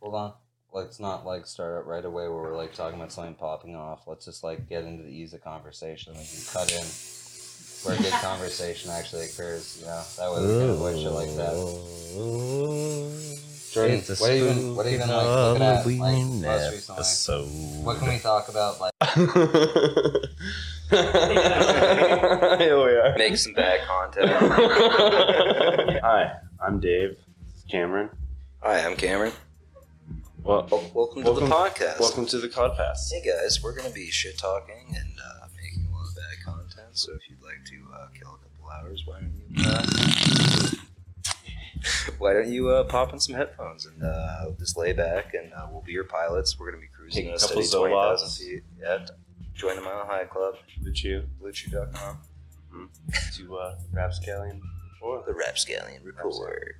hold on. Let's not like start it right away where we're like talking about something popping off. Let's just like get into the ease of conversation. We can cut in where good conversation actually occurs. You know, that way we can avoid shit like that. Jordan, It's a what are you even- what are you even, like, looking at, like, Halloween most recently? episode. What can we talk about? Like, Here we are. Make some bad content. Hi, I'm Dave. This is Cameron. Hi, I'm Cameron. Well, Welcome, to Welcome- the podcast. welcome to the Codpass. Hey guys, we're going to be shit talking and uh, making a lot of bad content. So if you'd like to uh, kill a couple hours, why don't you? Uh, why don't you uh, pop in some headphones and uh, just lay back and uh, we'll be your pilots. We're going to be cruising Take at a a couple steady twenty thousand Zolots. feet. Yeah. Join the Mile High Club, Did you BlueChew.com. to uh, Rapscallion before? The Rapscallion Report.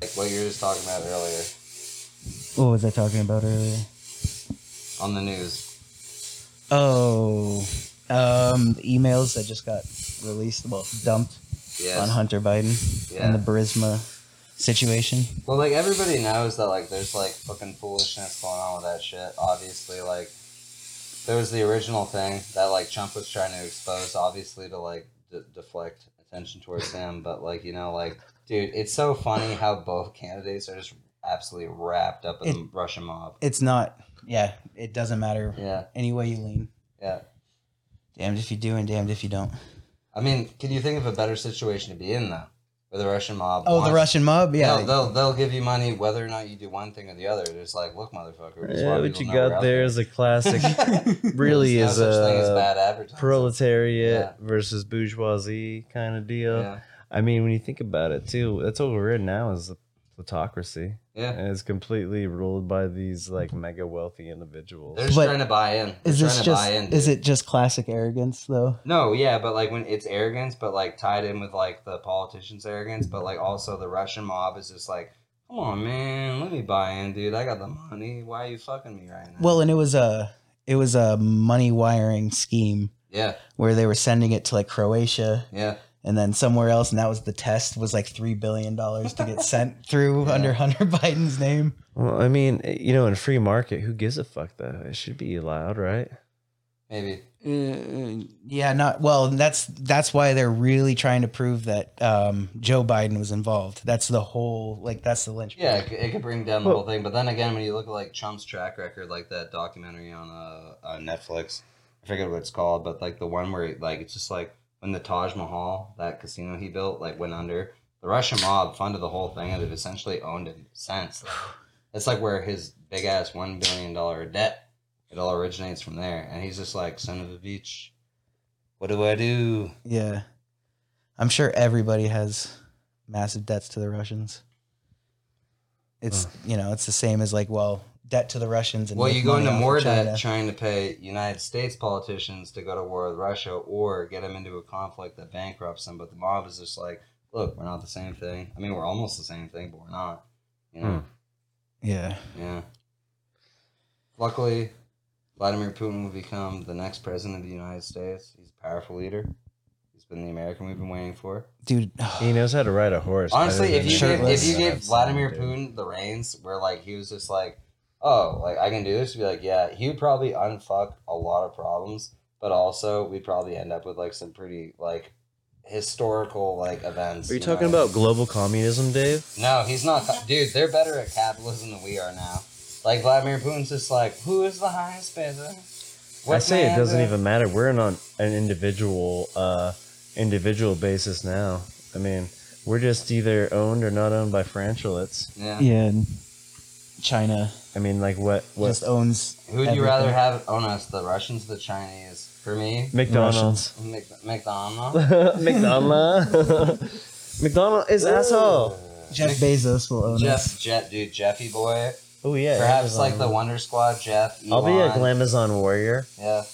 like what you were just talking about earlier What was I talking about earlier? on the news. Oh, um, the emails that just got released, well, dumped on Yes. Hunter Biden Yeah. and the Burisma situation. Well, like everybody knows that like there's like fucking foolishness going on with that shit. Obviously, like there was the original thing that like Trump was trying to expose, obviously to like d- deflect attention towards him. But like you know, like dude, it's so funny how both candidates are just absolutely wrapped up in the Russian mob. It's not, yeah, it doesn't matter Yeah, any way you lean. yeah. Damned if you do and damned if you don't. I mean, can you think of a better situation to be in though, where the Russian mob? Oh, the wants- Russian mob? Yeah. They'll, they'll they'll give you money whether or not you do one thing or the other. It's like, look, motherfucker. this is why Yeah, what people you know we're got out there is a classic. really There's is no such uh, thing as a bad advertising. proletariat Yeah. versus bourgeoisie kind of deal. Yeah, I mean, when you think about it, too, that's what we're in now is the plutocracy, yeah. and it's completely ruled by these like mega wealthy individuals. They're just But trying to buy in. They're is trying this to just buy in, is dude. it just classic arrogance though? No, yeah, but like when it's arrogance, but like tied in with like the politicians' arrogance, but like also the Russian mob is just like, come on, man, let me buy in, dude. I got the money. Why are you fucking me right now? Well, and it was a it was a money wiring scheme yeah, where they were sending it to like Croatia yeah, and then somewhere else, and that was the test was like three billion dollars to get sent through Yeah. under Hunter Biden's name. Well, I mean, eh, you know, in free market, who gives a fuck though? It should be allowed, right? maybe. Uh, yeah, not well. That's that's why they're really trying to prove that um, Joe Biden was involved. That's the whole like that's the lynchpin. Yeah, it, c- it could bring down the Well- whole thing. But then again, when you look at like Trump's track record, like that documentary on uh, uh Netflix, I forget what it's called, but like the one where like it's just like when the Taj Mahal, that casino he built, like went under, the Russian mob funded the whole thing and they've essentially owned it since. That's like where his big ass one billion dollar debt it all originates from there, and he's just like son of a beach. What do I do? yeah. I'm sure everybody has massive debts to the Russians. It's you know it's the same as like well debt to the Russians and Well, make you go money into off of more China. debt trying to pay United States politicians to go to war with Russia or get them into a conflict that bankrupts them. But the mob is just like, look, we're not the same thing. I mean, we're almost the same thing, but we're not. You know? Yeah, Yeah. Luckily, Vladimir Putin will become the next president of the United States. He's a powerful leader. He's been the American we've been waiting for. dude. He knows how to ride a horse. Honestly, better if than you gave, anyone if shirtless. you that gave I've seen, Vladimir dude. Putin the reins, where like he was just like, oh, like I can do this, be like, yeah, he would probably unfuck a lot of problems, but also we'd probably end up with like some pretty like historical like events. are you know talking what I about global communism, Dave? mean? No, he's not, co- dude. They're better at capitalism than we are now. Like Vladimir Putin's just like, who is the highest bidder? I say it man doesn't the-" even matter. We're in on an individual uh, individual basis now. I mean, we're just either owned or not owned by franchulates. Yeah. Yeah, and China I mean, like what what just owns Who would you rather Everything. have own us, the Russians, the Chinese? For me, McDonald's. Mc- McDonald's. McDonald's. McDonald's is asshole. Jeff Bezos will own Jeff, Jeff, dude, Jeffy boy. Oh yeah. Perhaps like the Amazon. Wonder Squad, Jeff. Elon. I'll be a glamazon warrior. Yeah,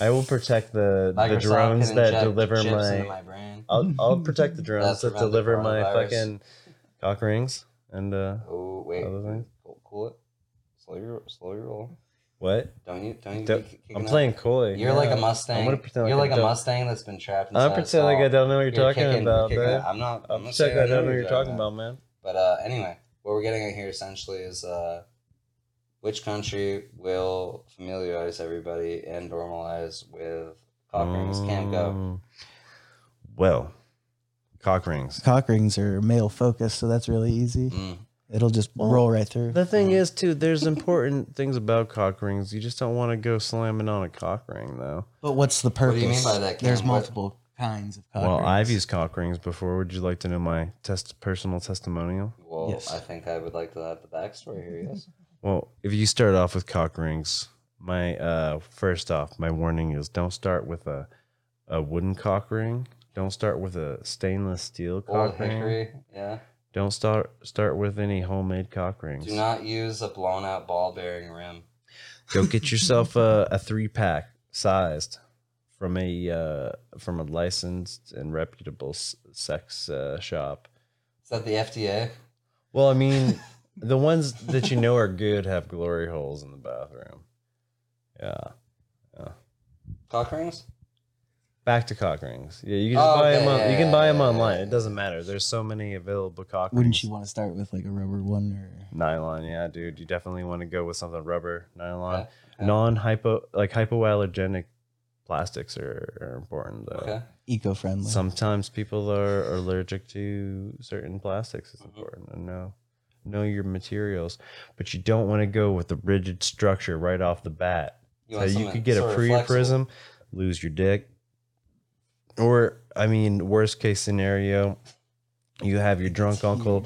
I will protect the the Microsoft drones can that inject deliver chips my. into my brain. I'll I'll protect the drones That's that around the deliver my coronavirus. fucking cock rings and uh, Oh wait, other things. cool, cool it. Slow your, slow your roll. What? Don't you? Don't you? Don't- be kicking I'm that? playing coy. You're like a Mustang. I'm gonna pretend you're like like I a don't- Mustang that's been trapped I inside. am pretend like I don't know what you're, talking about, bro. I'm not. I'm I'm not pretend saying like I don't know what you're you're talking about, man. But uh, anyway, what we're getting at here essentially is uh, which country will familiarize everybody and normalize with cock rings? Can't go. Um, Well, cock rings. Cock rings are male focused, so that's really easy. Mm. It'll just Well, roll right through. The thing is, too, there's important things about cock rings. You just don't want to go slamming on a cock ring, though. But what's the do purpose? you mean by that, Cam? There's What- multiple kinds of cock well, rings. I've used cock rings before. Would you like to know my test personal testimonial? Well, Yes. I think I would like to have the backstory here. Yes. Well, if you start off with cock rings, my uh, first off, my warning is don't start with a a wooden cock ring. Don't start with a stainless steel Old cock ring. hickory. Yeah. Don't start start with any homemade cock rings. Do not use a blown out ball bearing rim. go get yourself a, a three pack sized from a uh, from a licensed and reputable s- sex uh, shop. Is that the FDA? Well, I mean, the ones that you know are good have glory holes in the bathroom. Yeah. Cock rings? Back to cock rings. Yeah, you can just Oh, buy them. okay, On, yeah, you can yeah, buy yeah, them yeah, online. yeah. It doesn't matter. There's so many available cock Wouldn't rings. you want to start with like a rubber one or? nylon? Yeah, dude. You definitely want to go with something rubber, nylon, Okay, okay. non hypo like hypoallergenic plastics are, are important though. Okay. eco-friendly. Sometimes people are allergic to certain plastics. It's Mhm. important to know know your materials, but you don't want to go with the rigid structure right off the bat. You, so want you something could get a sort of pre flexible. prism, lose your dick, or I mean, worst case scenario, you have your drunk uncle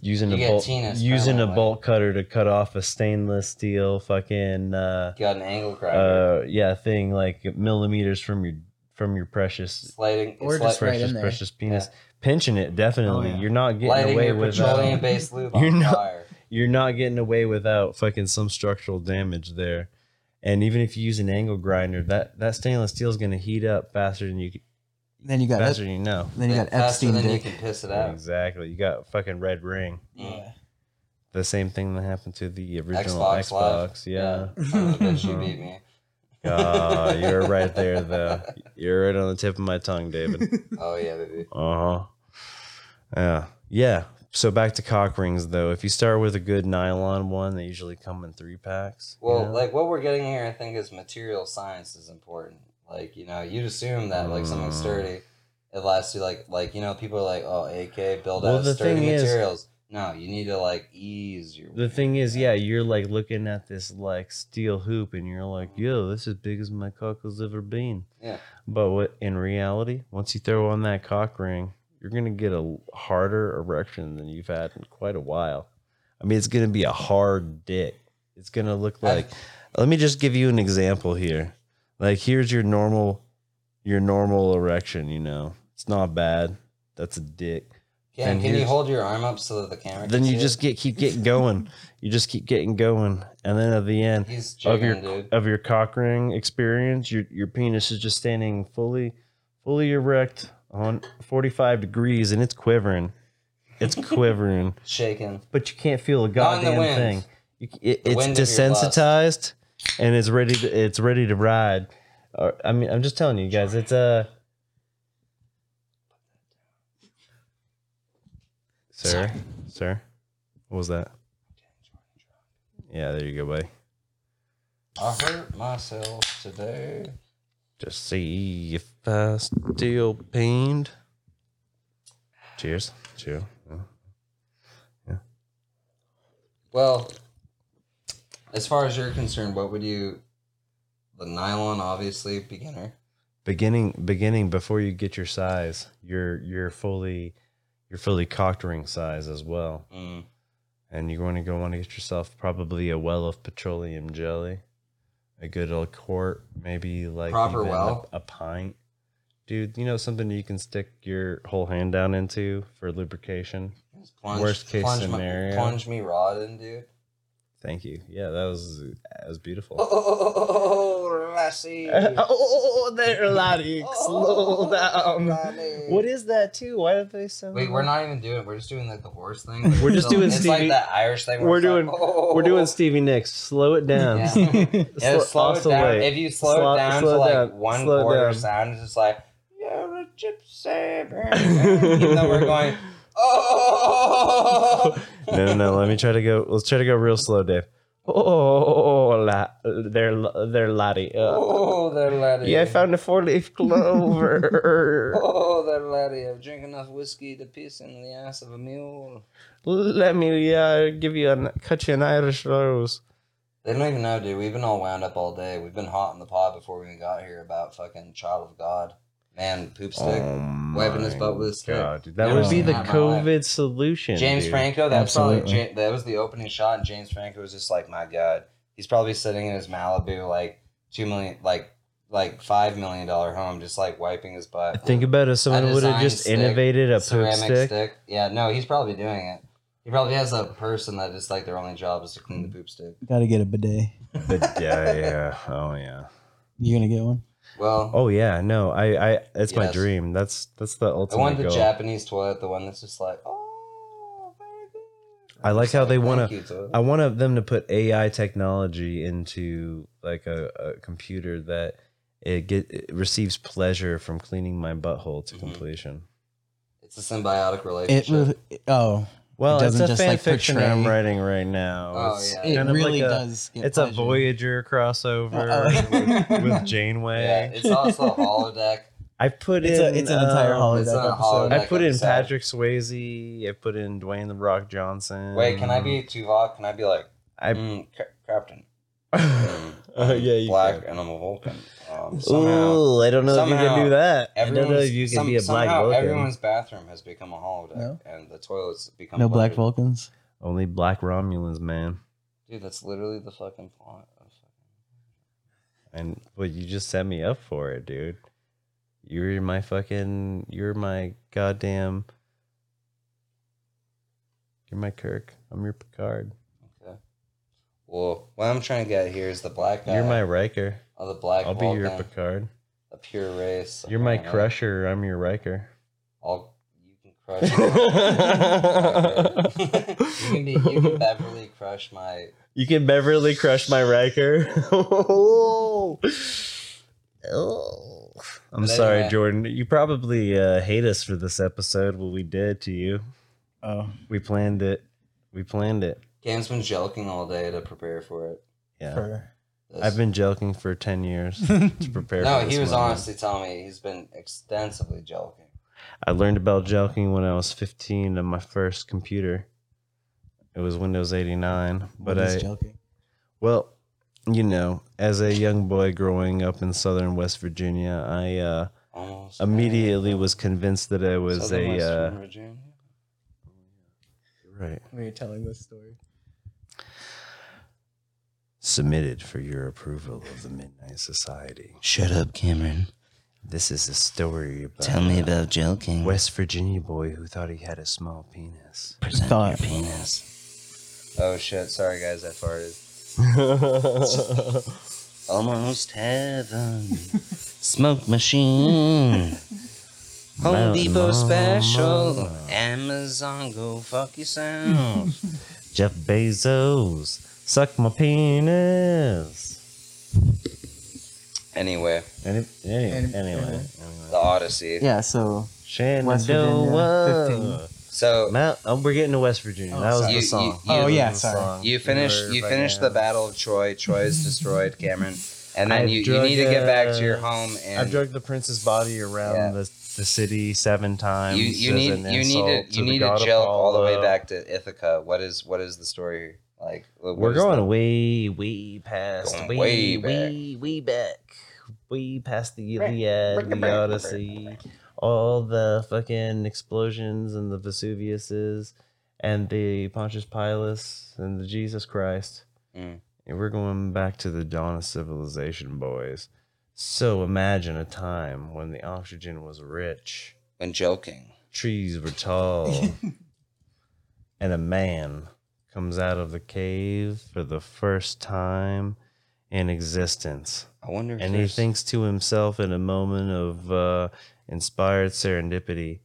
using You a get bolt tinnitus using a permanently. bolt cutter to cut off a stainless steel fucking. Uh, You got an angle grinder. uh yeah thing like millimeters from your from your precious sliding. or sli- just right precious in there. precious penis pinching it definitely Oh, yeah. you're not getting lighting away your with petroleum uh, based lube You're on not- fire. you're not getting away without fucking some structural damage there and even if you use an angle grinder that that stainless steel is going to heat up faster than you then you got faster Ep- than you know then you got faster Epstein than dick. you can piss it out. exactly you got fucking red ring Yeah. the same thing that happened to the original Xbox Live. xbox, yeah. Son of a bitch, you beat me. Ah, you're right there though you're right on the tip of my tongue david Oh yeah, baby. Uh huh. Yeah. Yeah. So back to cock rings though. If you start with a good nylon one, they usually come in three packs. you Well, know? like what we're getting here, I think is material science is important. Like you know, you'd assume that like something Mm. sturdy, it lasts you like like you know people are like oh AK build Well, out the sturdy thing is- materials. no, you need to like ease your. the thing is, yeah, you're like looking at this like steel hoop, and you're like, yo, this is big as my cock has ever been. Yeah. But what in reality, once you throw on that cock ring, you're gonna get a harder erection than you've had in quite a while. I mean, it's gonna be a hard dick. It's gonna look I- like. Let me just give you an example here. Like here's your normal your normal erection, you know. It's not bad. That's a dick. Can, and can you here's- hold your arm up so that the camera? Then can you see just it? get keep getting going. You just keep getting going. And then at the end He's of your jigging, dude. of your cock ring experience, your your penis is just standing fully fully erect on 45 degrees and it's quivering. It's quivering, Shaking. but you can't feel Not a in the goddamn wind. thing. You, c- it, The it's wind of your bust. desensitized and it's ready to it's ready to ride. Or- I mean, I'm just telling you guys, it's uh Sir, sir, what was that? Yeah, there you go, buddy. I hurt myself today. to see if I still pained. Cheers. Cheers. Well, as far as you're concerned, what would you? The nylon, obviously, beginner. Beginning beginning before you get your size, you're you're fully you're fully cocked ring size as well. Mm. And you're going to go want to get yourself probably a well of petroleum jelly, a good old quart, maybe like Proper even well? a, a pint. Dude, you know something you can stick your whole hand down into for lubrication. Just Plunge, Worst case plunge scenario. My, plunge me rod in, dude. Thank you. Yeah, that was that was beautiful. Oh, oh, oh, oh, oh, oh, Oh, Lassie. oh, there, laddie, Oh. slow down. Laddie. What is that too? Why did they sound? Wait, we're not even doing. We're just doing like the horse thing. but We're just still- doing It's Stevie- like that Irish thing. where We're it's like, doing- "Oh." We're doing Stevie Nicks. Slow it down. Yeah. That's Yeah, Sl- slow it down. oscillate. If you slow, Slow- it down slow to like down. one Slow quarter down. sound, it's just like you're a gypsy. baby." Even though we're going, oh. no, no, no. Let me try to go. Let's try to go real slow, Dave. Oh, oh, oh, la, there, there, laddie. Uh, Oh, there, laddie. yeah, I found a four-leaf clover. Oh, there, laddie. I've drank enough whiskey to piss in the ass of a mule. Let me uh, give you an cut you an Irish rose. They don't even know, dude. We've been all wound up all day. We've been hot in the pod before we even got here about fucking child of God. Man, poop stick. Oh Wiping his butt with a stick. God, dude, that Never would be seen the that in my life. COVID solution. James dude. Franco, that's probably Absolutely. Ja- that was the opening shot, and James Franco was just like, my God, he's probably sitting in his Malibu, like two million, like like five million dollar home, just like wiping his butt. Think about if someone would have design just stick, innovated a poop ceramic stick. Yeah, no, he's probably doing it. He probably has a person that is like their only job is to clean the poop stick. Gotta get a bidet. But yeah, yeah. Oh yeah. You gonna get one? Well, Oh yeah. No, I, I. That's my Yes. dream. That's that's the I ultimate want the goal. Japanese toilet, the one that's just like, oh, very good. I like Just how they wanna- "Thank you, toilet." I want them to put AI technology into like a, a computer that it get it receives pleasure from cleaning my butthole to Mhm. completion. It's a symbiotic relationship. It re- oh, Well, it's doesn't a just, fan like, fiction portray- I'm writing right now. Oh, it's yeah. it kind of really like a- does. Get It's a pleasure. Voyager crossover Uh-oh. with, with Janeway. yeah, it's also a holodeck. I put It's, in a, it's an entire um, holiday it's not a episode. holiday. I put in episode. Patrick Swayze. I put in Dwayne the Rock Johnson. Wait, can I be Tuvok? Can I be like, Mm. I- mm, ca- Captain? Oh I'm yeah, you black, can. and I'm a Vulcan. Um, somehow, Ooh, I don't know if you can somehow do that. I don't know everyone's, if you can some- be a black somehow Vulcan. everyone's bathroom has become a holodeck, No? and the toilets become No black pleasure. Vulcans. Only black Romulans, man. Dude, that's literally the fucking plot. of And well, you just set me up for it, dude. You're my fucking. You're my goddamn. You're my Kirk. I'm your Picard. fucking- Okay. Well, what I'm trying to get here is the black guy. You're my Riker. of the black I'll be Vulcan, your Picard. the pure race. You're my apparently. Crusher. I'm your Riker. I'll, you can crush. you can be. You can Beverly crush my You can Beverly crush my Riker. oh. Oh. I'm But sorry, anyway. Jordan. You probably uh, hate us for this episode. What we did to you. Oh, We planned it. We planned it. Cam's been joking all day to prepare for it. Yeah. for- This- I've been joking for 10 years to prepare No, for this he was moment. honestly telling me he's been extensively joking. I learned about joking when I was 15 on my first computer. It was Windows 89, but I'm just I joking. Well, you know, as a young boy growing up in southern West Virginia, I uh, Almost immediately was convinced that I was Southern a Western uh, Virginia. right When you're telling this story, submitted for your approval of the Midnight Society. Shut up, Cameron. This is a story about about joking. a West Virginia boy who thought he had a small penis. Present Thought. penis. Oh shit! Sorry guys, I farted. Almost heaven. Smoke machine. Home Mount- Depot Mount- special. Mount. Amazon, go fuck yourself. Jeff Bezos, suck my penis. anyway, Any, anyway, Any- anyway, anyway. the anyway. Odyssey. yeah. So Shenandoah. So Matt, oh, we're getting to West Virginia. Oh, that was sorry. the You- song. you- you- Oh, yeah, The sorry. song. You finish. were You fucking- finish the Battle of Troy. Troy is destroyed, Cameron, and then I've you, you drug, need to get back to your uh, home I've and you, dragged the prince's body around Yeah. the, the city seven times. you as need an you need to insult you the need god to jump all the way Apollo. back to Ithaca. What is what is the story like? what We're is going the- way, way past, Going way, way, way back. way, back, way past the Iliad, the Odyssey, all the fucking explosions and the Vesuviuses, and the Pontius Pilatus and the Jesus Christ. Mm. And we're going back to the dawn of civilization, boys. So imagine a time when the oxygen was rich, when joking. trees were tall, and a man comes out of the cave for the first time in existence. I wonder if And he there's- thinks to himself in a moment of uh, inspired serendipity,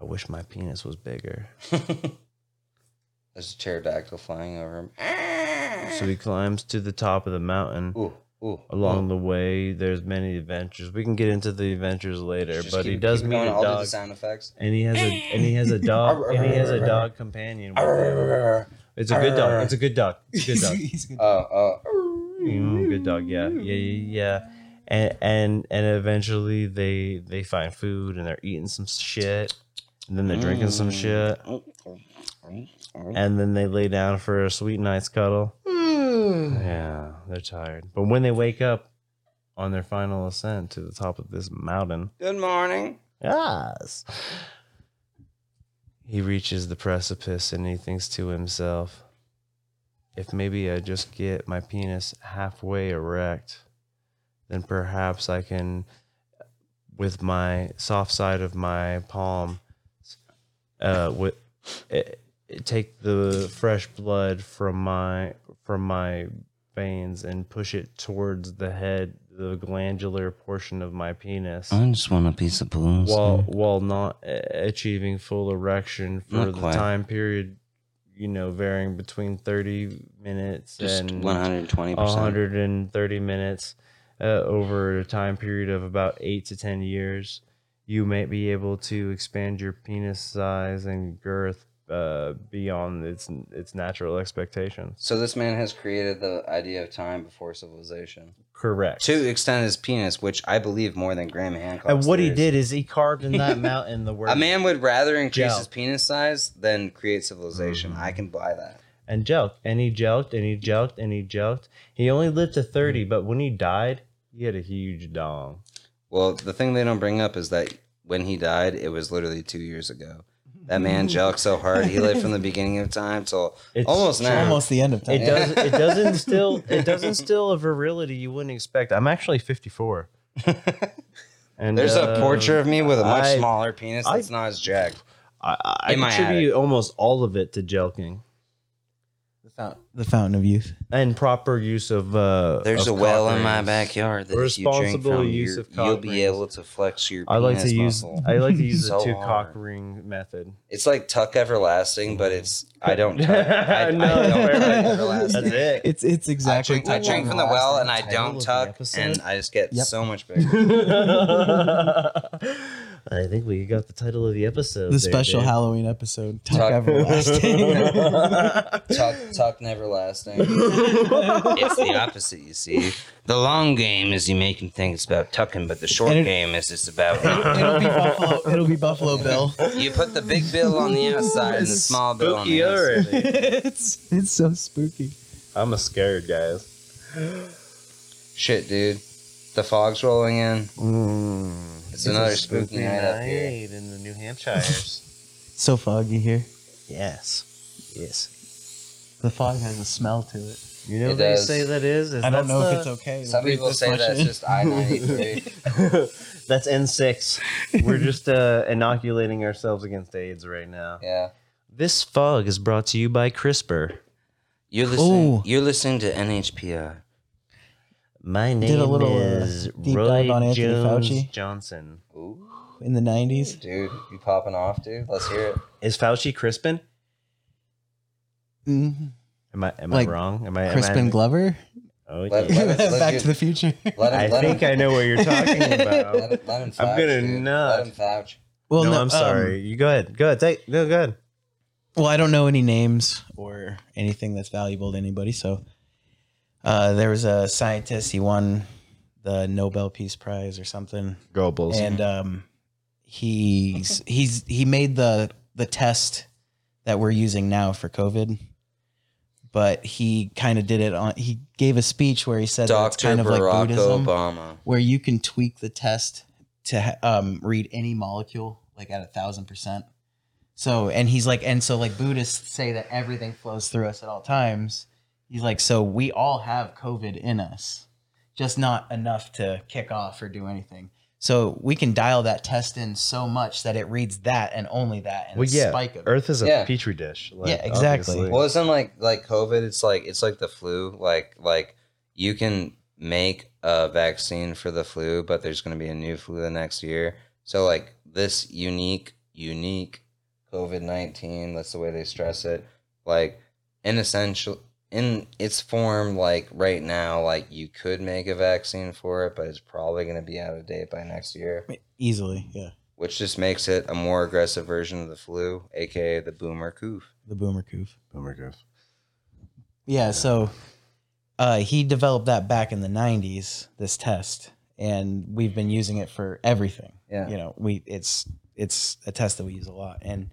I wish my penis was bigger. there's a pterodactyl flying over him. So he climbs to the top of the mountain. Ooh, ooh. Along ooh. the way, there's many adventures. We can get into the adventures later, Just but keep- he does keep meet a going, all the dog, sound effects. and he has a and he has a dog, and he has a dog companion. with him. It's a good dog. It's a good dog. It's a good dog. He's good. Oh, Mm, good dog. Yeah, yeah, yeah, yeah. And and and eventually they they find food and they're eating some shit, and then they're drinking some shit, oh. And and then they lay down for a sweet night's cuddle. Yeah, they're tired. But when they wake up on their final ascent to the top of this mountain, Good morning. yes, he reaches the precipice and he thinks to himself, if maybe I just get my penis halfway erect, then perhaps I can, with my soft side of my palm, uh, with it, take the fresh blood from my from my veins and push it towards the head, the glandular portion of my penis. just want a piece of balloons. While while not a- achieving full erection for Not the quite. time period, you know, varying between thirty minutes and 120%. 130 minutes uh, over a time period of about eight to 10 years, you may be able to expand your penis size and girth uh, beyond its its natural expectations. So this man has created the idea of time before civilization Correct. to extend his penis, which I believe more than Graham Hancock. and what he did is he carved in that mountain the word A man would rather increase Gel. his penis size than create civilization. I can buy that. and jelked and he jelked and he jelked and he jelked. He only lived to 30, but when he died, he had a huge dong. Well, the thing they don't bring up is that when he died, it was literally two years ago. That man jelked so hard, he lived from the beginning of time till It's almost now. Almost the end of It time. Yeah. does. It does instill. It does instill a virility you wouldn't expect. I'm actually 54. and There's a uh, portrait of me with a much I- smaller penis I- that's not as jacked. I, I in my attribute almost all of it to jelking The, fount- the fountain of youth. and proper use of. Uh, There's a of well cock in my rings. backyard that if you drink Responsible from, use you're- of cock you'll be rings. able to flex your. I like to penis use. muscle. I like to use the So two cock hard. ring method. It's like Tuck Everlasting, but it's I don't. Tuck, I, I No, don't fair. tuck That's Everlasting. it. It's it's exactly. I drink, I the drink from the last well thing and I title don't of the tuck, episode. and I just get Yep. so much bigger. I think we got the title of the episode. there, the special Dave. Halloween episode. Tuck, Tuck. everlasting. tuck, tuck, never lasting. it's the opposite, you see. The long game is you make him think it's about tucking, but the short And it- game is it's about. not. it'll be Buffalo. It'll be Buffalo Bill. You put the big bill on the outside and the small bill on the Spooky inside. already. it's it's so spooky. I'm a scared guys. Shit, dude. The fog's rolling in. Mm. It's another a spooky, night up here. night in the New Hampshires. So foggy here. yes, yes. The fog has a smell to it. You know It what they does. say that is. is I don't that's know if the- it's okay. to Some breathe people this say much that's in. just I ninety three. That's N6. We're just uh, inoculating ourselves against AIDS right now. Yeah. This fog is brought to you by CRISPR. You're listening. Ooh. You're listening to NHPR. My name Did a little, uh, is deep Roy dive on Anthony Jones Fauci. Johnson. Ooh, in the nineties. dude, you popping off, dude? Let's hear it. Is Fauci Crispin? Mm-hmm. Am I am Like, I wrong? Am I am Crispin I, Glover. Oh, yeah. Let- let us- let's Back get- to the Future. Let him, I let think him, I know what you're talking about. Let him, let him I'm vouch, gonna dude. not. Let him vouch. Well, no, no, I'm um, sorry. you go ahead. Go ahead. Take, no, go ahead. well, I don't know any names or anything that's valuable to anybody. So uh, there was a scientist. He won the Nobel Peace Prize or something, Go Bulls. and um, he's he's he made the the test that we're using now for COVID. But he kind of did it on. He gave a speech where he said that it's Doctor kind of like Barack Buddhism. Obama. where you can tweak the test to ha- um, read any molecule like at a thousand percent. So, and he's like, and so like Buddhists say that everything flows through us at all times. He's like, so we all have COVID in us, just not enough to kick off or do anything. So we can dial that test in so much that it reads that and only that and well, a yeah. spike of Earth is a Yeah. petri dish. like, Yeah, exactly. obviously. Well, isn't like like COVID? It's like it's like the flu. Like like you can make a vaccine for the flu, but there's going to be a new flu the next year. So like this unique, unique COVID nineteen. That's the way they stress it. Like in essential in its form, like right now, like you could make a vaccine for it, but it's probably going to be out of date by next year, Easily, yeah. which just makes it a more aggressive version of the flu, aka the boomer coof. The boomer coof. Oh Boomer goof. Yeah, so uh, he developed that back in the 90s, this test, and we've been using it for everything. Yeah. You know, we it's it's a test that we use a lot and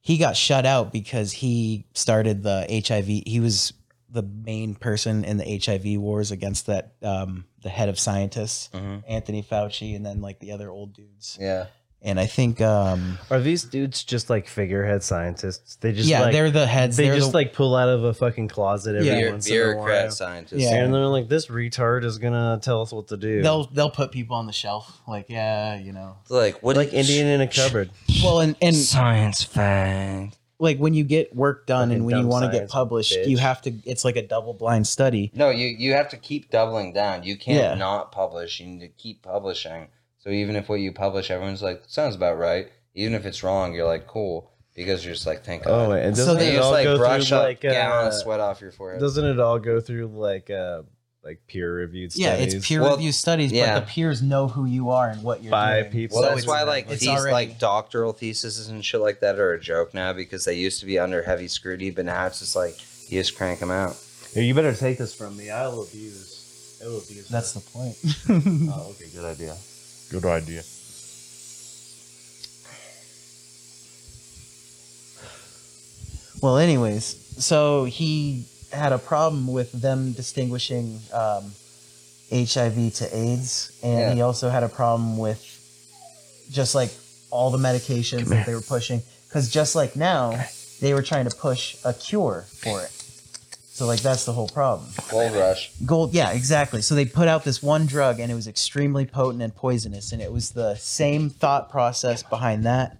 he got shut out because he started the HIV he was the main person in the HIV wars against that um, the head of scientists, Mm-hmm. Anthony Fauci and then like the other old dudes. Yeah. And I think um Are these dudes just like figurehead scientists? They just yeah, like, they're the heads. they are just the, like pull out of a fucking closet every Yeah. Bureau- once in a while. bureaucrat scientist. Yeah. And they're like, this retard is gonna tell us what to do. they'll they'll put people on the shelf like yeah, you know. It's Like what? like Indian in a cupboard. Well, and and science fact. like when you get work done Fucking and when you dumb want to get science published, bitch. you have to. It's like a double blind study. No, you you have to keep doubling down. You can't Yeah. not publish. You need to keep publishing. So even if what you publish, everyone's like, sounds about right. Even if it's wrong, you're like, cool, because you're just like, thank God. Oh, wait, and So doesn't they it just all like go brush through up, like down, uh, sweat off your forehead. doesn't it all go through like uh like peer reviewed Yeah, studies? it's peer Well, reviewed studies, yeah. but the peers know who you are and what you're by doing. people. well, so that's it's- why like it's these already- like doctoral theses and shit like that are a joke now because they used to be under heavy scrutiny, but now it's just like you just crank them out. Here, you better take this from me. I will abuse. I will abuse. That's the point. that. oh, okay. Good idea. Good idea. Well, anyways, so he had a problem with them distinguishing um, HIV to AIDS, and Yeah. he also had a problem with just like all the medications that they were pushing. Because just like now, they were trying to push a cure for it. So, like, that's the whole problem. Gold rush. Gold, yeah, exactly. So they put out this one drug and it was extremely potent and poisonous. And it was the same thought process behind that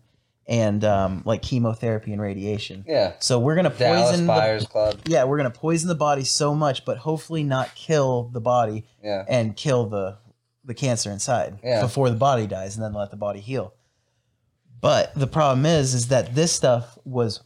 and um, like chemotherapy and radiation. Yeah. So we're gonna Dallas poison the, Buyers Club. yeah, we're gonna poison the body so much, but hopefully not kill the body Yeah. and kill the the cancer inside Yeah. before the body dies and then let the body heal. But the problem is is that this stuff was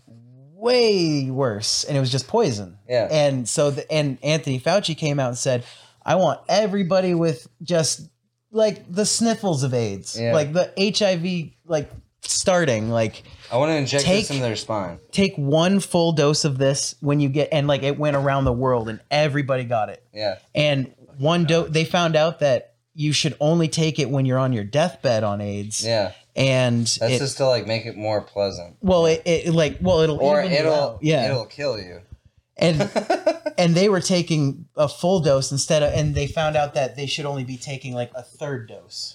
way worse and it was just poison. Yeah. And so the, and Anthony Fauci came out and said, "I want everybody with just like the sniffles of AIDS, Yeah. like the HIV like starting like I want to inject Take- this into their spine. take one full dose of this when you get and like it went around the world and everybody got it Yeah. and one dose they found out that you should only take it when you're on your deathbed on aids Yeah. and That's it, just to like make it more pleasant. well it, it like well it'll Or even you it'll out. yeah it'll kill you. and and they were taking a full dose instead of and they found out that they should only be taking like a third dose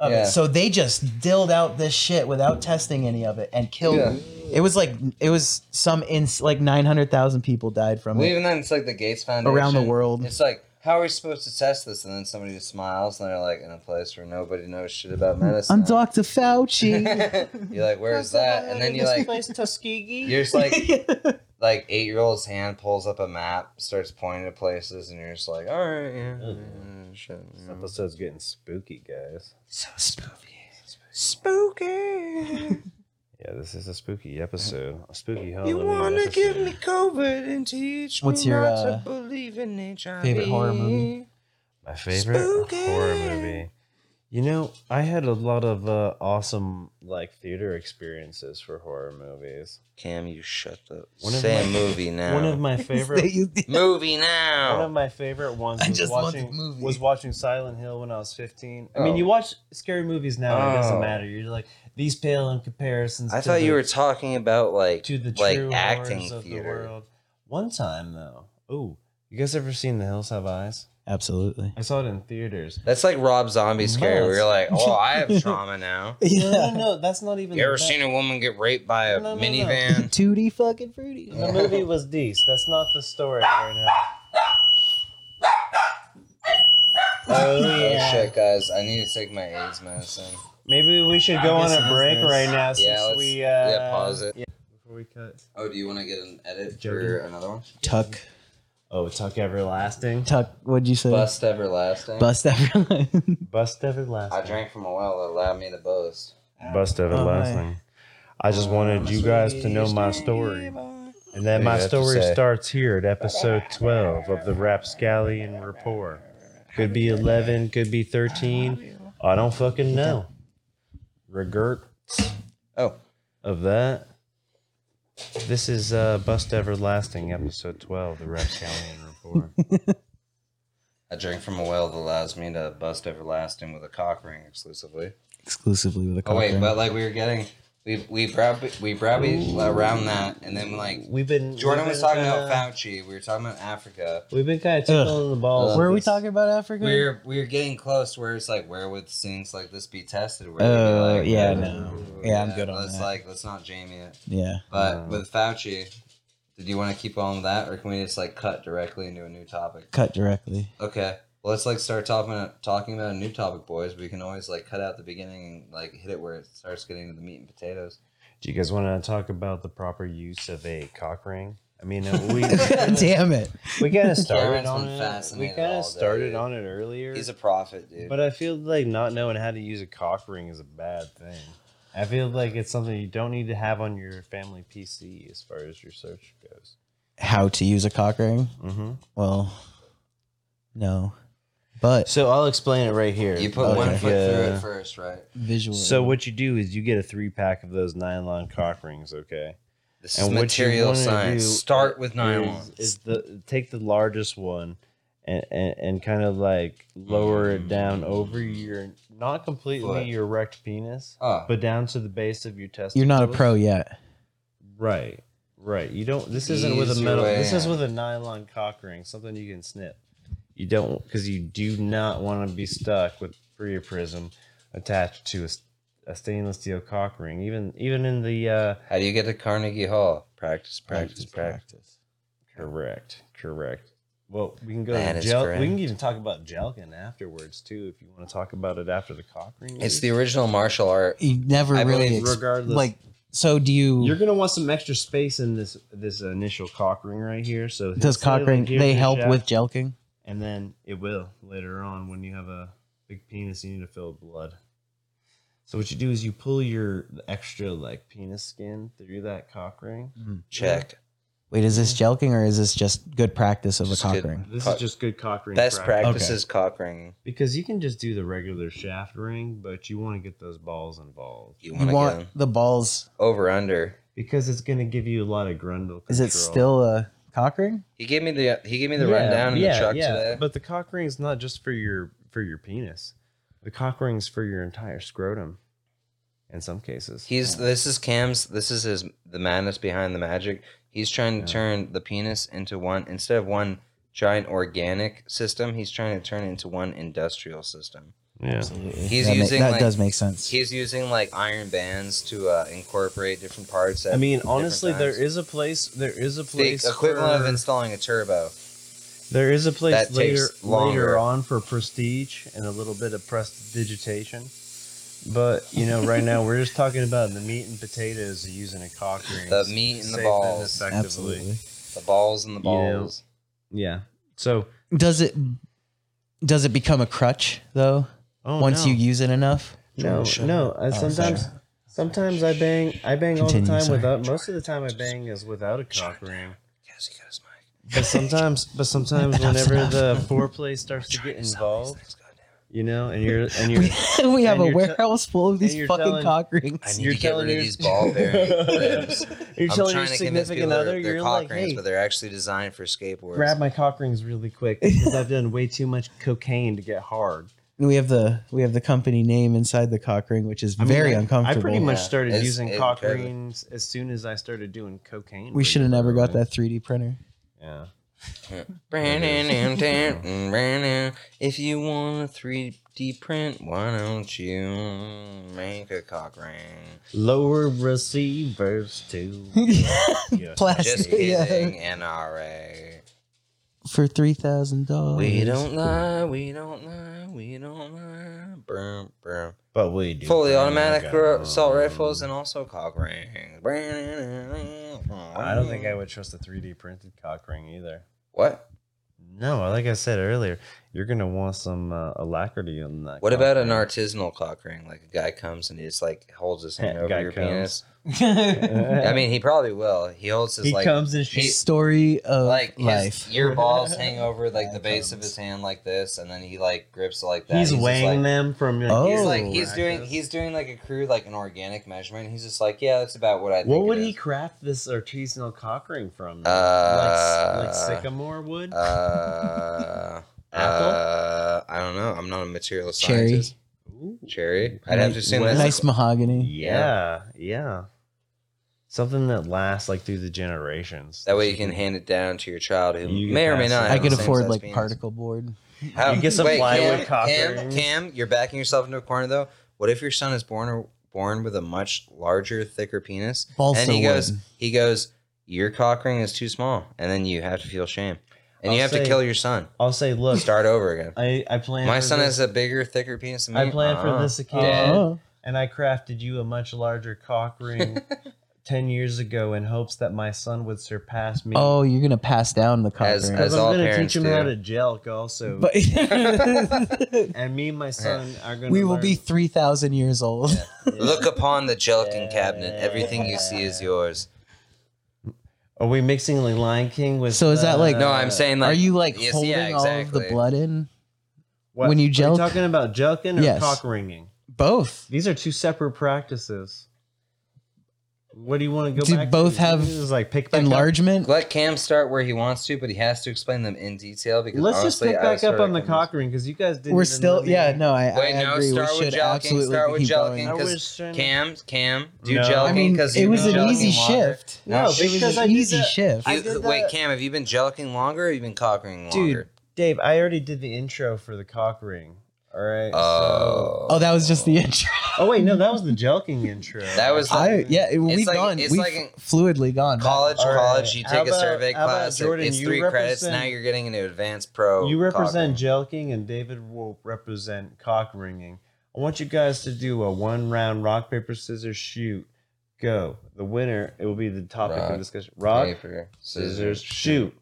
of Yeah. it. so they just dilled out this shit without testing any of it and killed Yeah. it was like it was some ins like 900,000 people died from Well, it even then, it's like the Gates Foundation around the world It's like, how are we supposed to test this? And then somebody just smiles, and they're like, in a place where nobody knows shit about medicine. I'm Dr. Fauci you're like, where's that? And then you like, Tuskegee you're just like, like eight year old's hand pulls up a map, starts pointing to places, and you're just like, all right, yeah, yeah, yeah, shit. you This know. episode's getting spooky, guys. so spooky Spooky. Yeah, this is a spooky episode. A spooky Halloween. You wanna episode. give me COVID and teach What's me your, not uh, to believe in HIV? favorite horror movie? my favorite Spooky. horror movie? You know, I had a lot of uh, awesome like theater experiences for horror movies. Cam, you shut the One of say a my- movie now. One of my favorite movie One of now. my favorite ones I was just want this watching movie. was watching Silent Hill when I was 15. I mean, Oh. you watch scary movies now, and it Oh. doesn't matter. You're like these pale in comparisons. I to thought the, you were talking about like to the like true acting horrors of the theater. world. One time though, oh, you guys ever seen The Hills Have Eyes? absolutely I saw it in theaters. That's like Rob Zombie scary. Where Nuts. you're like, oh, I have trauma now. No, no, no, that's not even. You ever that. seen a woman get raped by a No, no, no. minivan? Tootie fucking fruity The movie was Deese. That's not the story right now. Oh Oh yeah. shit, guys! I need to take my AIDS medicine. Maybe we should go on a break business. right now since let's- we uh, yeah, pause it. yeah, before we cut. Oh, do you want to get an edit Joking. for another one? tuck Oh, Tuck Everlasting. Tuck, what'd you say? Bust everlasting. Bust everlasting. Bust I Everlasting. drank from a well that allowed me to boast. Bust everlasting. I just wanted you guys to know my story. And that my you have to story say. starts here at episode 12 of the Rapscallion Report. Could be 11, could be 13. I don't fucking know. Regret Oh. of that. This is uh, Bust Everlasting, episode 12, the Rapscallion Report. I drink from a well that allows me to bust everlasting with a cock ring exclusively. Exclusively with a Oh wait, cock but like we were getting, we we browbeat we browbeat around that, and then like We've been Jordan we've was been talking kinda- about Fauci, we were talking about Africa. We've been kind of tickling the balls. ring. Where are we This- talking about Africa? We were we were getting close to where it's like where would things like this be tested? Where Oh, they'd be yeah, "Ooh, no. Yeah, I'm good on let's that. like let's not Jamie it. yeah. But No. with Fauci, did you want to keep on with that, or can we just like cut directly into a new topic? Cut directly. Okay. Well, let's like start talking talking about a new topic, boys. We can always like cut out the beginning and like hit it where it starts getting to the meat and potatoes. Do you guys want to talk about the proper use of a cock ring? I mean, uh, we Damn it. we kind of started Cameron's on been it. We fascinated kind all of day, started dude. on it earlier. He's a prophet, dude. But I feel like not knowing how to use a cock ring is a bad thing. I feel like it's something you don't need to have on your family PC as far as your search goes. How to use a cock ring? Mm-hmm. Well, no. But So I'll explain it right here. you put Okay. one foot through Yeah. it first, right? visually. Uh, So what you do is you get a three pack of those nylon cock rings. Okay. This And is what you material wanna science. do Start with nylon. Is, is the take the largest one, and and, and kind of like lower it down over your not completely Mm. Foot. your erect penis, Oh, but down to the base of your testicles. You're not a pro yet. Right. Right. You don't. This isn't with a Easy metal. way This is in. with a nylon cock ring, something you can snip. You don't, because you do not want to be stuck with priaprism attached to a, s- a stainless steel cock ring. Even even in the uh, how do you get to Carnegie Hall? Practice, practice, practice. correct, correct. Well, we can go That to is gel. We correct. can even talk about gelkin afterwards too, if you want to talk about it after the cock ring. It's the original martial art. You never I really believe ex- regardless. like. So do you? You're gonna want some extra space in this this initial cock ring right here. So does say, like, cock ring? here's They your help shaft. with jelking. and then it will later on when you have a big penis you need to fill with blood so what you do is you pull your extra like penis skin through that cock ring Check. Wait, is this Mm-hmm. jelking or is this just good practice of Just a cock good- ring? this Cock- is just good cock ring Best practice. practice is cock ringing. because you can just do the regular shaft ring but you want to get those balls involved You You want to want get 'em. the balls? over under. because it's going to give you a lot of grundle control. Is it still a cock ring? He gave me the he gave me the rundown in the truck today. but the cock ring is not just for your for your penis the cock ring's for your entire scrotum in some cases He's this is Cam's this is his the madness behind the magic. He's trying to turn the penis into one instead of one giant organic system, he's trying to turn it into one industrial system. yeah Absolutely. He's that ma- using, that like- does make sense. He's using like iron bands to uh, incorporate different parts. I at mean, different honestly, there times. is a place. There is a the place. equivalent for- of installing a turbo. there is a place that takes later longer. later on for prestige and a little bit of prestidigitation. But you know, right now we're just talking about the meat and potatoes of using a cock ring. The meat and the Safe balls. effectively. Absolutely. The balls and the balls. Yeah. So Does it? Does it become a crutch though? oh, once no. you use it enough? no no Oh, uh, sometimes sometimes I bang I bang all Continue, the time sorry. without most of the time I bang is without a cock ring. Yes, he got his mic. But sometimes, but sometimes, Enough's whenever enough. the foreplay starts to get involved, you know, and you're and you're we have And a you're te- warehouse full of and these you're fucking telling- cock I rings. need You're to get telling rid of your- these ball bearing ribs. you're I'm telling your trying to convince people significant they're, other, they're you're cock like, rings, hey, but they're actually designed for skateboards. grab my cock rings really quick because I've done way too much cocaine to get hard. We have the we have the company name inside the cock ring, which is very I- uncomfortable. I pretty much Yeah, started it's- using it cock kinda- rings as soon as I started doing cocaine. we should have never got regularly. that 3D printer. Yeah. If you want a 3D print, why don't you make a cock ring? Lower receivers to Just Plastic, yeah, kidding, NRA. for three thousand dollars. We don't lie, we don't lie, we don't lie. Brum, brum. but we do. Fully bring automatic a ro- gun. assault rifles and also cock rings. I don't think I would trust a 3D printed cock ring either. What? No, like I said earlier, you're gonna want some uh, alacrity on that. What about an cockring. artisanal cock ring? Like a guy comes and he just like holds his hand Yeah, over guy your comes. penis. I mean, he probably will. He holds his he like comes and he- she Story of like his life. ear balls hang over like the Guy base of comes. his hand like this, and then he like grips it like that. he's, just like- weighing them from your. Oh. He's like he's Practice. doing he's doing like a crude like an organic measurement. He's just like yeah, that's about what I. Think What would it he is." craft this artisanal cock ring from? though? Uh, like, like sycamore wood, Uh, apple. uh, I don't know. I'm not a material Cherry. scientist. Ooh. Cherry. I'd have to assume Well, that's nice mahogany. Yeah, yeah. Something that lasts like through the generations. that way you can hand it down to your child who You may or can may pass not. it have I could the same afford size like penis. particle board. How, You get some plywood Cam, cock Cam, rings. Cam, you're backing yourself into a corner though. What if your son is born or born with a much larger, thicker penis? Balsa and he goes, wood. he goes, your cock ring is too small, and then you have to feel shame, and I'll you have to say- kill your son. I'll say, look, Start over again. I I plan. My for son this, has a bigger, thicker penis than me. I planned for Uh-uh. this occasion, Dad. Oh. and I crafted you a much larger cock ring ten years ago in hopes that my son would surpass me. Oh, you're gonna pass down the cock As- ring. because as- I'm all gonna parents teach him how do. to jelk also. But and me and my son are gonna. we will learn- be three thousand years old. Look upon the gelatin cabinet. Everything you see is yours. Are we mixing like Lion King with? uh, So is that like- No, I'm saying like. Are you like yes, holding yeah, all of the exactly. blood in? What- when you are jelk? talking about jelking or Yes. cock ringing? Both. These are two separate practices. What do you want to go Do back? to? both have This is like pick back up. Enlargement. Let Cam start where he wants to, but he has to explain them in detail because Let's just honestly, pick I back was up sorta on the confused. cock ring because you guys didn't. We're even still let me- yeah no I Wait, I no, agree. start we with should jelking, absolutely start with keep jelking. I going. Because was trying to- Cam, Cam, do No. jelking I mean, because it you've was been an jelking easy longer. shift. No, it was because I an did easy that- shift. I You- did wait, that- Cam, have you been jelking longer or have you been cockering Dude, longer? Dave, I already did the intro for the cock ring. All right. Uh, so- oh, that was just the intro. oh wait, no, that was the jelking intro. That was like I yeah, it- we've like- gone. it's We've like in- fluidly gone. back. college, All right. college. You How take a about- survey how about class. it- Jordan, it's you three credits. represent- Now you're getting an advanced pro. You represent cockering. jelking, and David will represent cock ringing. I want you guys to do a one round rock paper scissors shoot. Go. The winner. It will be the topic Rock, of discussion. Rock paper, scissors shoot.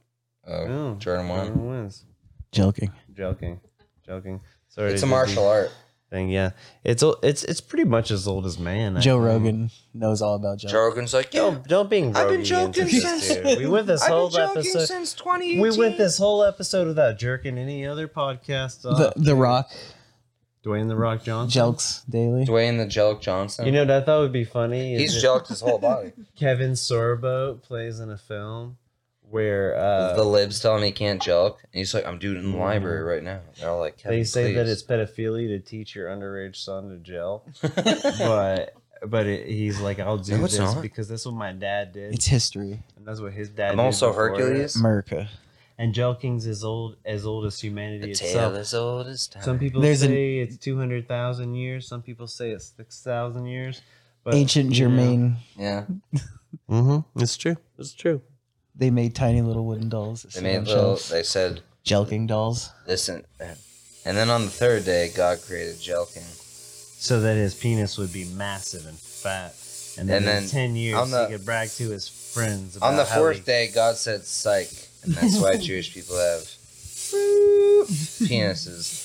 Oh, Oh, Jordan won. Jordan wins. Joking. Jelking, jelking. Sorry, It's to a do martial the art. thing. Yeah, it's o- it's it's pretty much as old as man. I Joe think. Rogan knows all about joking. Jordan's like, yo, Don't don't being. I've been roguey joking into since- this, dude. We went this I've been whole joking episode. since 2018. We went this whole episode without jerking any other podcast. The Off. The Rock Dwayne the Rock Johnson. jelks daily. Dwayne the Jelk Johnson. You know what I thought would be funny is he's if jelked his whole body. Kevin Sorbo plays in a film where uh, Mm. the libs tell him he can't jelk, and he's like, I'm doing it in the library right now. They're all like, they Kevin, say that please. it's pedophilia to teach your underage son to jail, but but it, he's like, I'll do No, it's this not. because that's what my dad did, It's history. and that's what his dad. I'm did also before it. Hercules. America. and Jell King's as old as old as humanity The itself. tale as old as time. Some people There's an- say it's two hundred thousand years. Some people say it's six thousand years. But Ancient Germain. yeah, Mm-hmm. It's true. It's true. They made tiny little wooden dolls. they made little. They said, jelking dolls. listen, and then on the third day, God created Jelking. So that his penis would be massive and fat, and And then, in then ten years on the- he could brag to his friends. About On the how fourth he- day, God said, "Psych," and that's why Jewish people have penises.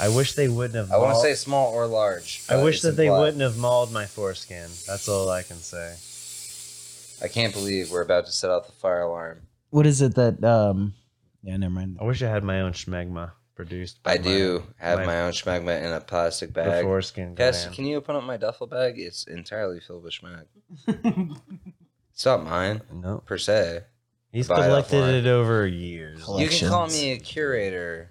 I wish they wouldn't have. I want to mauled- say small or large. I but wish it's that they implied. wouldn't have mauled my foreskin. That's all I can say. I can't believe we're about to set off the fire alarm. What is it that? um Yeah, never mind. I wish I had my own schmegma produced. by I my- do have my- my own schmagma in a plastic The bag. foreskin. Guys, gland. can you open up my duffel bag? It's entirely filled with schmack. it's not mine no. per se. He's buy it collected offline. it over years. You can call Collections. me a curator.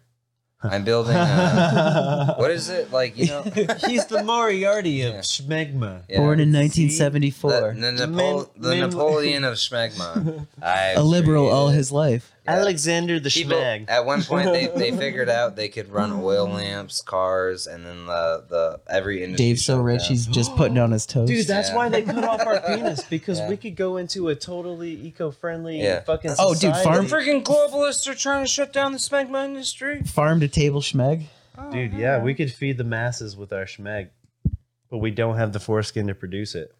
I'm building. A, what is it like? You know, He's the Moriarty of Yeah. Schmegma. Yeah. Born in See? 1974, The, the, Men- Napo- the men- Napoleon of Schmegma. I've a liberal all created- his life. Yeah. Alexander the People- Schmeg. At one point, they, they figured out they could run oil lamps, cars, and then the, the every industry. Dave's so shut rich, down. he's just putting on his toes. Dude, that's Yeah. why they cut off our penis because Yeah. we could go into a totally eco-friendly Yeah. fucking. Oh, dude, society. farm- freaking globalists are trying to shut down the Schmegma industry. farm to table schmeg. Dude, yeah, we could feed the masses with our Schmeg, but we don't have the foreskin to produce it.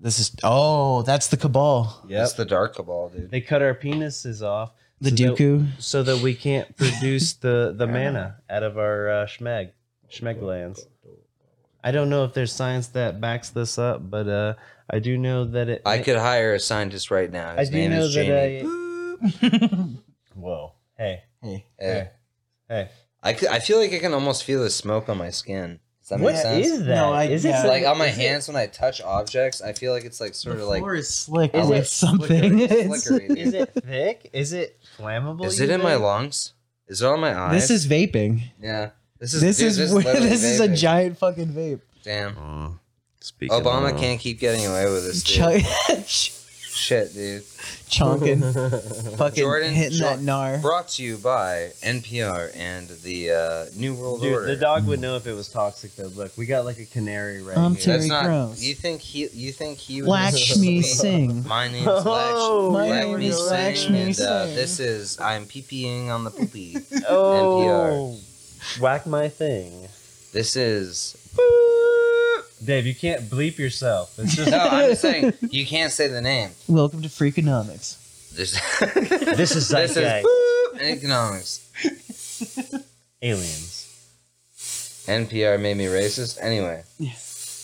This is oh, that's the cabal. It's the dark cabal, dude. They cut our penises off The So that- Dooku. so that we can't produce the the mana out of our uh, schmeg schmeg glands. I don't know if there's science that backs this up, but uh, I do know that it. I could hire a scientist right now. I His do name know is Jamie. that. I, whoa! Hey, hey, Eh. Hey. I, c- I feel like I can almost feel the smoke on my skin. Does that what make sense? is that? No, I- Is it yeah. like like on my hands when I touch objects, I feel like it's like sort of like floor is slick Is with it something. flickery, It's- flickery, dude. is it thick? Is it flammable? Is you it in my think? lungs? Is it on my eyes? this is vaping. yeah. This is This dude, is this, literally is a vaping. giant fucking vape. damn. Speaking Obama can't keep getting away with this dude. Ch- ch- shit, dude. chonking, fucking Jordan, hitting Jor- that gnar. Brought to you by NPR and the uh, New World Dude, Order. the dog would know if it was toxic though. Look, we got like a canary right Um, here. Terry That's not. Gross. You think he? You think he? would Lakshmi speak- Singh. My name's Oh, Lakshmi. My name is Lakshmi and, uh, Singh. this is I'm peeing on the poopy. Oh, whack my thing, this is. Dave. You can't bleep yourself. It's just No, I'm just saying you can't say the name. Welcome to Freakonomics. This, this is this zeitgeist. is economics. aliens. NPR made me racist. Anyway, Yeah.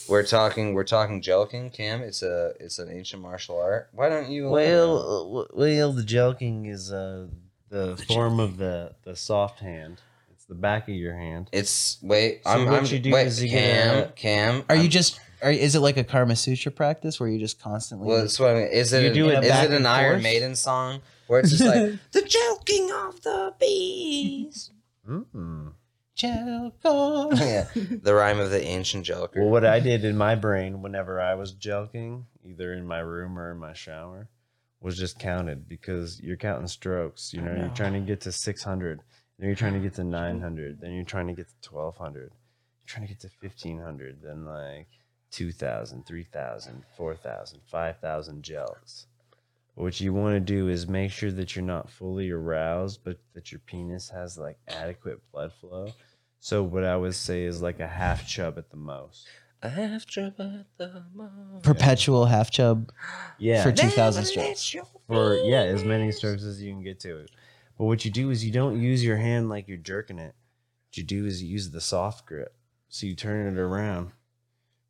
we're talking. We're talking jelking, Cam. It's a. It's an ancient martial art. Why don't you? Well, uh, w- well, the jelking is uh, the form of the, the soft hand. It's the back of your hand. It's wait. So I'm. what I'm you do wait, is you get Cam. a- Cam. Are I'm- you just? Are, is it like a Karma Sutra practice where you just constantly? Well, that's what I mean. Is it? You an- do it is back it an and Iron forth? Maiden song where it's just like the joking of the bees? Mm. Jelko. yeah, the rhyme of the ancient joker. Well, what I did in my brain whenever I was jelking, either in my room or in my shower, was just counted because you're counting strokes. You know, you're trying to get to 600, then you're trying to get to 900, then you're trying to get to 1200, you're trying to get to 1500, then like 2000, 3000, 4000, 5000 jelks. What you want to do is make sure that you're not fully aroused, but that your penis has like adequate blood flow. So what I would say is like a half chub at the most. I have trouble at the moment. Perpetual half chub Yeah. for For, two thousand strokes. yeah, as many strokes as you can get to it. But what you do is you don't use your hand like you're jerking it. What you do is you use the soft grip. So you turn it around.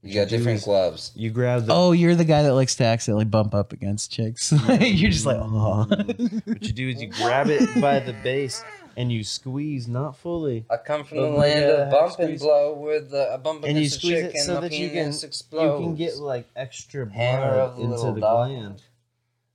You got different gloves. You grab the Oh, you're the guy that likes to accidentally bump up against chicks. you're just like, oh. what you do is you grab it by the base and you squeeze not fully. I come from the Oh my land of God, bump and squeeze- blow with the a bump And you against the squeeze chick it and so my that you can- penis you explodes. You can get like extra Hammer blood of the into little the dog. gland.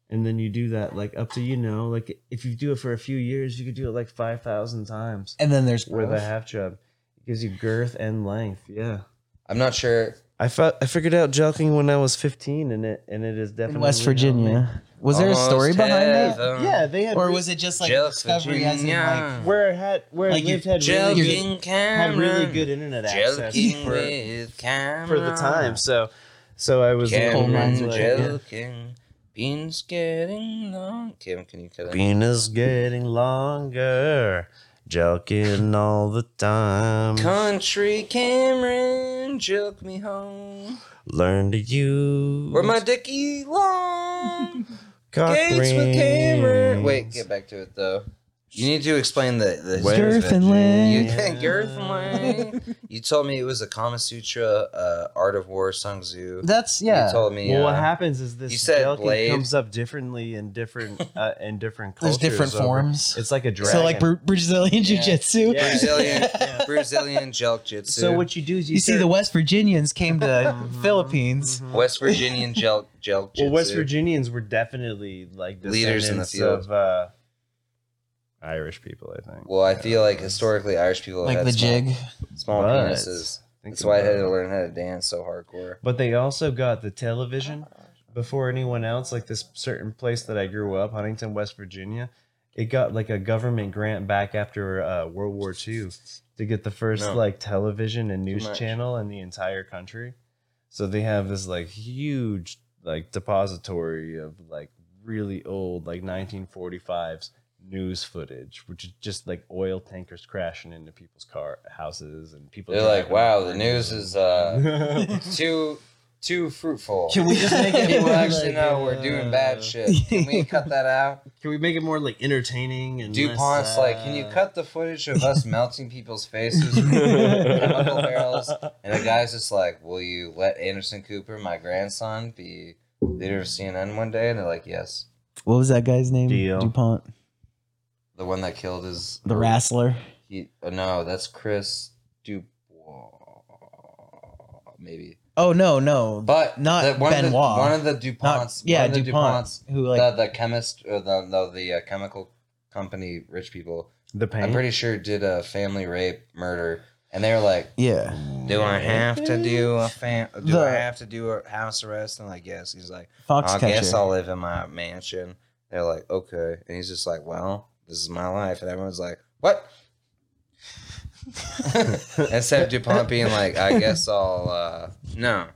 And then you do that like up to you know, like if you do it for a few years, you could do it like five thousand times And then there's with a half chub. It gives you girth and length, yeah. I'm not sure. I felt I figured out jelking when I was 15, and it and it is definitely in West Virginia. Was there a Almost story behind heaven. that, Yeah, they had or was it just like Jelk discovery as in Virginia. like? where I had where Like I you- lived had really good, Jelking had Cameron. really good internet access Jelking for, with Cameron. for the time. So so I was Cameron mines like, yeah. jelking. Beans getting long. Kim, can you cut it? Penis getting longer, jelking all the time. Country Cameron, joke me home. Learn to use Where my dicky long. cock Gates with Cameron. Wait, rings. get back to it though. You need to explain the the Where- Girth and You, length. girth and length. You told me it was a Kama Sutra, uh, Art of War, Sung Tzu. That's You yeah. told me. Well, what uh, happens is this you said jelking blade. comes up differently in different uh, in different There's cultures. different over- forms. It's like a dragon. So like Bra- Brazilian Yeah. jiu-jitsu. Yeah. Brazilian Brazilian Jelk Jitsu. so what you do is you, You see, start- the West Virginians came to Mm-hmm. Philippines. West Virginian Jelk Jelk Jitsu. well, West Virginians were definitely like Leaders in the descendants field. of uh, Irish people. I think. Well, I feel like Yeah. historically Irish people Like had the small, jig. small But- penises. Think That's why I about had to it. learn how to dance so hardcore. But they also got the television before anyone else. Like this certain place that I grew up, Huntington, West Virginia, it got like a government grant back after uh, World War II to get the first No. like television and news much. channel in the entire country. So they have this like huge like depository of like really old like 1945s news footage, which is just like oil tankers crashing into people's car houses and people. They're like, driving wow, over the and news over." is uh, too too fruitful. Can we just make it People more actually like, know we're doing uh, bad shit. Can we cut that out? Can we make it more like entertaining and DuPont's like, can you cut the footage of us melting people's faces with chemical barrels? And the guy's just like, will you let Anderson Cooper, my grandson, be leader of CNN one day? And they're like, yes. What was that guy's name? Deal. DuPont. The one that killed is The wrestler. He, oh, no, that's Chris Dubois. Maybe. Oh no, no. But Not the, one Of the, Benoit. one of the Not- DuPonts. yeah, one of the DuPont, DuPonts. who like the, the chemist, or the, no, the uh, chemical company, rich people. the pain? I'm pretty sure did a family rape murder, and they were like, yeah. "Do I have to do a fam? Do The- I have to do a house arrest?" And like, yes. He's like, "I guess Foxcatcher. I'll live in my mansion." They're like, "Okay," and he's just like, "Well, this is my life," and everyone's like, "What?" Instead of Dupont being like, "I guess I'll uh, no."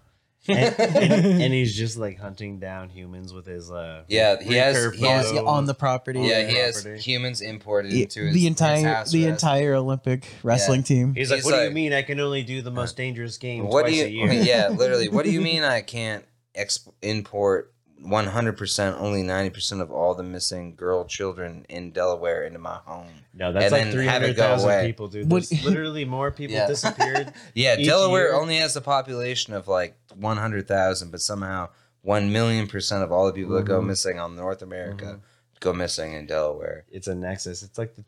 and, and- and he's just like hunting down humans with his uh Yeah, he has. Recurve He has photo. on the property. yeah, he has Property. humans imported Yeah, into his, the his entire house the arrest. entire Olympic wrestling team. He's like, He's what do like- you mean? I can only do the most dangerous game What twice do a you? year. Yeah, literally. What do you mean I can't exp- import 100%, only 90% of all the missing girl children in Delaware into my home? No, that's And like then three have it hundred go away. thousand people, dude. What- There's literally more people Yeah. disappeared. Yeah, Each Delaware year? only has a population of like 100,000, but somehow 1 million percent of all the people that go Mm-hmm. missing on North America go missing in Delaware. It's a nexus. It's like the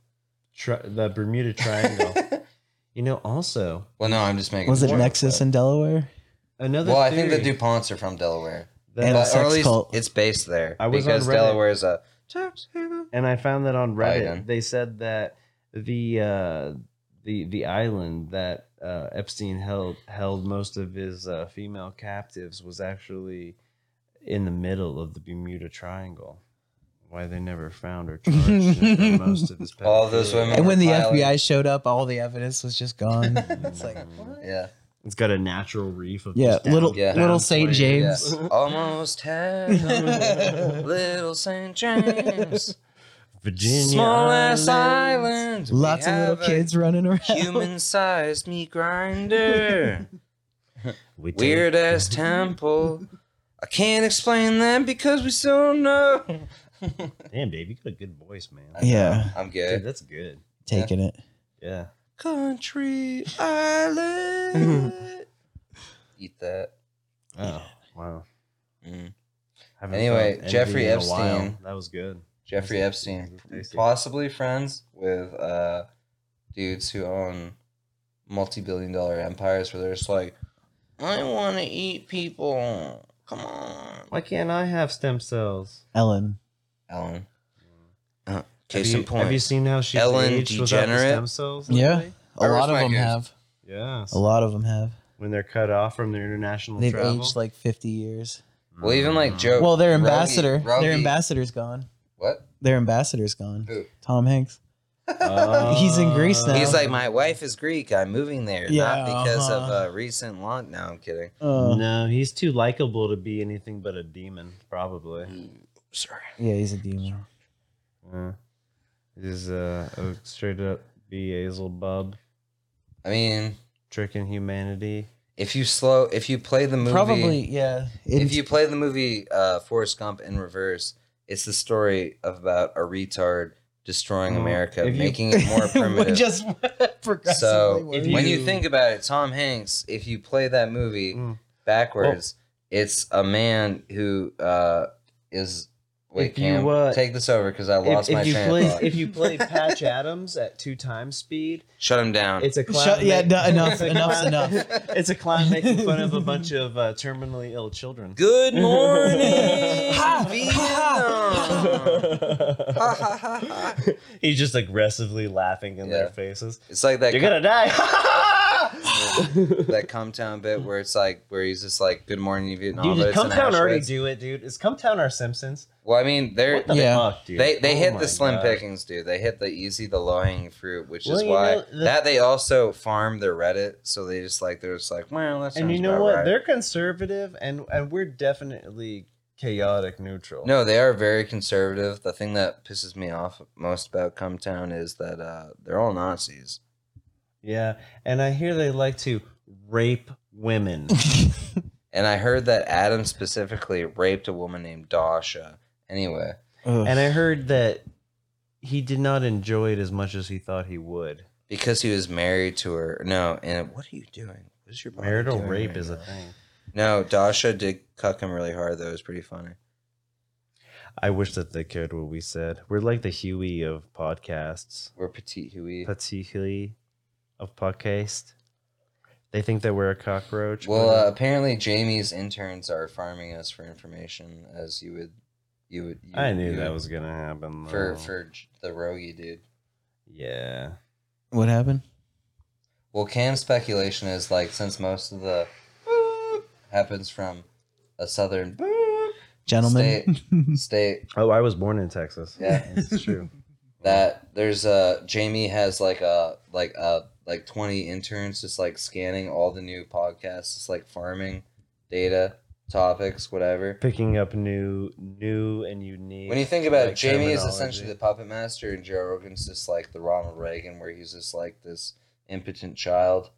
tri- the Bermuda Triangle. you know, also Well, no, I'm just making Was a it joke, Nexus but- in Delaware? another. Well, I think the theory DuPonts are from Delaware. that- and- But, or sex at least cult. it's based there. I was on because Reddit. Delaware is a. and I found that on Reddit. Biden. They said that the uh, the the island that uh, Epstein held held most of his uh, female captives was actually in the middle of the Bermuda Triangle. Why they never found or charged him for most of his All those pedophilia. women And when the Filing. FBI showed up, all the evidence was just gone. it's like what? Yeah. It's got a natural reef of Yeah, just down- little Yeah. little St. Yeah. James. Almost heaven, little St. James. Virginia. Small ass Island. island. we Lots of little have a kids running around. Human sized meat grinder. We take- Weird ass temple. I can't explain that because we still don't know. Damn, Dave, you got a good voice, man. Yeah, I'm Dude, good. that's good. taking it. Yeah. Country island. Eat that. Oh, wow. Mm. Haven't Anyway, felt Jeffrey anything in a while. Epstein. That was good. Jeffrey Epstein, Tasty. possibly friends with uh, dudes who own multi-billion dollar empires, where they're just like, I want to eat people. Come on, Why can't I have stem cells? Ellen. Ellen. Uh, Have case you, in point. Have you seen how she's Ellen aged without the DeGenerate? stem cells? Yeah, lately? a Irish lot of them Vikings. have. Yes. A lot of them have. When they're cut off from their international They've travel. aged like 50 years. well, even like Joe. Well, their Rogan- ambassador, their Rogan- ambassador's gone. What? Their ambassador's gone. Who? Tom Hanks. Oh. He's in Greece now. He's like, my wife is Greek. I'm moving there, Yeah, not because uh-huh. of a recent launch. No, I'm kidding. Uh, No, he's too likable to be anything but a demon, probably. Sorry. Yeah, he's a demon. Yeah. He's uh, a straight up Beelzebub I mean, tricking humanity. if you slow, if you play the movie, Probably, yeah. In- if you play the movie uh, Forrest Gump in reverse, it's the story of about a retard destroying Mm. America, If you- making it more primitive. just progressively so worse. when you think about it, Tom Hanks, if you play that movie Mm. backwards, it's a man who uh, is. Wait, If you, Cam, uh, take this over because I lost if, my if you train play of thought. if you play Patch Adams at two times speed, Shut him down. it's a clown. Shut, yeah, make- no, enough, it's a enough's clown- enough. It's a clown making fun of a bunch of uh, terminally ill children. Good morning, Ha, Vietnam. Ha, ha, ha, ha. He's just aggressively laughing in their Yeah. faces. It's like that. You're gonna die. that come town bit where it's like where he's just like good morning vietnam but Dude, did it's Come in Town already Oh, Auschwitz. do it, dude? Is Come Town our Simpsons? well i mean they're What the Yeah. fuck, dude? they, they Oh hit my the slim God. pickings dude they hit the easy the low-hanging fruit which Well, is you why know, the- that they also farm their reddit so they just like they're just like well that's And you know what? They're conservative, and and we're definitely chaotic neutral. no they are very conservative the thing that pisses me off most about come town is that uh they're all nazis Yeah, and I hear they like to rape women. And I heard that Adam specifically raped a woman named Dasha. Anyway, And I heard that he did not enjoy it as much as he thought he would. because he was married to her. No, and what are you doing? What's your body Marital doing rape right is a now? thing. No, Dasha did cuck him really hard though. It was pretty funny. I wish that they cared what we said. We're like the Huey of podcasts, We're petite Huey. particularly of podcast. They think that we're a cockroach. Well, but- uh, apparently Jamie's interns are farming us for information, as you would, you would. You, I knew you that would- was gonna happen. uh, for though. for J- the Rogi dude. yeah. What happened? Well, Cam's speculation is like since most of the boop happens from a southern boop Gentlemen. state, Oh, I was born in Texas. Yeah. it's true. that there's a Jamie has like a like a like 20 interns just like scanning all the new podcasts, just like farming data topics, whatever. Picking up new, new and unique. When you think about it, like, Jamie is terminology. essentially the puppet master, and Joe Rogan's just like the Ronald Reagan, where he's just like this impotent child.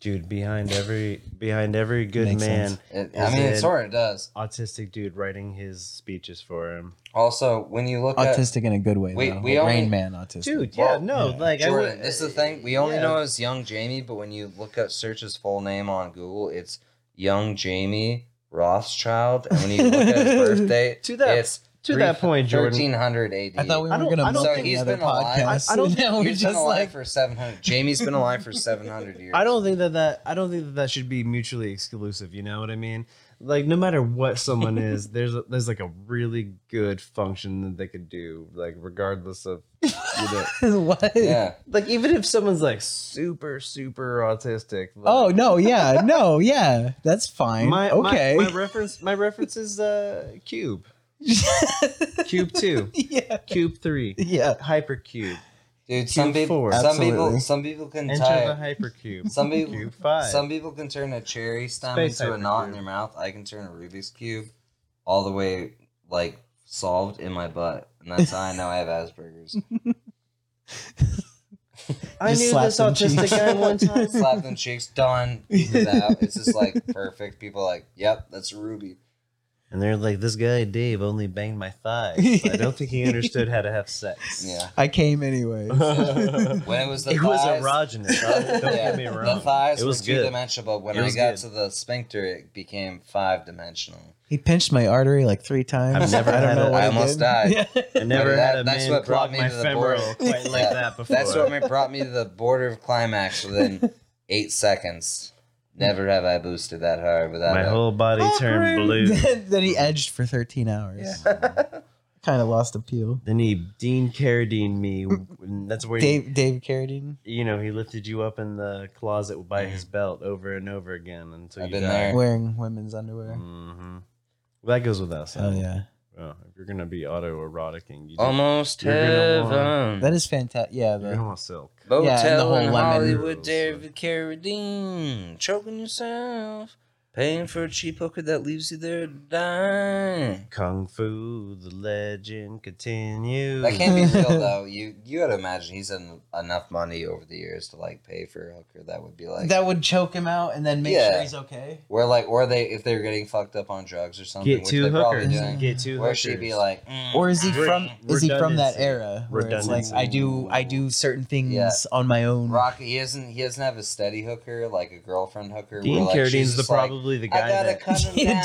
dude behind every behind every good Makes man, sense. It, I Is mean, it it- sort of does. autistic dude writing his speeches for him. Also, when you look at autistic in a good way. We- though. we Like only- Rain Man autistic. Dude, Well, yeah, no, yeah. like I Jordan, would, uh, this is the thing. We only yeah. know as Young Jamie, but when you look up search his full name on Google, it's Young Jamie Rothschild. And when you look at his birth date, To that- it's to that point, Jordan. 1300 AD. I thought we I were don't- going to I don't make think- another he's been alive. podcast. I- I don't- now You're we're just been just alive like, for 700. Jamie's been alive for 700 years. I don't think that that I don't think that that should be mutually exclusive. You know what I mean? Like no matter what someone is, there's a, there's like a really good function that they could do, like regardless of you know, what? Yeah. like even if someone's like super super autistic. Like, Oh no, yeah, no, yeah, that's Oh, fine. my, my- okay, My, reference my reference is uh cube cube two yeah, cube three yeah. hypercube Dude, some people four. some people Absolutely. some people can enter the tie hypercube some people cube five Some people can turn a cherry stem Space into a knot in hypercube. their mouth. I can turn a Rubik's cube all the way like solved in my butt, and that's how I know I have Asperger's. I Just knew slap this them cheeks. autistic guy one time. Slap them cheeks, done. Ease it out. It's just like perfect. People are like, yep, that's a Ruby. And they're like, this guy Dave only banged my thigh. I don't think he understood how to have sex. Yeah. I came anyway. When it was the it thighs, was erogenous. Don't yeah, get me wrong. The thighs it was were two good. dimensional, but when It I was got good. to the sphincter, it became five dimensional. he pinched my arteary like three times. I've never I don't had know a- I what he almost did. died. Yeah. I never That- had a that's man what brought clog me my to the femoral border. quite like Yeah. that before. That's what ma- brought me to the border of climax within eight seconds. Never have I boosted that hard without my a- whole body turned blue. then, then he edged for 13 hours. kind of lost appeal. then he Dean Carradine me. and That's where he, Dave Dave Carradine. you know he lifted you up in the closet by his belt over and over again until Mm. I've you been died. wearing women's underwear. Mm. hmm Well, that goes without Oh saying. yeah, Well, if you're gonna be autoeroticing, you Oh do Almost You're gonna heaven. that is fantastic. Yeah, You're the, going silk. Motel Yeah, and the whole in lemon. Hollywood, David Carradine, choking yourself, paying for a cheap hooker that leaves you there to die. Kung Fu, the legend continues. That can't be real though. You you gotta imagine he's had enough money over the years to like pay for a hooker that would be like that would choke him out and then make Yeah. sure he's okay. where like or they if they're getting fucked up on drugs or something, Get which two they're probably hookers. doing. Get two Where hookers. she'd be like, mm, Or is he mm, from is he from that Redundancy. era where it's like I do I do certain things Yeah. on my own. Rock? He doesn't. He doesn't have a steady hooker like a girlfriend hooker. where, Dean like, she's Carradine's the just like, probably the I guy gotta that. cut him down. Yeah,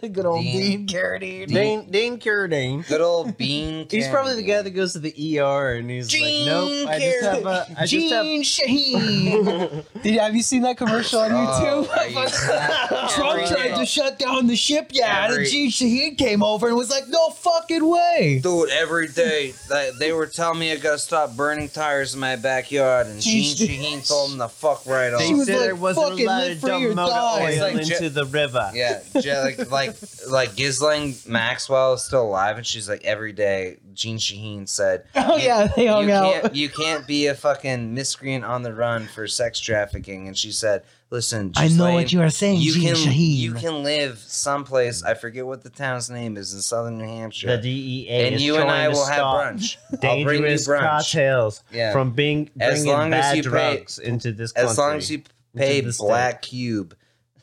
Dean, good old Dean. Dean, Carradine. Dean Dean Carradine. Good old Bean. He's probably the guy Kennedy. that goes to the ER and he's Gene like, nope, I just have a, I just have. Gene Shaheen. Did, have you seen that commercial on Oh, YouTube? are you kidding? Trump Every- tried to shut down the ship yard, Every- and Gene Shaheen came over and was like, "No fucking way." Dude, every day they, they were telling me I gotta stop burning tires in my backyard, and Gene Jeez. Shaheen told them to fuck right She off. was like, "Fucking live free or die." It's like into Ja- the river. Yeah, ja- like like like Ghislaine Maxwell is still alive, and she's like every day. Gene Shaheen said, Oh You- yeah, they you hung out. can't, you can't be a fucking miscreant on the run for sex trafficking. And she said, listen, I know Ghislaine, what you are saying, you Gene can Shaheen. you can live someplace. I forget what the town's name is in southern New Hampshire. The DEA and is you and trying I to will have stop brunch. I'll bring you dangerous brunch. cocktails Yeah. from being As bringing long as bad you pay- drugs into this country. as long as you Into pay the state. Black Cube.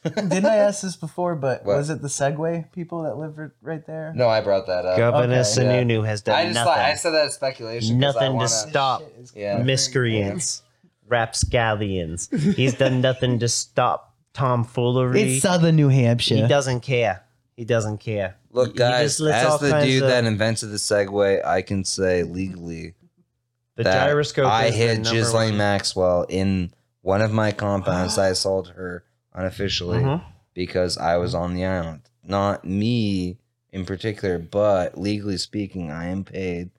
Didn't I ask this before? But What? was it the Segway people that live r- right there? No, I brought that up. Governor Okay. Sununu has done I just nothing. thought I said that as speculation. 'cause I Nothing to wanna- stop. Yeah. Miscreants, rapscallions. He's done nothing to stop tomfoolery. It's Southern New he Hampshire. doesn't care. He doesn't care. Look, He- he guys, just lists all as the kinds dude of- that invented the Segway, I can say legally The that gyroscope. I is the hit number Ghislaine one- Maxwell in one of my compounds. I sold her unofficially Mhm. because I Mm-hmm. was on the island. Not me in particular, but legally speaking, I am paid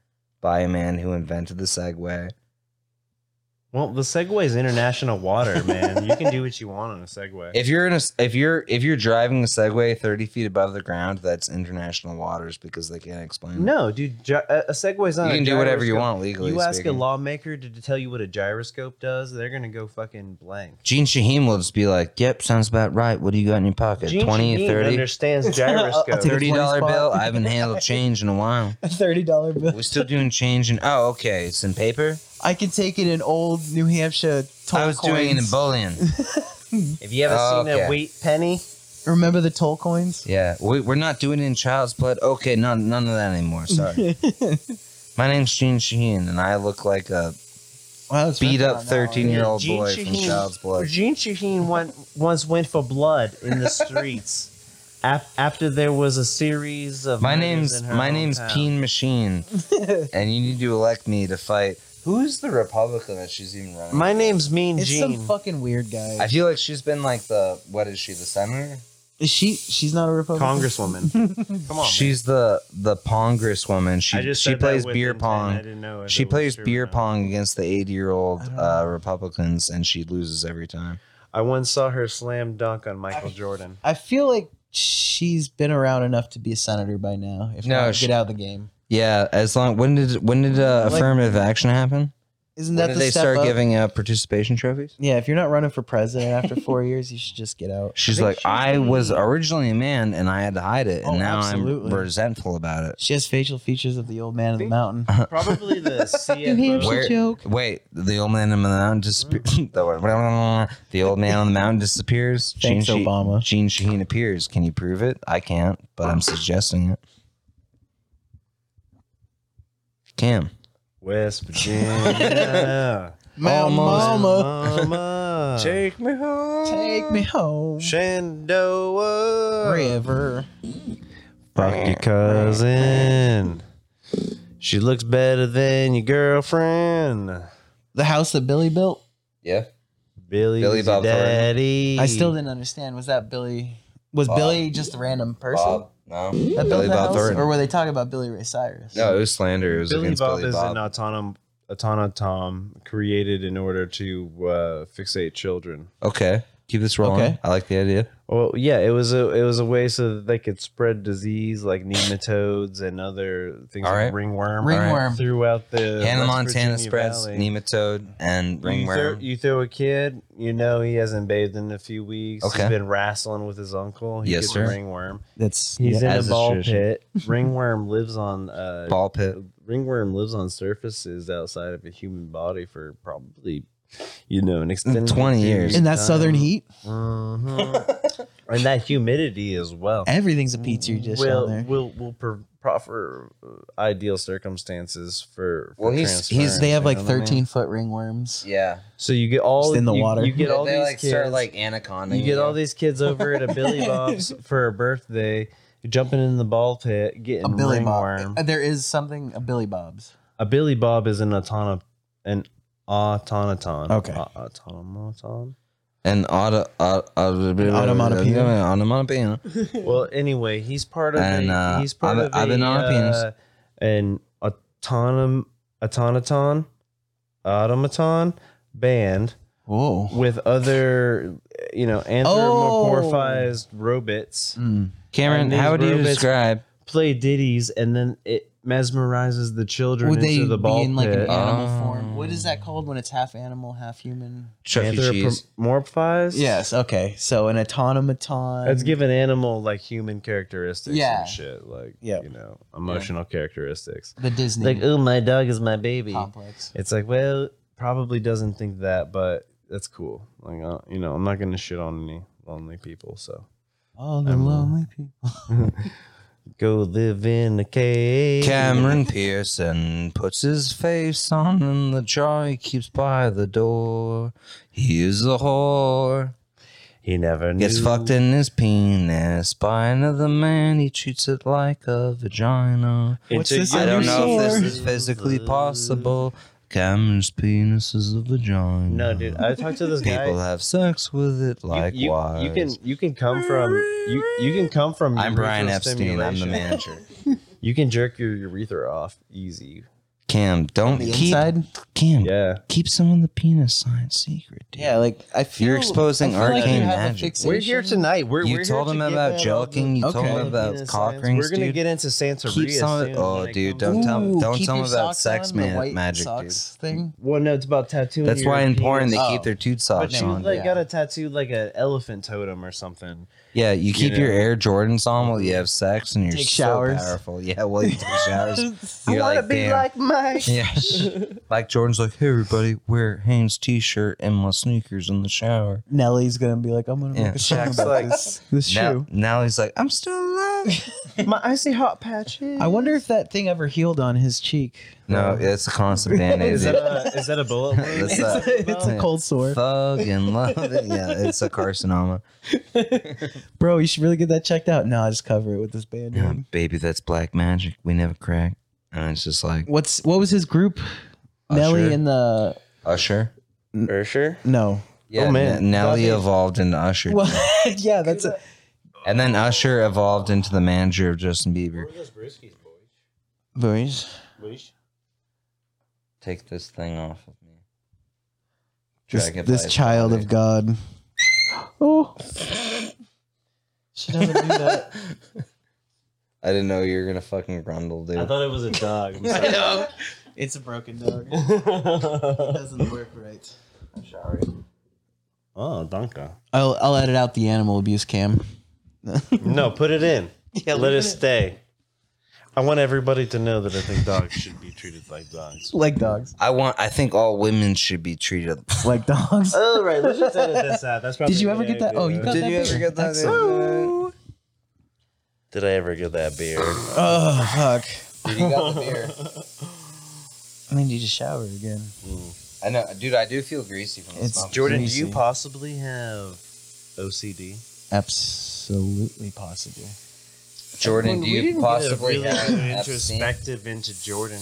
by a man who invented the Segway. Well, the Segway's international water, man. you can do what you want on a Segway. If you're in a, if you're if you're driving a Segway thirty feet above the ground, that's international waters because they can't explain. it. no, dude, gy- a a Segway's you not. a can do whatever you gyroscope. want legally. You ask a speaking. lawmaker to, to tell you what a gyroscope does, they're gonna go fucking blank. Gene Shaheem will just be like, "Yep, sounds about right. What do you got in your pocket? Gene Shaheen Twenty, thirty, understands I'll gyroscope. take a thirty dollar 20 bill. spot. I haven't handled change in a while. A thirty dollar bill. We're still doing change in. Oh, okay, it's in paper. I can take it in old New Hampshire. Toll I was doing it in coins. bullion. Have you ever seen Okay. a wheat penny? Remember the toll coins? Yeah, we, we're not doing it in child's blood. Okay, none none of that anymore. Sorry. My name's Gene Shaheen, and I look like a Well, I was beat working up on that one. thirteen year old Gene boy from Shaheen. Child's Blood. Gene Shaheen went, once went for blood in the streets af- after there was a series of. My murders name's in her my name's hometown. Peen Machine, and you need to elect me to fight. Who's the Republican that she's even running? My name's Mean It's Gene. some fucking weird guy. I feel like she's been like the what is she the senator? Is she? She's not a Republican. Congresswoman. Come on. man. she's the the Congresswoman. I She just she said that plays with beer intent. I pong. didn't know if She it was plays true or beer not. pong against the 80 year old I don't uh, Republicans, and she loses every time. I once saw her slam dunk on Michael Jordan. I feel like she's been around enough to be a senator by now. If No, not, she- get out of the game. Yeah, as long when did when did uh, Like- affirmative action happen? Isn't When that did the they step start up? giving uh, participation trophies? Yeah, if you're not running for president after four years, you should just get out. She's like, I was originally a man, and I had to hide it, and Oh, now absolutely. I'm resentful about it. She has facial features of the old man of the Think- mountain. Probably the New CFO. Hampshire Where- joke. Wait, the old man on the mountain disappears. the old man on the mountain disappears. Thanks, Gene Shee- Obama. Gene Shaheen appears. Can you prove it? I can't, but I'm suggesting it. Cam. West Virginia. My mama, Mama. Take me home. take me home. Shenandoah. River. Fuck your cousin. She looks better than your girlfriend. The house that Billy built. Yeah. Billy Billy, Billy Bob Thornton. daddy. I still didn't understand. Was that Billy? Was Bob. Billy just a random person Bob. No. that built Billy the Bob house, Thornton. or were they talking about Billy Ray Cyrus? No, it was slander. It was Billy against Bob Billy is uh, Bob. an autonom autonotom created in order to uh, fixate children. okay. Keep this rolling. Okay. I like the idea. Well, yeah, it was a it was a way so that they could spread disease like nematodes and other things All right. like ringworm Ringworm. throughout the Hannah West Montana Virginia spreads Valley. nematode and You throw, ringworm. you throw a kid, you know he hasn't bathed in a few weeks. Okay. He's been wrestling with his uncle. He Yes, gets sir. a ringworm. That's He's yeah. in As is a ball tradition. pit. Ringworm lives on uh, Ball pit. ringworm lives on surfaces outside of a human body for probably you know an extended 20 Mm, years. in that southern heat. Mhm. and that humidity as well. Everything's a pizza dish will, down there. will will pro- proffer uh, ideal circumstances for. for Well, he's- he's- transference, they have you like know what I mean? 13 foot ringworms. Yeah. So you get all Just in the you- water. You get all these kids. anaconda. you get all these kids over at a Billy Bob's for a birthday, jumping in the ball pit, getting A Billy ringworm. Bob. Uh, There is something a Billy Bob's. A Billy Bob is an autonom, an automaton. Okay. A- automaton. An auto, auto, auto, onomatopoeia. Onomatopoeia. Well, anyway, he's part of. And, a, uh, he's part I've- of. I've been a, on a penis. uh, an autonom, automaton, automaton band Whoa. with other, you know, Oh! anthropomorphized robots. Hmm. Cameron, And these how would you robots- describe? play ditties and then it mesmerizes the children Would they into the ball be in like an pit. an animal Oh. form? What is that called when it's half animal, half human? Chuck E. Cheese. Anthropomorphized? Yes. Okay. So an automaton. Let's give an animal like human characteristics Yeah. and shit, like Yep. you know, emotional characteristics. the Disney Like, oh, my dog is my baby. complex. It's like, well, probably doesn't think that, but that's cool. Like, uh, you know, I'm not gonna shit on any lonely people. So All the I'm, uh, lonely people. go live in a cave. Cameron Pearson puts his face on in the jar he keeps by the door. He is a whore. He never knew. Gets fucked in his penis by another man. He treats it like a vagina. What's into this your I don't know if Sure. this is physically possible. Cameron's penis is a vagina. No, dude. I talked to this guy. People have sex with it You- you- likewise. You, can you can come from you you can come from. I'm Brian urethral Epstein. I'm the stimulation. manager. You can jerk your urethra off easy. Cam, don't The keep inside. Cam. Yeah. Keep some of the penis science secret, dude. Yeah, like I feel You're exposing I feel like you arcane have a magic. fixation. We're here tonight. We're you we're told here him to get about at all the- joking. You told him Okay. Yeah, about cock science. rings, We're gonna dude. get into Santeria. Keep some. soon um, Oh, when it dude, comes don't out. tell Ooh, don't keep tell your them about socks sex on, the man white magic, socks thing. Well, no, it's about dude. tattooing. That's your why in porn penis. they penis. keep Oh. their dude But socks she on. like yeah. got a tattoo like an elephant totem or something. Yeah, you keep know. your Air Jordans on while you have sex, and you're Take so showers. powerful. Yeah, while you take showers, you're wanna like, damn. Mike. yeah, like Jordan's like, hey everybody, wear Hanes t-shirt and my sneakers in the shower. Nelly's gonna be like, I'm gonna Yeah, make a song Shaq's about like- this, this Now, shoe. now he's like, I'm still alive. My icy hot patches. I wonder if that thing ever healed on his cheek. no, it's a constant band-aid. Is that dude. a, is that a bullet? wound? That's It's, uh, a, it's a cold sore, Thug and love. Yeah, it's a carcinoma. bro. You should really get that checked out. No, I just cover it with this band. Yeah, baby, that's black magic. We never crack. And it's just like What's what was his group? Nelly Usher? and the Usher. For sure. no. Yeah, Oh, man. N- Nelly That'd be- evolved into Usher, Well, yeah, that's a, and then Usher evolved into the manager of Justin Bieber. boys. Take this thing off of me. This, Dragon this Flies child of away. God. Oh, she doesn't do that. I didn't know you were gonna fucking grundle, dude. I thought it was a dog. I'm I sorry. know. It's a broken dog. It doesn't work right. oh, Donka. I'll I'll edit out the animal abuse cam. No, put it in. Yeah, Let leave it stay. I want everybody to know that I think dogs should be treated like dogs. Like dogs. I want. I think all women should be treated. Like dogs. All right, let's just edit this out. That's probably Oh, Did you a ever good get that? Oh, you idea. got Did that. you ever beer. get that? Excellent. Did I ever get that beer? Oh fuck! Dude, you got the beer. I need you to shower again. I know, dude. I do feel greasy from It's this. It's Jordan, do you Greasy. possibly have OCD? Absolutely possible. Jordan, do we didn't you possibly get a have really good Epstein? introspective into Jordan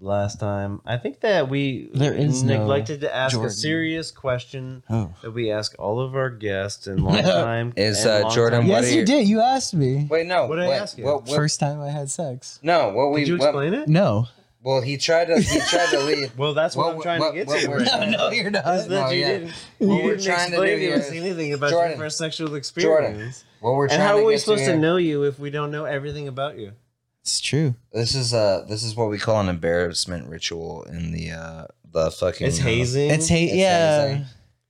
last time. I think that we There is no neglected to ask Jordan. a serious question Oh. that we ask all of our guests in long time. Is, and uh, long Jordan- time- What yes, are you your- did. You asked me. Wait, no. What did I wait, ask you? What, what, First time I had sex. no, what we Did you what- explain it? No. Well, he tried to he tried to leave. Well, that's what, Well, I'm trying well, to get well, to. we're- Right now. no, you're Is not. that No, you yeah. didn't, What you we're didn't trying to explain do to us is- anything about Jordan, your first sexual Jordan, experience. Well, we're trying and how to are we get supposed to here. know you if we don't know everything about you? It's true. This is uh this is what we call an embarrassment ritual in the uh the fucking. It's uh, hazing. It's hate. It's yeah. hazing.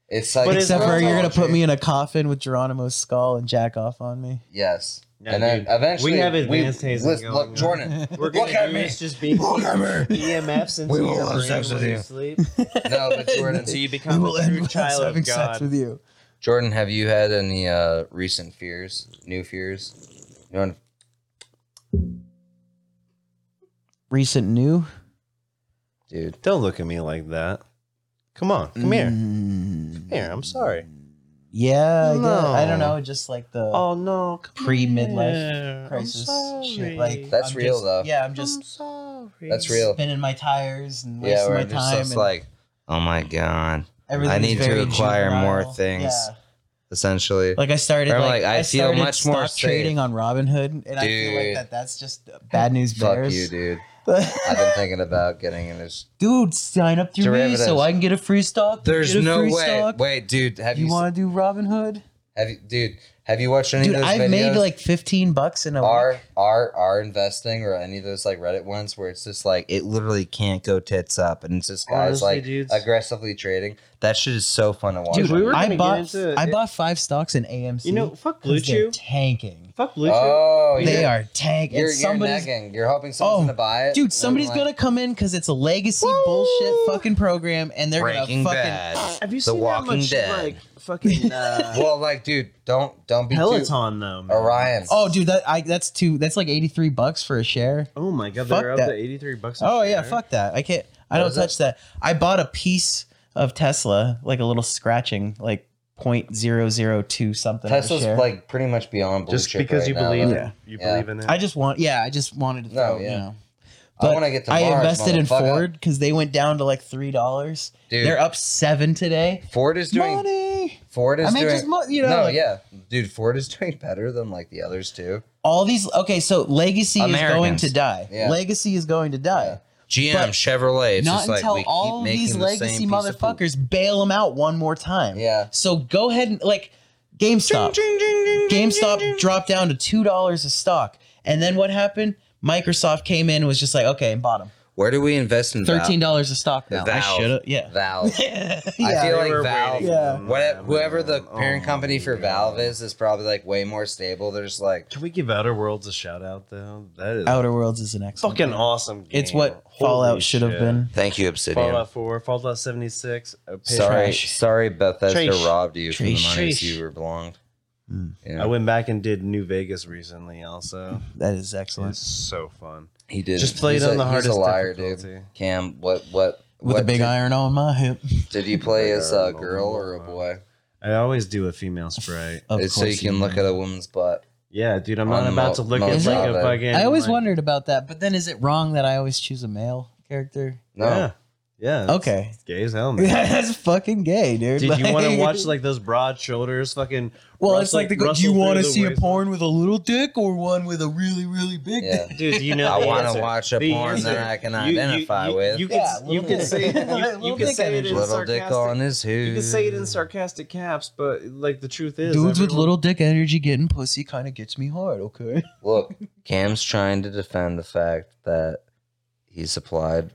It's like But it's Except for not you're gonna put me in a coffin with Geronimo's skull and jack off on me. Yes, Yeah, and then dude. eventually We have advanced hazing listen- going look, on. Jordan. We're Look gonna at do me. is just being E Look at me. EMFs into We your will have brain sex when with you you. sleep No, but Jordan, until you We become will a end true with us child having of sex God. with you. Jordan, have you had any uh recent fears, new fears? You know, Recent new. dude, Don't look at me like that. Come on, come here. Mm, Come here. I'm sorry. Yeah. I guess. No. I don't know. Just like the. Oh no. come Pre midlife here. I'm crisis sorry. shit. Like That's I'm real, just- though. Yeah, I'm I'm just sorry. that's real. spinning my tires and Yeah, wasting we're my just time. just and like, oh my god, everything's I need to very acquire more juvenile. things. Yeah. essentially. Like I started, Or, like, like, I I feel started much more stock trading safe. on Robinhood, and I feel like Dude. that that's just bad news Fuck bears. you, dude. I've been thinking about getting in this. Dude, sign up through me Derivatives. so I can get a free stock. There's get a no free way. Stock. Wait, dude, have you, you se- want to do Robinhood? have you, dude? Have you watched any Dude, of those I've videos? made like 15 bucks in a are week. are are investing or any of those like Reddit ones where it's just like it literally can't go tits up and it's just guys Honestly, like dudes. aggressively trading. That shit is so fun to watch. Dude, we were gonna I get bought into it. I bought five stocks in AMC. You know, fuck 'cause Blue they're Chew. tanking. Fuck Blue Chew. oh, They you're, are tanking. You're, you're somebody's negging. You're hoping someone's Oh, gonna buy it. Dude, somebody's Like, gonna come in because it's a legacy bullshit fucking program, and they're Breaking gonna fucking. Bad. Have you The seen how Walking much Dead. like fucking uh, well, like, dude, don't don't be too Peloton though. man. Orion. Oh, dude, that I that's two. That's like eighty three bucks for a share. Oh my god, Fuck they're up that. to eighty three bucks. a Oh yeah, share. fuck that. I can't. I What don't is that? touch that. I bought a piece of Tesla, like a little scratching, like point zero zero two something. of a Tesla's share. like pretty much beyond blue Just chip because right you now, believe though. it, you Yeah. believe in it. I just want. Yeah, I just wanted No, to throw. yeah. You know. I But want to get to I Mars, invested in motherfucker. Ford because they went down to like three dollars. Dude, They're up seven today. Ford is doing. Money. Ford is I mean, doing. just mo- you know, no, like, yeah, dude, Ford is doing better than like the others too. all these. Okay, so legacy is going Americans. to die. Yeah. Legacy is going to Yeah. die. GM, But Chevrolet. It's Not just like until we keep all making these the legacy same piece of poop. motherfuckers bail them out one more time. Yeah. So go ahead and like GameStop. GameStop dropped down to two dollars a stock, and then what happened? Microsoft came in and was just like, okay, and bought them. Where do we invest in Thirteen dollars a stock now. I Valve. should have. Yeah. Valve? Valve. yeah. I feel They like were Valve. waiting Yeah. on What, that, whoever the man. parent Oh company my for God. Valve is is probably like way more stable. There's like Can we give Outer Worlds a shout out though? That is Outer Worlds is an excellent. fucking awesome. Game. Oh, It's what Holy Fallout should have shit. been. thank you Obsidian. Fallout Four, Fallout seventy six. Sorry, Trash. sorry, Bethesda Trash. robbed you from the Trash. money Trash. you were belonged. Mm. I Yeah, went back and did New Vegas recently. Also, That is it's excellent. so fun. he did. Just play it He's on a- the he's hardest a liar, dude. difficulty. Cam, what what With what a big did, iron on my hip. Did you play Big as iron a on my girl or a hip. boy? I always do a female sprite. Of It's so you course can look at a woman's butt. Yeah, dude, I'm not On about Mo- to look Mo- at like a Mojave. fucking. I always like- wondered about that, but then is it wrong that I always choose a male character? No, Yeah, yeah. it's- Okay. it's gay as hell, man. That's fucking gay, dude. Did you want to watch like those broad shoulders, fucking? Well, it's Russell- like the go- do Russell you through want to the see a waist- porn with a little dick or one with a really really big yeah. dick? Dude, you know I the want answer. to watch a The porn answer. that I can You- you- identify you- with. You can, Yeah, you little can dick. say you, you Little can dick say it in energy. little dick on sarcastic. his hood. You can say it in sarcastic caps, but like the truth is, Dudes with everyone- little dick energy getting pussy kind of gets me hard. Okay. Look, Cam's trying to defend the fact that he's applied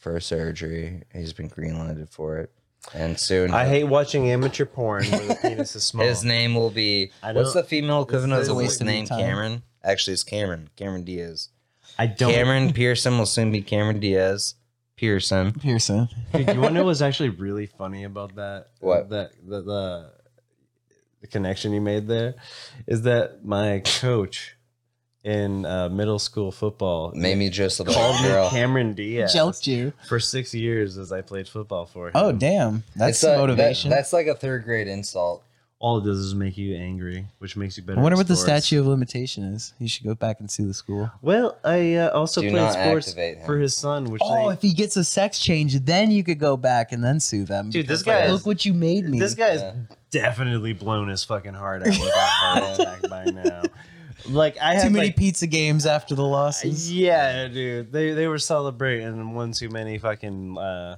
for surgery. He's been greenlighted for it, and soon I hate watching amateur porn where the penis is small. his name will be. I What's the don't- female equivalent of it's the a woman's waste of your name? time. Cameron. Actually, it's Cameron. Cameron Diaz. I don't. Cameron Pearson will soon be Cameron Diaz. Pearson. Pearson. Dude, you want to know what's actually really funny about that? What? That the, the the connection you made there is that my coach in uh, middle school football Made me just a called black me girl. Cameron Diaz Joked you. for six years as I played football for him. Oh damn. That's It's uh, a- that- motivation. that's like a third grade insult. All it does is make you angry, which makes you better. I wonder at what the sports. statue of limitation is. You should go back and see the school. Well, I uh, also Do played not sports activate him. for his son, which Oh, they- if he gets a sex change, then you could go back and then sue them. Dude, this because, like, guy is- look what you made me. this guy's Yeah. definitely blown his fucking heart out with a heart attack by now. Like I too had many like, pizza games after the losses. Yeah, dude. They they were celebrating one too many fucking uh,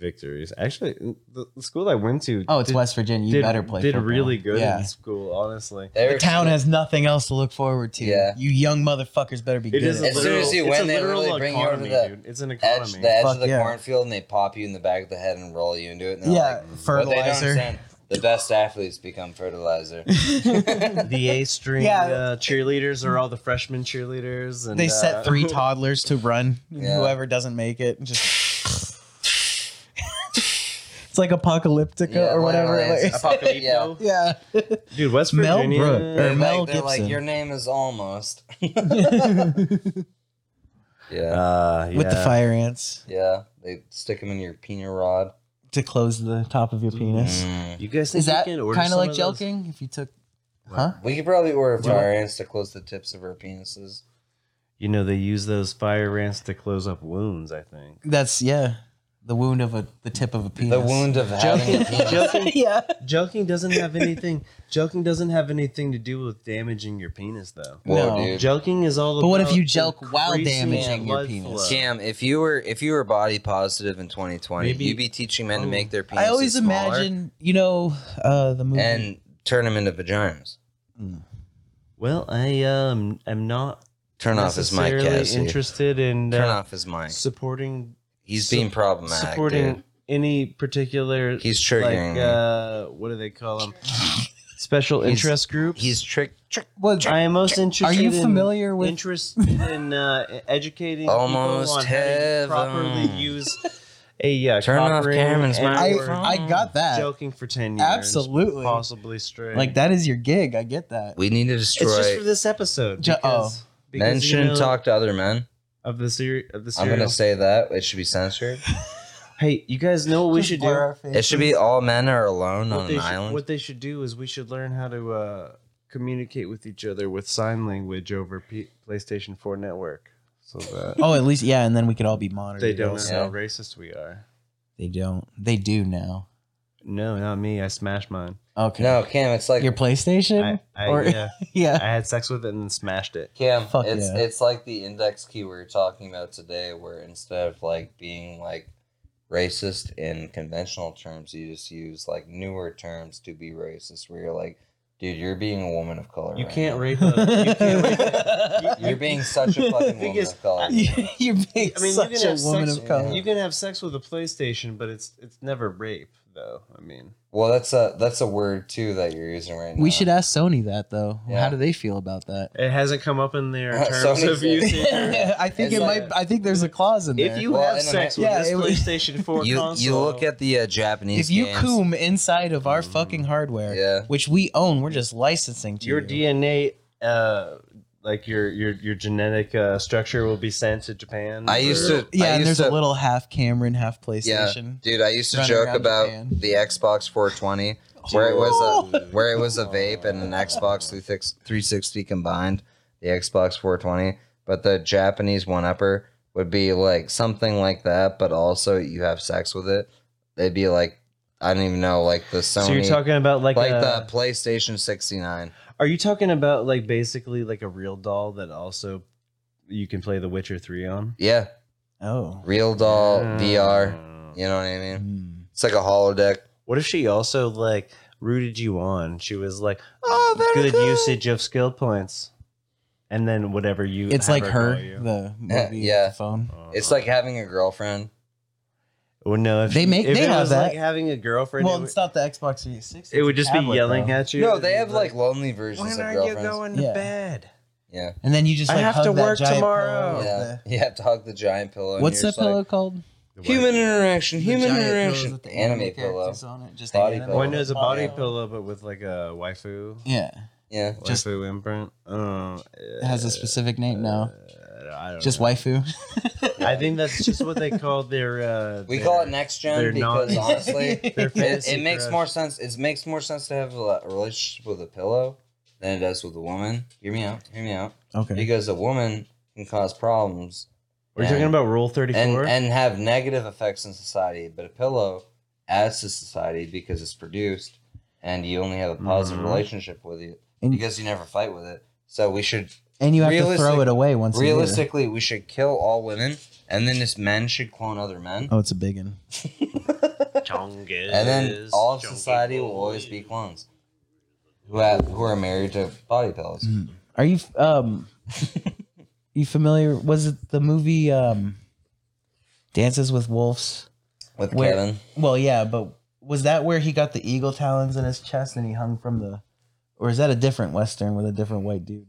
victories. Actually, the, the school I went to. Oh, it's did- West Virginia. You did, better play. Did football. really good Yeah. in school, honestly. They The were- town has nothing else to look forward to. Yeah. You young motherfuckers better be It good. is At a As it. soon literal, as you it's win, a they literal really bring you over economy, the dude. It's an edge, economy. the edge Fuck of the yeah. cornfield and they pop you in the back of the head and roll you into it. And they're yeah, like, "What they don't fertilizer. understand, the best athletes become fertilizer. the A string Yeah. uh, cheerleaders are all the freshman cheerleaders, and They uh, set three toddlers to run. and Yeah. Whoever doesn't make it, just. it's like apocalyptica Yeah, or whatever. Lionel like- Hansel. Yeah. yeah. Dude, West Mel Virginia. Brooks. They're, Or Mel like, they're like, Gibson. your name is almost. yeah. Uh, With the yeah. fire ants Yeah. They stick them in your pina rod. to close the top of your penis. Mm. You guys think Is that you can kind of order some like of those? jelking? If you took, What? huh? We could probably order you- fire ants to close the tips of our penises. You know they use those fire ants to close up wounds. I think. That's yeah, the wound of a the tip of a penis. The wound of having a penis. Joking, yeah. joking doesn't have anything. Joking doesn't have anything to do with damaging your penis, though. Whoa, No. dude. Joking is all. But what if about you joke while increasing damaging your blood flow. penis? Cam, if you were if you were body positive in 2020, Maybe- you'd be teaching men to Oh. make their penises I always smaller imagine, you know, uh, the movie. and turn them into vaginas. Well, I um am not Turn off his mic, necessarily Cassie. interested in Turn uh, off his mic. supporting He's Sup- being problematic. supporting dude. any particular. He's like triggering. me. uh, what do they call them? Special He's- interest groups. He's trick. trick what, I am most are interested. you in- familiar with? interested in uh, e-, educating people Almost on how to heaven. properly use a uh, Turn cock off ring Cameron's and mouth. I, we're Wow. I got that. joking for ten years, Absolutely. possibly straight. Like that is your gig. I get that. We need to destroy. It's just for this episode. Jo- Because, because, men you shouldn't know, talk to other men. of the series. Of the I'm serial. gonna say that it should be censored. hey, you guys know what we Just should blur do. our It should be all men are alone what on they an should- island. what they should do is we should learn how to uh, communicate with each other with sign language over P- PlayStation 4 network, so that faces. Oh, at least yeah, and then we could all be monitored. they don't know Yeah. how racist we are. They don't. They do now. No, not me. I smashed mine. Okay. no, Cam, it's like Your PlayStation? I, I, Or- yeah, yeah. I had sex with it and then smashed it. Cam. Fuck it's yeah. it's like the index key we were talking about today, where instead of like being like racist in conventional terms, you just use like newer terms to be racist. Where you're like, dude, you're being a woman of color. You right can't now. rape a. You can't rape a You're being such a fucking woman Because of color. You're being I mean, such you can a have woman sex. of color. You can have sex with a PlayStation, but it's it's never rape, though. I mean, Well, that's a that's a word too that you're using right now. We should ask Sony that though. Yeah. How do they feel about that? it hasn't come up in their Uh, terms Sony of said- usage. I think It's it like- might. I think there's a clause in there. If you Well, in have the sex next- with Yeah, this it was- PlayStation 4 You console, you look at the uh, Japanese. if you games. coom inside of Mm. our fucking hardware, Yeah. which we own, we're just licensing to your you. DNA, uh, like your your your genetic uh, structure, will be sent to Japan. I used to. I yeah, used and there's to, a little half Cameron, half PlayStation. Dude, I used to running joke around about Japan. the Xbox 420, where it was Oh! a where it was a vape and an Xbox 360 combined. The Xbox 420, but the Japanese one upper would be like something like that, but also you have sex with it. They'd be like, I don't even know, like the Sony, So you're talking about like, uh, like a- the PlayStation 69. Are you talking about like basically like a real doll that also you can play The Witcher Three on? Yeah, uh, Oh. real doll Uh, VR. You know what I mean? Mm. It's like a holodeck. What if she also like rooted you on? She was like, Oh, very good, usage of skill points, and then whatever you. It's have like her, call you. the movie, Yeah, with yeah. the phone. It's like having a girlfriend. well, no, if They make- if they it have was like that. having a girlfriend. it Well, would- it's not the Xbox 360. It would it's just a be tablet, yelling though. at you. No, It'd they be have like lonely versions When of are you girlfriends. going to Yeah. bed? Yeah. And then you just I like have hug to that work giant tomorrow. pillow with Yeah. Yeah, dog the giant pillow. the- and you're What's that just like, pillow called? Human interaction, The human giant pillows interaction. with the Anime pillow. characters on it, just Body anime pillow. One is a body Yeah. pillow, but with like a waifu, Yeah, Yeah. Just- waifu imprint. Oh, it has a specific name now. Uh, I don't Just know. waifu. I think that's just what they call their. Uh, We their- call it next they're gen because not- honestly, Their it, fantasy it makes crush. more sense. It makes more sense to have a relationship with a pillow than it does with a woman. Hear me out. Hear me out. okay. Because a woman can cause problems We're talking about Rule Thirty and Four. and have negative effects in society. But a pillow adds to society because it's produced, and you only have a positive Mhm. relationship with it Mm-hmm. And- because you never fight with it. So we should And you have to throw Realistic- it away once. a year. realistically we should kill all women, and then just men should clone other men, Oh, it's a big one. and then all of society will always be clones who have, who are married to body pillows. Are you f- um you familiar was it the movie um Dances with Wolves? With Where- Kevin, Well, yeah, but was that where he got the eagle talons in his chest and he hung from the or is that a different western with a different white dude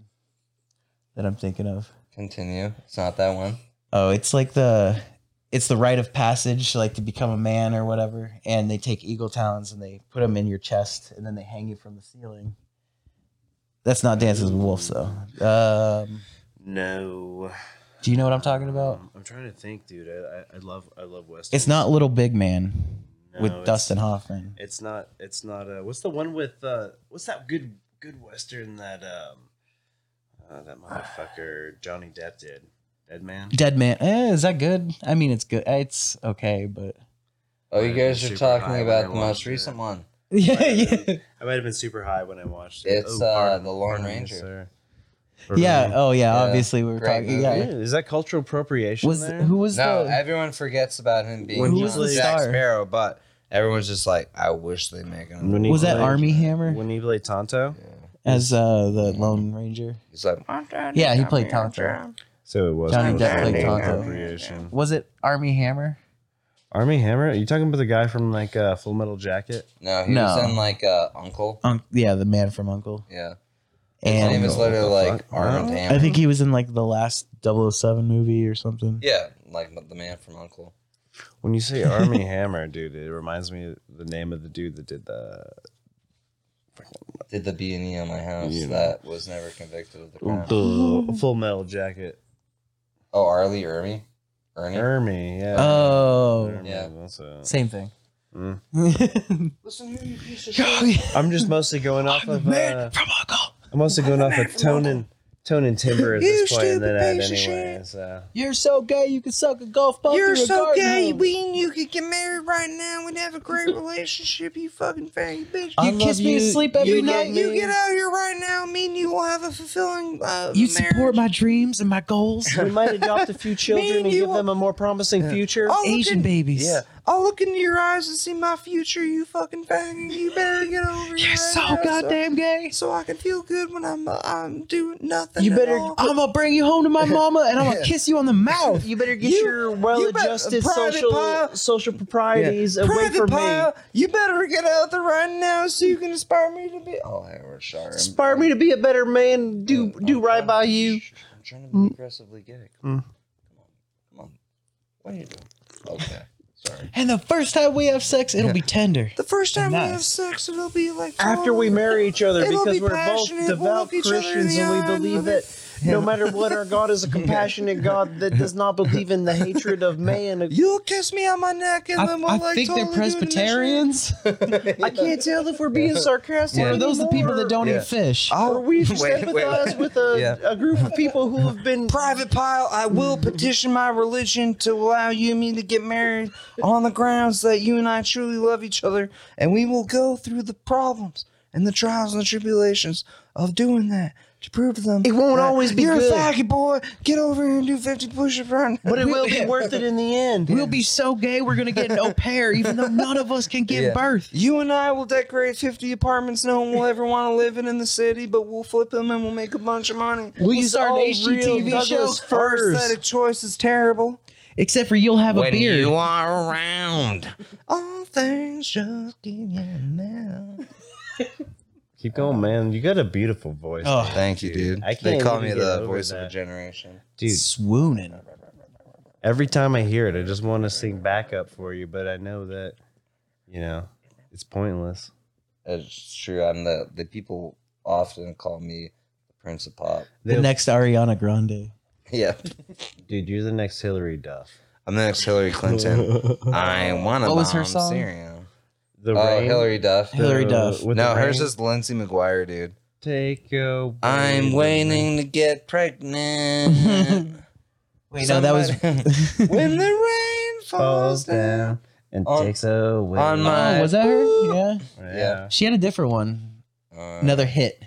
that I'm thinking of? continue. It's not that one. Oh, it's like the it's the rite of passage like to become a man or whatever and they take eagle talons and they put them in your chest and then they hang you from the ceiling. That's not Dances with Wolves though. Um no, do you know what I'm talking about? Um, I'm trying to think, dude. I, I, I love I love West. It's not Little Big Man with it's- Dustin Hoffman. It's not. It's not. Uh, what's the one with? Uh, what's that good good western that um, uh, that motherfucker Johnny Depp did? Dead Man. Dead Man. Eh, is that good? I mean, it's good. It's okay, but Oh, you Might've guys been are super talking high about when I the most watched it. recent one. yeah, Right. yeah, I might have been super high when I watched it. Oh, It's, uh, pardon- The Lone pardon me, Ranger. sir. yeah. Oh, yeah. Yeah. Obviously, we were Great talking. Yeah, Yeah. movie. Is that cultural appropriation? Was there? who was No, the? everyone forgets about him being When he John was the Jack star. Sparrow, but everyone's just like, I wish they make him. When he Was that played- Army Hammer When he played Tonto, as uh, the Lone Ranger? He's like, Yeah, he played Tonto. so it was Johnny cultural Depp played Tonto. appropriation. Was it Army Hammer? Army Hammer? Are you talking about the guy from like uh, Full Metal Jacket? no, he No. was in like uh, Uncle. Um, yeah, the man from Uncle. Yeah. His name And is literally What Oh, the like fuck? Arnold Huh? Hammer. I think he was in like the last 007 movie or something. Yeah, like the man from Uncle. When you say Army Hammer, dude, it reminds me of the name of the dude that did the Did the B and E on my house You know. that was never convicted of the crime. Oh, the uh, Full Metal Jacket. Oh, Arlie Ermy, Ernie. Ermy, yeah. Oh, Ermy, Yeah. that's it. same thing. Mm. Listen here, you piece of shit. I'm I'm just mostly going off of. Uh, from Uncle. I'm mostly going off of tone and tone and timber at this You point, and then stupid add piece of anyway. So You're so gay you could suck a golf ball through a garden hose. and you could get married right now. We'd have a great relationship. You fucking faggy bitch. You kiss me to sleep every night. You get out here right now. Me and you will have a fulfilling uh, You marriage. support my dreams and my goals. we might adopt a few Me children and and you give them a more promising future. I'll look, Asian in, babies. Yeah. I'll look into your eyes and see my future. You fucking faggy. You better get over here. You're right so now goddamn gay. So, so I can feel good when I'm uh, I'm doing nothing. You at better. all. I'm gonna bring you home to my mama, and I'm gonna kiss you on the mouth. You better Get your well-adjusted private social pile- social proprieties away Private from uh, me. pile, you better get out there right now so you can inspire me to be. Oh, hey, we're sorry. I'm- Inspire me to be a better man. Do I'm do right trying- by you. Shh, I'm trying to be Mm. aggressively gay. Come on. Come on. Come on. What are you doing? Okay. Sorry. And the first time we have sex, it'll be tender. The first time we have Nice. sex, it'll be like after we marry each other It'll because be we're both passionate. We'll devout look each other in Christians the and eye we and believe love it. that no matter what, our God is a compassionate God that does not believe in the hatred of man. You'll kiss me on my neck, and I, then we'll I like think totally they're do it initially. Presbyterians. I can't tell if we're being sarcastic. Or are those the people that don't Yeah. eat fish? I'll- Or we Wait, wait, wait. sympathize with a, Yeah. a group of people who have been Private pile, I will petition my religion to allow you and me to get married on the grounds that you and I truly love each other, and we will go through the problems and the trials and the tribulations of doing that to prove to them. It won't that always be You're good." a faggy boy. Get over here and do 50 push-ups right now. But it will be worth it in the end. We'll be so gay, we're gonna get an au pair, even though none of us can give Yeah. birth. You and I will decorate 50 apartments no one will ever want to live in in the city, but we'll flip them and we'll make a bunch of money. We'll use our all HGTV real show Douglas Our Firs. aesthetic choice is terrible. Except for you'll have a beard. are around, all things just keep getting better. Keep going, man. You got a beautiful voice. Oh, Thank you, dude. I They can't call even me get the over voice of a that. generation. dude. swooning. Every time I hear it, I just want to sing backup for you, but I know that, you know, it's pointless. It's true. I'm the the people often call me the Prince of Pop. The They'll- next Ariana Grande. Yeah, Dude, you're the next Hillary Duff. I'm the next Hillary Clinton. I wanna What bomb was her song? Syria. The oh, rain- Hillary Duff. the- Hillary Duff. with no, the hers rain- is Lindsay McGuire, dude. Take away I'm the rain. waiting to get pregnant. Wait, no, that was Somebody- when the rain falls Falls down. down and on- takes away. on my- Oh, was that her? Yeah. yeah. She had a different one. Uh, Another hit.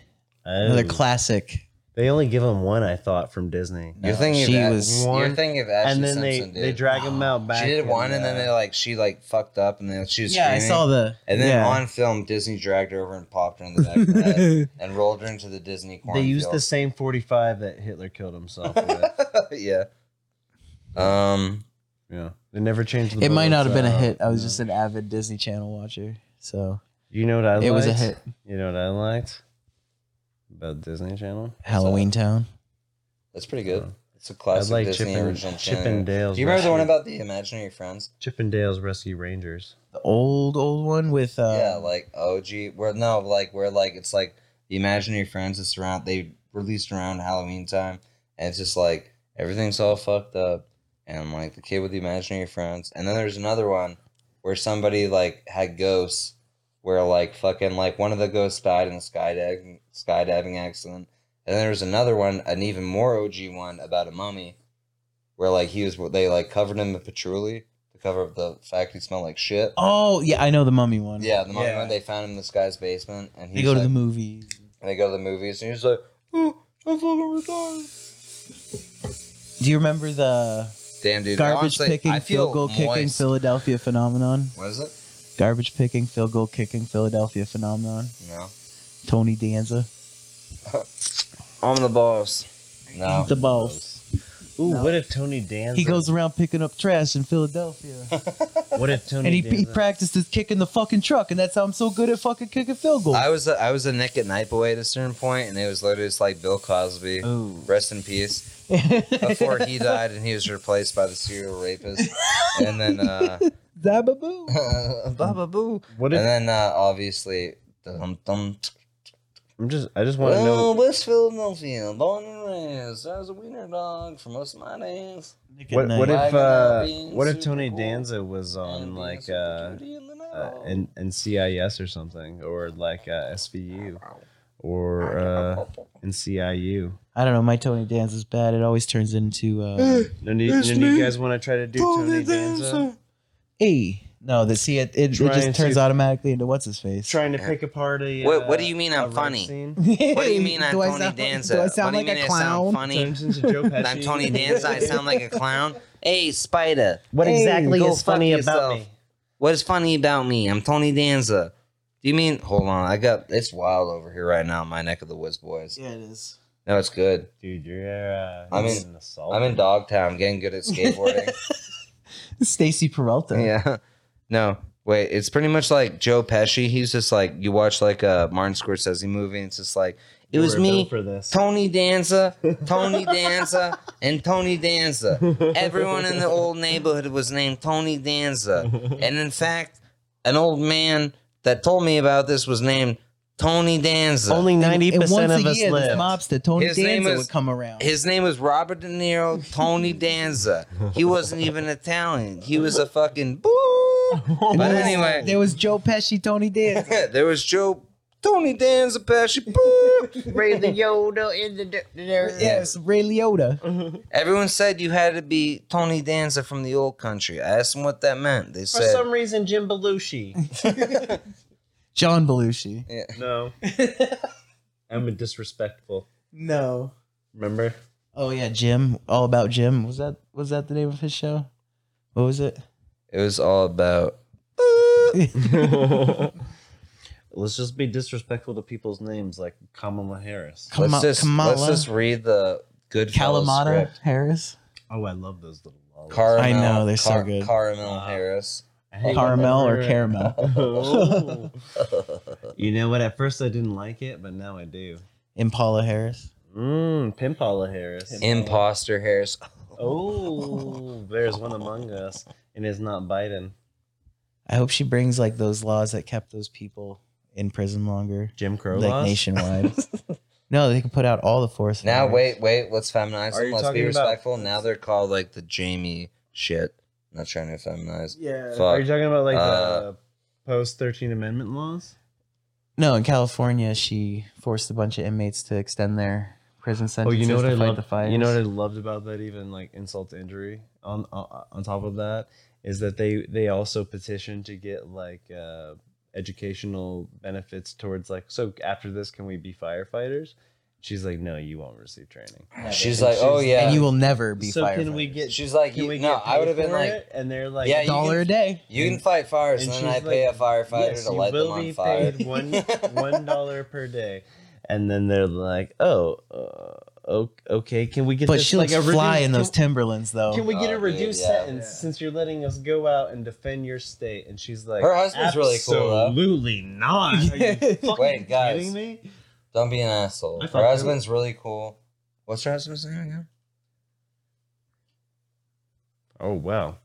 Another Oh. classic. They only give him one, I thought, from Disney. You're No, thinking she of Ash- was- You're One- thinking of Ashley and then they, Simpson, dude. they drag him out back. She did one, and then uh, they like she like fucked up, and then she was Yeah, I screaming. saw the. And then yeah. on film, Disney dragged her over and popped her in the back of the head and rolled her into the Disney they cornfield. used the same 45 that Hitler killed himself with. yeah. Um. yeah. They never changed the it might not have been bullets a out, hit. I was you just know. an avid Disney Channel watcher, so You know what I liked? it was a hit. You know what I liked? About Disney Channel? Halloween Town. That's pretty good. Uh, It's a classic I like Disney Chip and- original Chip channel. and Dale's Do you remember the one Rescue. about the imaginary friends? Chippendale's Rescue Rangers. The old old one with. Uh, yeah, like OG. Where no, like where like it's like the imaginary friends is around. They released around Halloween time, and it's just like everything's all fucked up, and like the kid with the imaginary friends, and then there's another one where somebody like had ghosts, where like fucking like one of the ghosts died in a skydiving skydiving accident, and then there was another one, an even more OG one about a mummy, where like he was they like covered him in patchouli to cover up the fact he smelled like shit. oh yeah, I know the Mummy one. Yeah, the moment Yeah. when they found him in this guy's basement, and he's They go to like, the movies. and they go to the movies, and he's like, "Oh, I'm fucking retarded." Do you remember the Damn, dude. garbage honestly, picking, I feel field goal kicking moist. Philadelphia phenomenon? What is it? Garbage picking, field goal kicking Philadelphia phenomenon. No. Tony Danza. I'm the boss. No. The boss. Ooh, No. what if Tony Danza? He goes around picking up trash in Philadelphia. What if Tony? And he, Danza- he practiced his kick in the fucking truck, and that's how I'm so good at fucking kicking field goals. I was a, I was a Nick at Night boy at a certain point, and it was literally just like Bill Cosby, Ooh. rest in peace, before he died, and he was replaced by the serial rapist, and then uh, Zababoo. Baba Boo, What and if then uh, obviously dum dum. I'm just? I just want to Well, know. West Philadelphia, born and raised. I was a wiener dog for most of my days. Nick at What, Night. what if Wagon uh, up being what if super Tony cool Danza was and on being like super uh, cutie in the uh know. and and CIS or something or like uh, SVU or uh, NCIU? I don't know. My Tony Danz is bad. It always turns into uh, No need, no need you guys want to try to do Tony Danza? E. No, that see it. It, it Trying just turns to- automatically into what's his face. Trying to pick apart a. What- what uh, do you mean a I'm rape funny? scene? What do you mean I'm I Tony sound- Danza? Do I what sound do you like mean a I sound clown? funny? Turns into Joe Pesci. I'm Tony Danza. I sound like a clown. Hey, Spider. What Hey, exactly go is fuck funny yourself. about me? What is funny about me? I'm Tony Danza. Do you mean? Hold on. I got. It's wild over here right now in my neck of the woods, boys. Yeah, it is. No, it's good. Dude, you're. Uh, I'm in- an assault. I'm in Dogtown getting good at skateboarding. Stacy Peralta. yeah. No, wait. It's pretty much like Joe Pesci. He's just like you watch like a Martin Scorsese movie. And it's just like it You was were built me, for this. Tony Danza, Tony Danza, and Tony Danza. Everyone in the old neighborhood was named Tony Danza. And in fact, an old man that told me about this was named Tony Danza. Only ninety And percent once of a us year, this live. mobster Tony His name Danza is- would come around. his name was Robert De Niro, Tony Danza. He wasn't even Italian. He was a fucking boo. And But there was- anyway, there was Joe Pesci, Tony Danza. Yeah, there was Joe Tony Danza Pesci. boop, Ray the Yoda in the. Yes. Yes, Ray Liotta. Everyone said you had to be Tony Danza from the old country. I asked them what that meant. They For said. some reason, Jim Belushi. John Belushi. Yeah. No. I'm a disrespectful. No. Remember? Oh yeah, Jim. All about Jim. Was that was that the name of his show? What was it? It was all about. Let's just be disrespectful to people's names like Kamala Harris. Kama- let's just Kamala. let's just read the good Kalamata script. Harris. Oh, I love those little lollies. Caramel, I know, they're so Car- good. Caramel Harris. I hate Caramel or whenever- caramel. Oh. you know what? At first I didn't like it, but now I do. Impala Harris. Mmm, Pimpala Harris. Imposter Harris. Oh, there's one among us, and it's not Biden. I hope she brings like those laws that kept those people in prison longer, Jim Crow like laws? nationwide. no, they can put out all the force. Now fires. wait, wait. Let's feminize Are them. you Let's be talking about- respectful. Now they're called like the Jamie shit. I'm not trying to feminize. Yeah. Fuck. Are you talking about like Uh, the post 13 Amendment laws? No, in California, she forced a bunch of inmates to extend their prison Oh, sentences. you know what to I fight loved. the fires. You know what I loved about that, even like insult to injury. On on on top of that, is that they they also petitioned to get like uh, educational benefits towards like so after this can we be firefighters? She's like, no, you won't receive training. She's like, oh yeah. and you will never be So fired. can we get? She's like, Can you, we no. get I would have paid been for like, it?" and they're like, Yeah, you dollar a day? you can fight fires, and, and then I she's pay like, a firefighter yes, to you light them will on be fire. paid one one dollar per day, and then they're like, oh, uh, o- okay, can we get But this she like looks a fly reduced- in those can- Timberlands, though. Can we get Oh, a dude, reduced yeah. sentence since you're letting us go out and defend your state? And she's like, Her husband's really cool, though. Absolutely not. Are you fucking Wait, guys. kidding me? Don't be an asshole. I Her thought they husband's really cool. What's her husband's name again? Oh wow,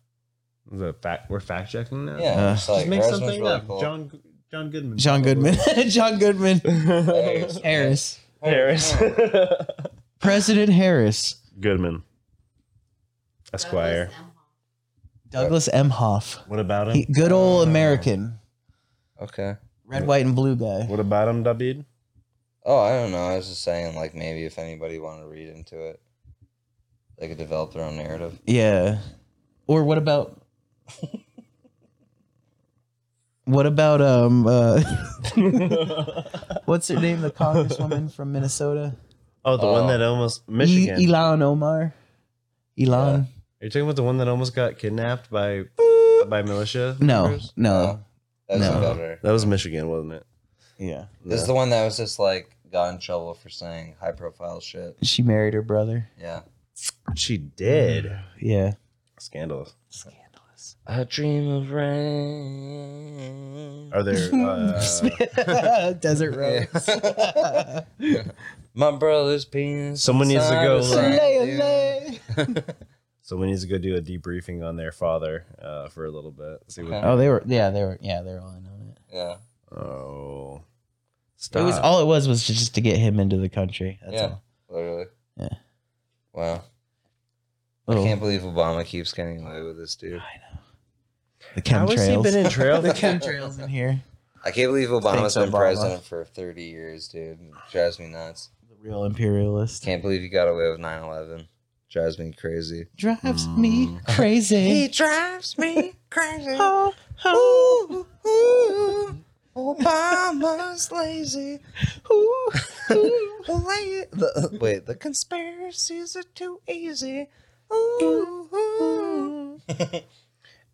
the fact we're fact checking now. Yeah, Uh, it's just like, make her husband's something really up. cool. John John Goodman. John Goodman. John Goodman. Harris. Harris. Oh, Harris. President Harris. Goodman. Esquire. Douglas M. Hoff. What about him? He- good old American. Okay. Red, white, and blue guy. what about him, David? Oh, I don't know. I was just saying, like, maybe if anybody wanted to read into it, they could develop their own narrative. Yeah. Or what about. What about um uh what's her name the congresswoman from Minnesota Oh, the one Oh. that almost Michigan. E- Elon Omar Elon Are you talking about the one that almost got kidnapped by by militia? no members? no That's No. better. that was Michigan, wasn't it? yeah This is the one that was just like got in trouble for saying high profile shit. she married her brother Yeah. She did. yeah Scandalous. scandalous Jesus. I dream of rain. Are there? Uh, Uh, Desert Rose. My brother's penis. Someone needs to go, inside like- Lay, a sack, dude. lay. so we need to go do a debriefing on their father uh, for a little bit. See what. oh, they were. Yeah, they were. Yeah, they were all in on it. Yeah. Oh. It was Ah. Stop. all it was was just to get him into the country. That's Yeah. all. Literally. Yeah. Wow. I Little- can't believe Obama keeps getting away with this, dude. the How has he chemtrails. been in trail? the chemtrails in here. I can't believe Obama's been Thanks, Obama. president for 30 years, dude. It drives me nuts. The real imperialist Can't believe he got away with 9 11. Drives me crazy. drives me crazy. drives me crazy. oh, oh, Obama's lazy. ooh. The, wait, the conspiracies are too easy. Ooh,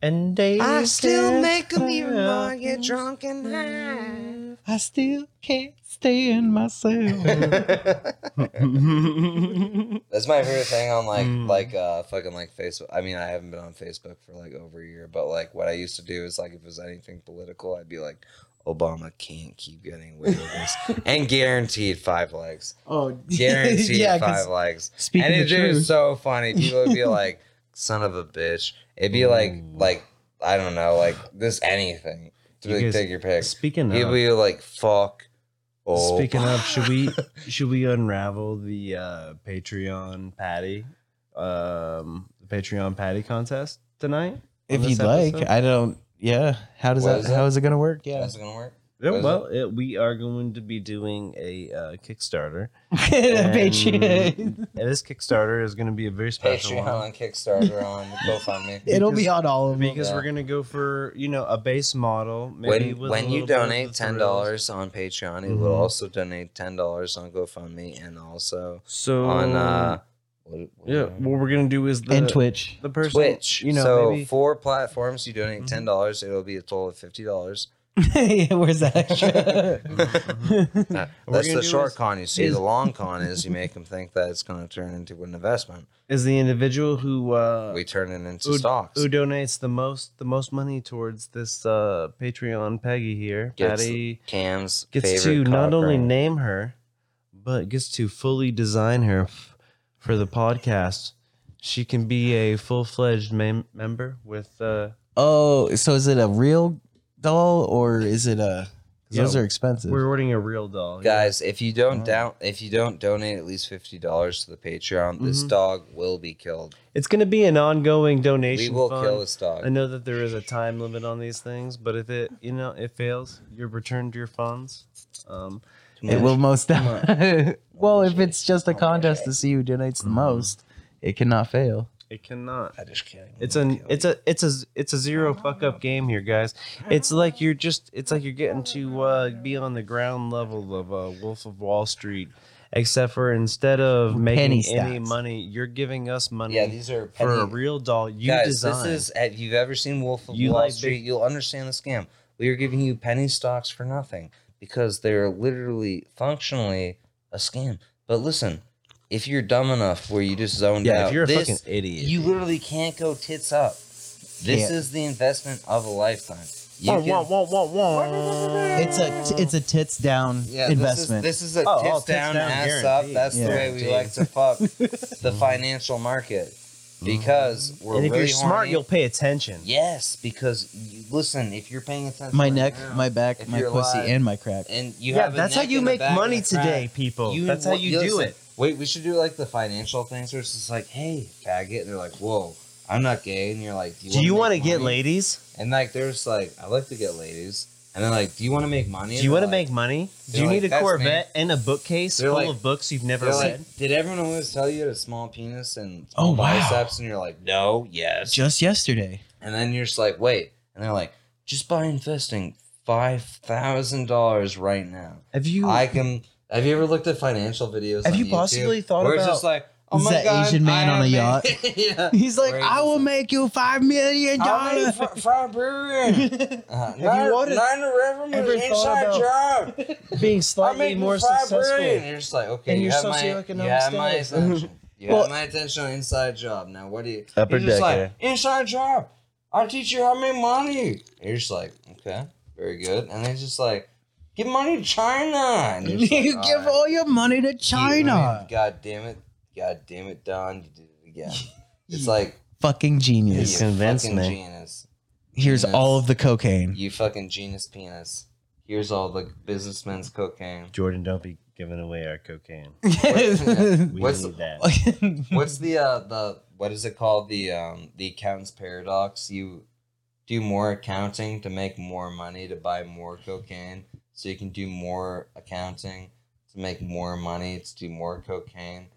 And they them even though I get drunk and high. I still can't stand myself. That's my favorite thing on like Mm. like uh fucking like Facebook. I mean, I haven't been on Facebook for like over a year, but like what I used to do is like if it was anything political, I'd be like, Obama can't keep getting away with this, and guaranteed five likes, oh, guaranteed yeah, 'cause five likes. Speaking and of it truth, was so funny. People would be like, "Son of a bitch." It'd be like like I don't know, like this anything. To You like, guys- take your pick. Speaking He'd of, be like, "Fuck." Oh, Obama. speaking of, should we should we unravel the uh, Patreon patty, um, the Patreon patty contest tonight? if this you'd like, episode? I don't. Yeah, how does What that? is How it? is it gonna work? Yeah, That's gonna work. Yeah, What is well, it, we are going to be doing a uh, Kickstarter, Patreon. and this Kickstarter is going to be a very special Patreon one on Kickstarter on GoFundMe. It'll be on all of them. because we're going to go for you know a base model. Maybe when with a when you little bit of donate the ten thrills. dollars on Patreon, you will Mhm. also donate ten dollars on GoFundMe and also so on uh what- what- Oh. yeah, what we're going to do is the and Twitch. the person Twitch. you know so maybe four platforms. You donate Mhm. ten dollars, it'll be a total of fifty dollars. Yeah, Where's that extra? Mm-hmm. we're That's gonna the do short is- con. You see, is- the long con is you make them think that it's going to turn into an investment. is the individual who uh, We turn it into who- stocks. who donates the most the most money towards this uh, Patreon Peggy here. Gets- Patty Cam's gets to favorite not cock only ring. name her, but gets to fully design her f- for the podcast. She can be a full fledged mem- member with. Uh, oh, so is it a real doll or is it a? 'cause Yeah, those are expensive. we're ordering a real doll, yeah. guys if you don't uh-huh. down if you don't donate at least $50 to the patreon this Mhm. dog will be killed It's going to be an ongoing we donation. will fund. kill this dog I know that there is a time limit on these things, but if it you know it fails, you're returned your funds. Um, It will most. well, if Much. it's just a contest to see who donates the most, it cannot fail. it cannot. i just can't It's an it's a it's a it's a zero fuck up game here, guys. It's like you're just it's like you're getting to uh, be on the ground level of uh, Wolf of Wall Street, except for instead of making any stocks. money, you're giving us money yeah these are for a penny- real doll you guys design. this is if you've ever seen wolf of You wall like big- street you'll understand the scam we are giving you penny stocks for nothing because they're literally functionally a scam but listen if you're dumb enough where you just zoned yeah, out if you're a this, fucking idiot, You literally can't go tits up. This Can't. is the investment of a lifetime. You Wah, can- wah, wah, wah, wah. It's a it's a tits down Yeah, investment. This is, this is a Oh, tits, oh, tits down, down, ass up. guaranteed. That's the Yeah. way we like to fuck the financial market Mm. because we're and if really you're smart, horny. you'll pay attention. yes, because you, listen, if you're paying attention, my right neck, now, my back, if my you're pussy, alive and my crack. and you yeah, have a that's how neck you and a make back and money a crack, today, people. that's how you do listen, it. Wait, we should do like the financial things where it's just like, hey, faggot, and they're like, whoa, I'm not gay, and you're like, Do you want want to get ladies? And like, there's like, I like to get ladies, and they're like, "Do you want to make money?" Do And you they're want to like- make money? Do they're you like, need a "That's me." Corvette and a bookcase They're full like- of books you've never They're read? like, "Did everyone always tell you to small penis and small Oh, wow. biceps?" And you're like, "No, yes." Just yesterday, and then you're just like, "Wait," and they're like, "Just by investing five thousand dollars right now, have you? I can." Have you ever looked at financial videos? Have on you YouTube possibly thought where about- it's just like, "Oh Is my that god, Asian man I on a have yacht? made-" yeah. he's like, Where "I he's will just make you five million "How many dollars." fr- fried brewery? Uh, nine, wanted- nine to River ever was inside thought about- job. being I slightly make more the fried successful. bread. And you're just like, okay, And you your have my, you socioeconomic have my status. attention. You Well- have my attention on inside job. Now, what do you? Upper you're just Decker. like inside job. I teach you how to make money. And you're just like, okay, very good. And they're just like, give money to China. And you're just like, you "All give right." all your money to China. God damn it. God damn it, Don. You did it again. It's like, Fucking you genius. convinced fucking me. genius. Here's Yes. all of the cocaine. You fucking genius penis. Here's all the businessman's cocaine. Jordan, don't be giving away our cocaine. We What's- need that. What's the uh the what is it called? The um the accountant's paradox. You do more accounting to make more money to buy more cocaine. So you can do more accounting to make more money to do more cocaine.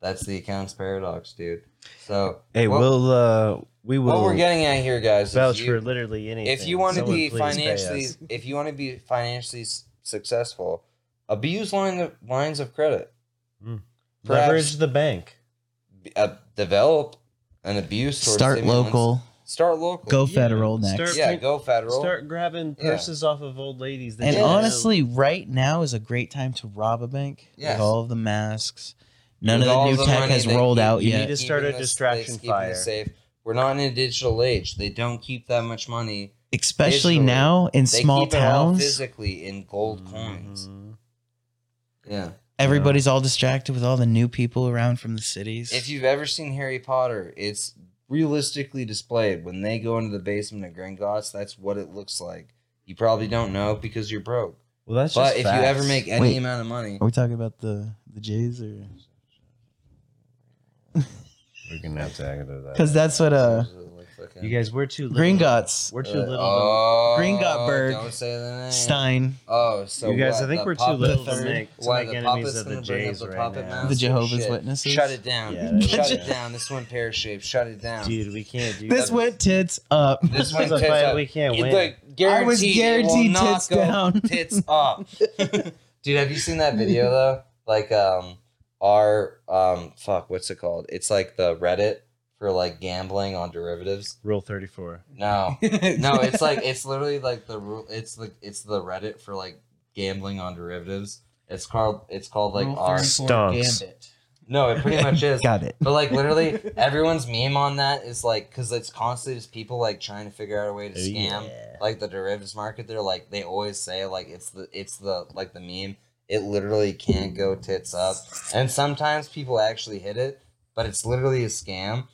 That's the accountant's paradox, dude. So Hey, what- we'll uh, we will what we're getting at here, guys, is vouch you- for literally anything. if you want to Someone be please pay financially us. if you want to be financially s- successful abuse line of, lines of credit perhaps- Hmm. leverage the bank. B- uh, develop an abuse towards Start stimulants. local. start local Go Yeah, federal start- next. yeah go federal Start grabbing Yeah. purses off of old ladies. that And you know. honestly, right now is a great time to rob a bank. Yes. With all of the masks. None With of the all new the tech money has they rolled keep- out you yet. need to start a Keeping this distraction place, keeping this fire. safe we're not in a digital age they don't keep that much money Especially digitally. now in they small keep it all towns. physically in gold coins Mhm. yeah Everybody's all distracted with all the new people around from the cities. If you've ever seen Harry Potter, it's realistically displayed when they go into the basement of Gringotts. That's what it looks like. You probably don't know because you're broke. Well, that's But just if facts. you ever make any Wait. amount of money, Are we talking about the the Jays or? we're gonna have to add to that. Because that's what uh you guys, we're too little. Gringotts Uh, We're too little. to- Oh, Gringottberg. Don't say the name. Stein. Oh, so you guys, what, I think the we're too puppet- little the to make, to Why make the enemies puppet's of the gonna bring up Jays the right puppet now. master? The Jehovah's Shit. Witnesses. Shut it down. Yeah, Shut yeah. it down. This one pear shaped. Shut it down. Dude, we can't do This that. went tits up. This This one is a fight tits we up. can't You- win. Look, guaranteed, I was it will guaranteed not tits go down. tits up. Dude, have you seen that video though? Like um our um fuck, what's it called? It's like the Reddit for like gambling on derivatives. Rule thirty-four. No. No, it's like it's literally like the rule it's like it's the Reddit for like gambling on derivatives. It's called it's called like our Stonks. No, it pretty much is. Got it. But like literally everyone's meme on that is like because it's constantly just people like trying to figure out a way to scam Yeah. like the derivatives market. They're like they always say like it's the it's the like the meme. It literally can't go tits up, and sometimes people actually hit it, but it's literally a scam,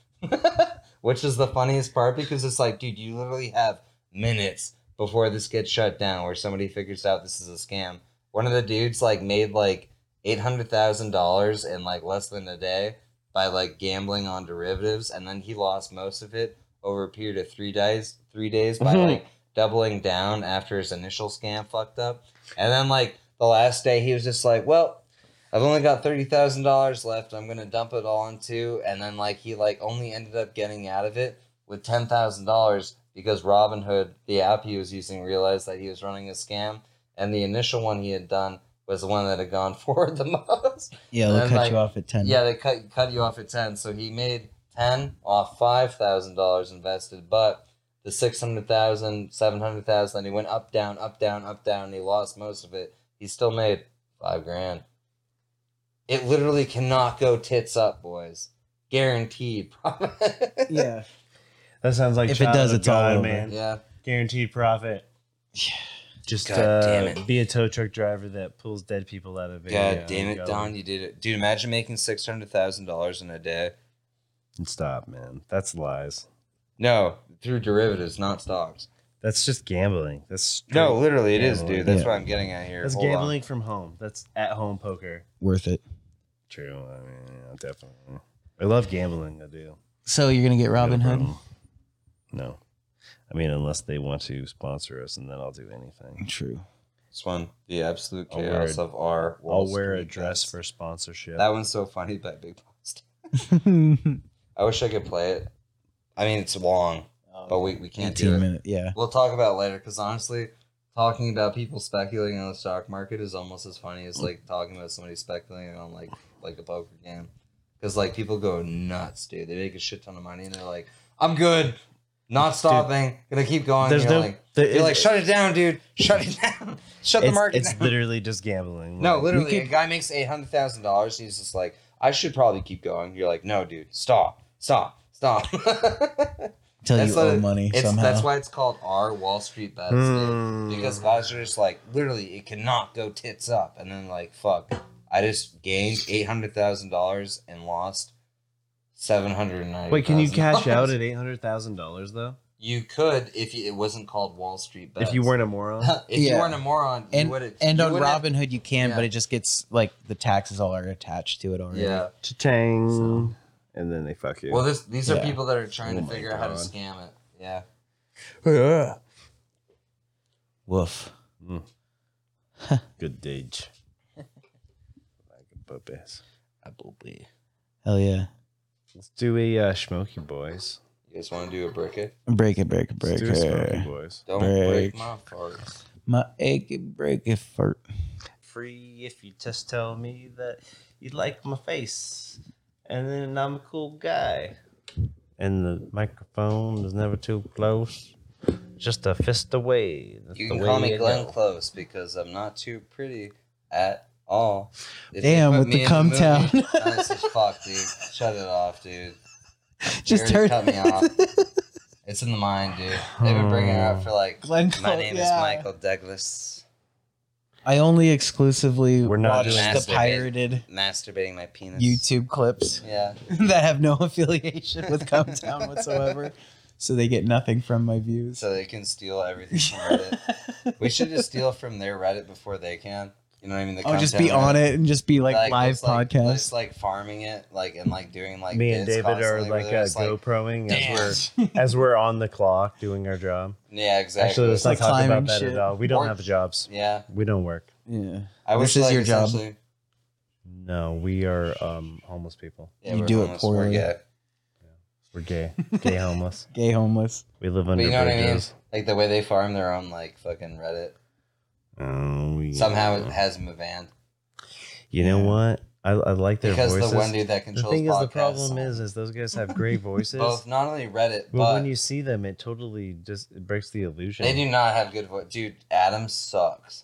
which is the funniest part because it's like, dude, you literally have minutes before this gets shut down where somebody figures out this is a scam. One of the dudes like made like eight hundred thousand dollars in like less than a day by like gambling on derivatives, and then he lost most of it over a period of three days. Three days by like doubling down after his initial scam fucked up, and then like the last day he was just like, well. I've only got thirty thousand dollars left. I'm gonna dump it all into, and then like he like only ended up getting out of it with ten thousand dollars because Robinhood, the app he was using, realized that he was running a scam, and the initial one he had done was the one that had gone forward the most. Yeah, they'll And, cut like, you off at ten. Yeah, they cut cut you off at ten. So he made ten off five thousand dollars invested, but the six hundred thousand, seven hundred thousand, he went up, down, up, down, up, down, and he lost most of it. He still made five grand. It literally cannot go tits up, boys. Guaranteed profit. yeah. That sounds like If it child does, of it's all God, over. man. yeah. Guaranteed profit. Just God damn uh, it. be a tow truck driver that pulls dead people out of a. God uh, damn it, gully. Don, you did it. Dude, imagine making six hundred thousand dollars in a day. Stop, man. That's lies. No, through derivatives, not stocks. That's just gambling. That's No, straight- literally, it is, Gambling. dude. That's Yeah. what I'm getting at here. That's Hold on. gambling from home. That's at home poker. Worth it. True. I mean, yeah, definitely. I love gambling. I do. So you're gonna get Robin Hood. No. No. I mean, unless they want to sponsor us, and then I'll do anything. True. This one, the absolute I'll wear chaos a- of our. Wall I'll wear a Street dress Bets. for sponsorship. That one's so funny by Big Post. Eighteen I wish I could play it. I mean, it's long, Oh, but we, we can't do it. minute. Yeah. We'll talk about it later because honestly, talking about people speculating on the stock market is almost as funny as like talking about somebody speculating on like like a poker game. Because like people go nuts, dude. They make a shit ton of money and they're like, "I'm good, not stopping, gonna keep going." There's you're no. like, there- you're like, it's- "Shut it down, dude! Shut it down! Shut the it's, market it's down!" literally just gambling. No, Like, literally, could- a guy makes eight hundred thousand dollars. He's just like, I should probably keep going. You're like, no, dude, stop, stop, stop. till That's you what owe it- money It's, somehow. that's why it's called our Wall Street bets, dude. Because guys are just like, literally, it cannot go tits up. And then, like, fuck, I just gained $800,000 and lost 790000 Wait, can you cash out at eight hundred thousand dollars though? You could if you, it wasn't called Wall Street bets. If you weren't a moron, if you Yeah. weren't a moron, you and would've- and you on would've- Robinhood you can, but Yeah. it just gets like the taxes all are attached to it already. Yeah. Cha-tang. and then they fuck you. Well, this, these are Yeah. people that are trying Oh to my figure out how to God. scam it. Yeah. Yeah. Woof. Good dage. like a butt ass. Hell yeah. Let's do a uh, Schmoky Boys. You guys want to do a brick it? Break it, break it, break Let's do a Smokey it. Boys. Don't Break. break my farts. My ache it, break it, fart. free if you just tell me that you like my face and then I'm a cool guy. And the microphone is never too close. Just a fist away. That's You the can way call me you Glenn know. Close because I'm not too pretty at all. If they Damn, put with me the in a cum movie, town. I was just fuck, dude. Shut it off, dude. Just You already turn cut me off. It's in the mind, dude. They've been bringing it up for like. Glenn my Close, name yeah. is Michael Douglas. I only exclusively We're not watch doing the this. pirated Masturbating my penis. YouTube clips Yeah. that have no affiliation with Comtown whatsoever. So they get nothing from my views. So they can steal everything from Reddit. we should just steal from their Reddit before they can. You know what I mean? The Oh, just content be on Reddit. it and just be like, live just, like- podcast. Just like farming it, like and like doing like. Me and bits David are constantly where like they're uh, just, like GoProing as Damn. we're as we're on the clock doing our job. Yeah, exactly. Actually, let's not Like talk climbing about that shit. at all. We don't Or- have jobs. yeah, We don't work. yeah. I This wish is like, your job. essentially- No, we are um, homeless people. Yeah, You we're do it homeless, we're poorly. gay. We're gay, gay homeless. Gay homeless. We live But under you know what I mean? bridges. Like the way they farm their own like fucking Reddit. Oh, yeah. Somehow it has Mavand You know what? I, I like their because voices. the one dude that the controls thing is, podcasts, the problem is, is those guys have great voices. both not only Reddit, but, but when you see them, it totally just it breaks the illusion. they do not have good voice. Dude, Adam sucks.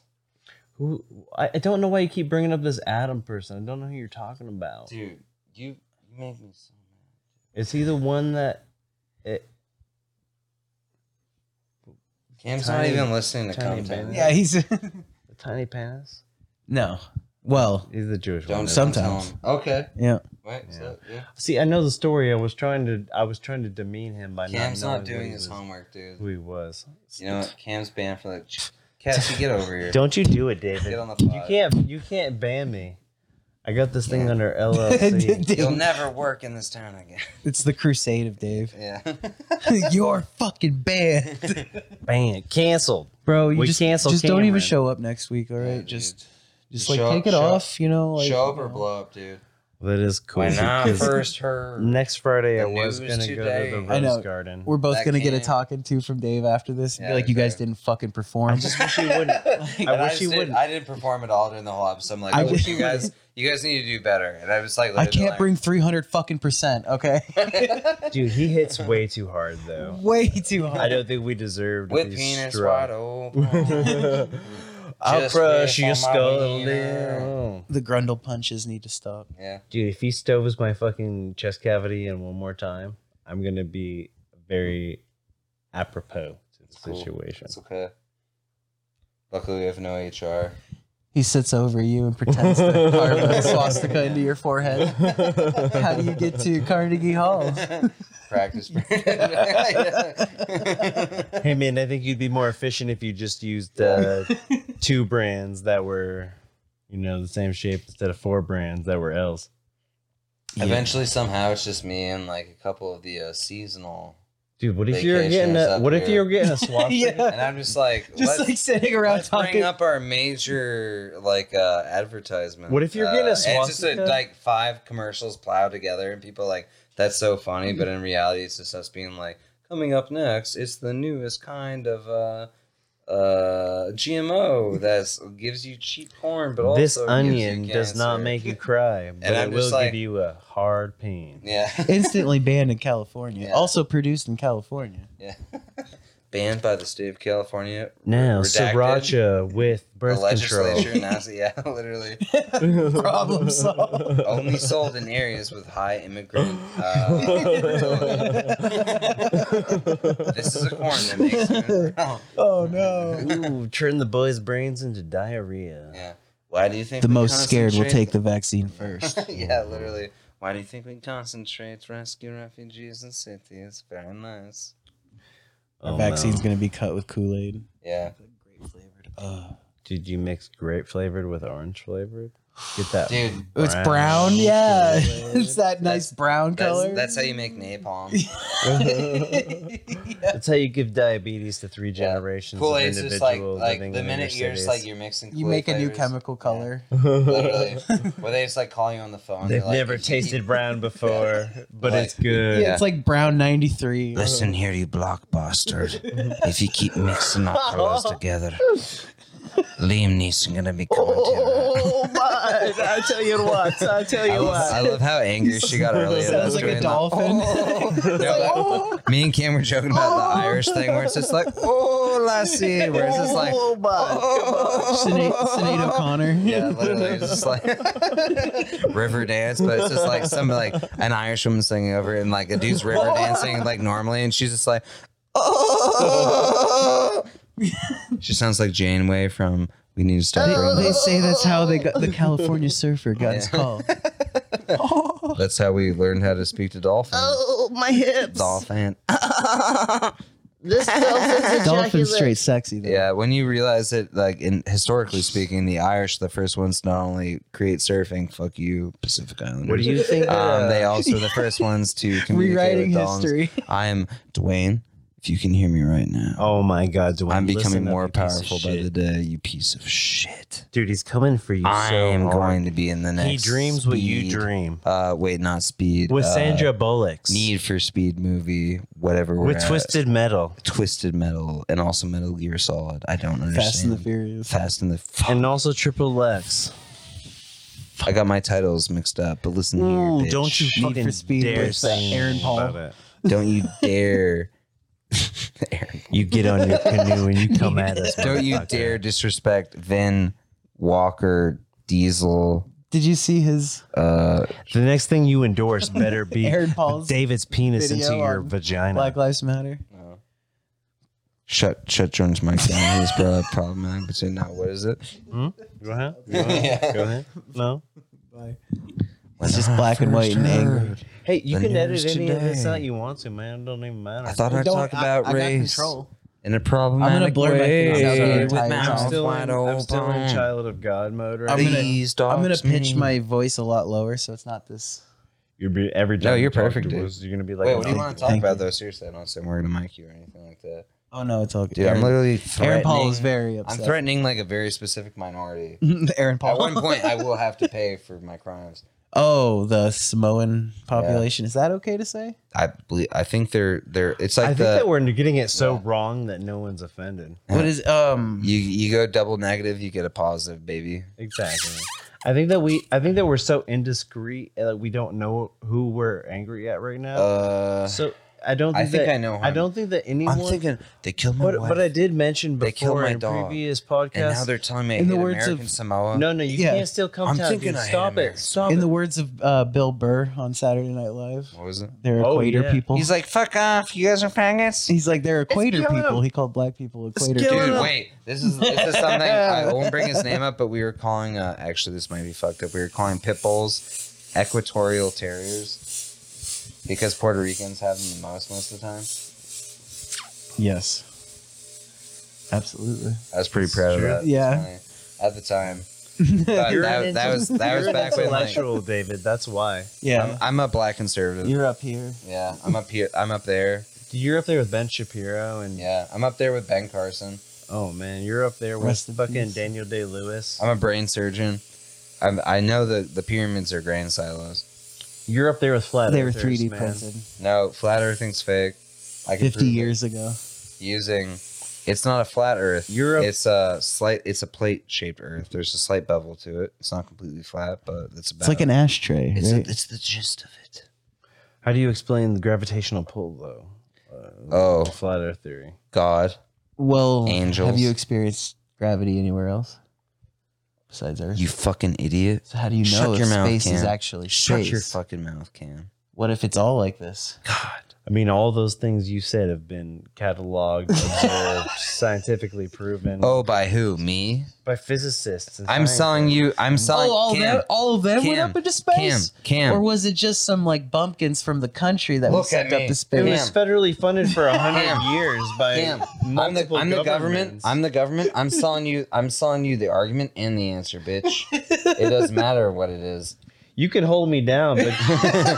Who, I, I don't know why you keep bringing up this Adam person. I don't know who you're talking about. Dude, you you make me so mad. Is he the one that? eh, It, Cam's Tiny- not even listening to tiny content. band. Yeah, he's the tiny penis? no. Well, He's the Jewish one. Don't isn't he? Sometimes. tell him. Okay. yeah. Wait, so, yeah. See, I know the story. I was trying to, I was trying to demean him by Cam's not, not, knowing what doing he his was- homework, dude. Who he was? You know what? Cam's banned for like. Cassie, get over here. Don't you do it, David? Get on the pod. You can't. You can't ban me. I got this thing under LLC. You'll Dave, never work in this town again. it's the crusade of Dave. Yeah. You're fucking banned, Ban canceled. bro. You We just cancel just don't even Cameron. show up next week. All right, dude. just just Just like show take up- it show- off. You know, like, Show up or you know. blow up, dude. That is cool. Why not because first her? Next Friday, I The was news gonna today. go to the I know. Rose Garden. We're both That gonna get a can't- talking to from Dave after this. and be Yeah, like, you guys exactly. didn't fucking perform. wish you wouldn't. And wish just you did- wouldn't. I didn't perform at all during the whole episode. I'm like, I I wish just- you guys, you guys need to do better. And I was like, I literally can't like- bring three hundred fucking percent. Okay, Dude, he hits way too hard though. way too hard. I don't think we deserve to with be penis struck. wide open. I'll Just based crush your on my skull. wiener. down. the grundle punches need to stop. yeah, Dude, if he stoves my fucking chest cavity in one more time, I'm gonna be very apropos to the Cool. situation. it's okay. Luckily, we have no HR. He sits over you and pretends to carve a swastika into your forehead. How do you get to Carnegie Hall? Practice. yeah. Hey man, I think you'd be more efficient if you just used uh, two brands that were, you know, the same shape instead of four brands that were L's. Eventually, somehow, it's just me and like a couple of the uh, seasonal, Dude, what if you're getting Vacationers a up what if here. you're getting a swastika? and I'm just like, just let's- like sitting around Let's bring talking. up our major like uh, advertisement. What if you're uh, getting a and It's just a, swastika? like five commercials plowed together, and people are like that's so funny, but in reality, it's just us being like, coming up next, it's the newest kind of uh, uh, GMO that gives you cheap corn, but also this gives you onion does not cancer." make you cry, but I'm it just will like- give you a hard pain. Yeah, Instantly banned in California. Yeah. Also produced in California. yeah. banned by the state of California. Now, Redacted. sriracha with The birth control. legislature announced, yeah, literally Problem solved. only sold in areas with high immigrant. Uh, this is a corn that makes. immigrant- Oh, oh no. Ooh, turn the boys' brains into diarrhea. yeah. Why do you think The we most scared will concentrate- take the vaccine first. yeah, literally. Why do you think we concentrate rescue refugees in cities? Very nice. Our Oh, vaccine's no. gonna be cut with Kool Aid. Yeah. Grape flavored. Uh, Did you mix grape flavored with orange flavored? Get that. Dude, Oh, it's Brown brown. Yeah, Kool-Aid. it's that nice brown that's, color. that's how you make napalm. That's how you give diabetes to three generations Kool of Aid's just like individuals like living the in minute inner you're just cities. like you're mixing. you make a Kool-Aid new flavors, chemical color. Literally, where they just like call you on the phone. They've they're like, never "If you tasted eat- brown before, but Like- it's good. Yeah, it's like brown ninety three. Listen here, you block bastard. if you keep mixing up colors together, Liam Neeson's gonna be coming to you. "Oh, I tell you what, I tell I love, I love how angry she got earlier. That was Sounds like a during the- dolphin. No, but me and Cam were joking about the Irish thing where it's just like, oh, lassie, where it's just like, Oh. Oh, Oh. Sinead, Sinead O'Connor. Yeah, literally, it's just like river dance, but it's just like some like an Irish woman singing over it, and like a dude's river dancing like normally, and she's just like, oh. she sounds like Janeway from We Need to Start They, they Rolling. say that's how they got the California surfer got his Yeah. call. That's how we learned how to speak to dolphins. Oh, my hips, dolphin. Dolphin straight sexy though. Yeah, when you realize that, like, in historically speaking, the Irish, the first ones to not only create surfing, fuck you, Pacific Islanders. What do you think? Um, they also the first ones to communicate Rewriting with dolphins. history. I am Dwayne. If you can hear me right now, oh my God, Dwayne, I'm becoming listen up, more you piece of powerful by shit. the day. You piece of shit. Dude, he's coming for you. I so am hard. going to be in the next. He dreams what you Speed- dream Uh, wait, not speed. with uh, Sandra Bullock. Need for Speed movie, whatever. We're with at. Twisted Metal Twisted Metal, and also Metal Gear Solid. I don't understand. Fast and the Furious. Fast and the. Fuck. and also Triple X. I got my titles mixed up, but listen Ooh, here, bitch. don't you Need fucking for Speed dare with, uh, sing Aaron Paul. about it. Don't you dare. Aaron You get on your canoe and you come at us. Don't you motherfucker. dare disrespect Vin Walker Diesel. Did you see his Uh, The next thing you endorse better be Aaron Paul's David's penis video into your on vagina. Black Lives Matter? shut shut Jordan's mic down. He's probably problematic, but say now what is it? Go ahead. Go ahead. Go ahead. No. It's just black and white and angry. Hey, you The can edit news any of this today. out you want to, man. It don't even matter. I thought I'd Don't- talk I- about I got race control. in a problematic blur my way. fingers out the with entire my time. mouth I'm still wide in, I'm still in open. child of God mode right I'm now. gonna- These I'm gonna dogs pitch mean- my voice a lot lower, so it's not this. You're be, every time No, you you're talk perfect, to dude. us, You're gonna be like, Wait, what do you "Oh, want to talk Thank about you. though? Seriously, I don't say we're gonna mic you or anything like that. Oh no, it's all good. Dude, I'm Aaron, literally Aaron threatening. Paul is very I'm upset. threatening like a very specific minority. Aaron Paul. At one point, I will have to pay for my crimes. Oh, the Samoan population. Is that okay to say? I believe. I think they're they're. It's I like think the that we're getting it so Yeah. wrong that no one's offended. Yeah. What is um? you you go double negative, you get a positive, baby. Exactly. I think that we, I think that we're so indiscreet uh, that we don't know who we're angry at right now. Uh, so I don't. I Think think that, I know. I don't think that anyone. I'm thinking they killed my But wife, but I did mention They killed before my in dog. previous and now podcasts. they're telling me I In the hate words American of- Samoa. No, no, you Yeah. can't still come I'm town. thinking dude. I hate Stop it. America. Stop In it. the words of uh, Bill Burr on Saturday Night Live, what was it? they're Oh, equator yeah. people. He's like, fuck off, you guys are faggots. He's like they're equator killing people. him. He called black people equator killing people. Dude, wait. This is this is something I won't bring his name up, but we were calling. Uh, actually, this might be fucked up. We were calling pit bulls equatorial terriers because Puerto Ricans have them the most most of the time. Yes, absolutely. I was pretty proud of that. Yeah. At the time. But that, that was that was You're an back when like, intellectual, David. That's why Yeah, I'm, I'm a black conservative. you're up here. yeah, I'm up here. I'm up there. you're up there with Ben Shapiro and Yeah, I'm up there with Ben Carson. oh man, you're up there with Rest in fucking peace. Daniel Day Lewis. I'm a brain surgeon. I'm, I know that the pyramids are grain silos. You're up there with flat. They were earthers, 3D man. printed No, flat earthing's fake. I can 50 prove it years ago. using. It's not a flat Earth. Europe- It's a slight. It's a plate-shaped Earth. There's a slight bevel to it. It's not completely flat, but it's about. It's like an ashtray, It's, right? it's the gist of it. How do you explain the gravitational pull though? Uh, Oh flat Earth theory. God, Well, have Angels. you experienced gravity anywhere else besides Earth? you fucking idiot! so how do you Shut know if your mouth, space is Cam. actually Shut space? your fucking mouth, Cam. what if it's all like this? I mean, all those things you said have been cataloged, observed, scientifically proven Oh, by who? Me? by physicists. and I'm scientists. selling you. I'm selling. Cam, Oh, all of them Cam, into Cam, Cam. Or was it just some like bumpkins from the country that Look was sent at me. up to It space? was federally funded for a hundred years by Cam, I'm the, multiple I'm the government. governments. I'm the government. I'm selling you. I'm selling you the argument and the answer, bitch. it doesn't matter what it is. You can hold me down, but,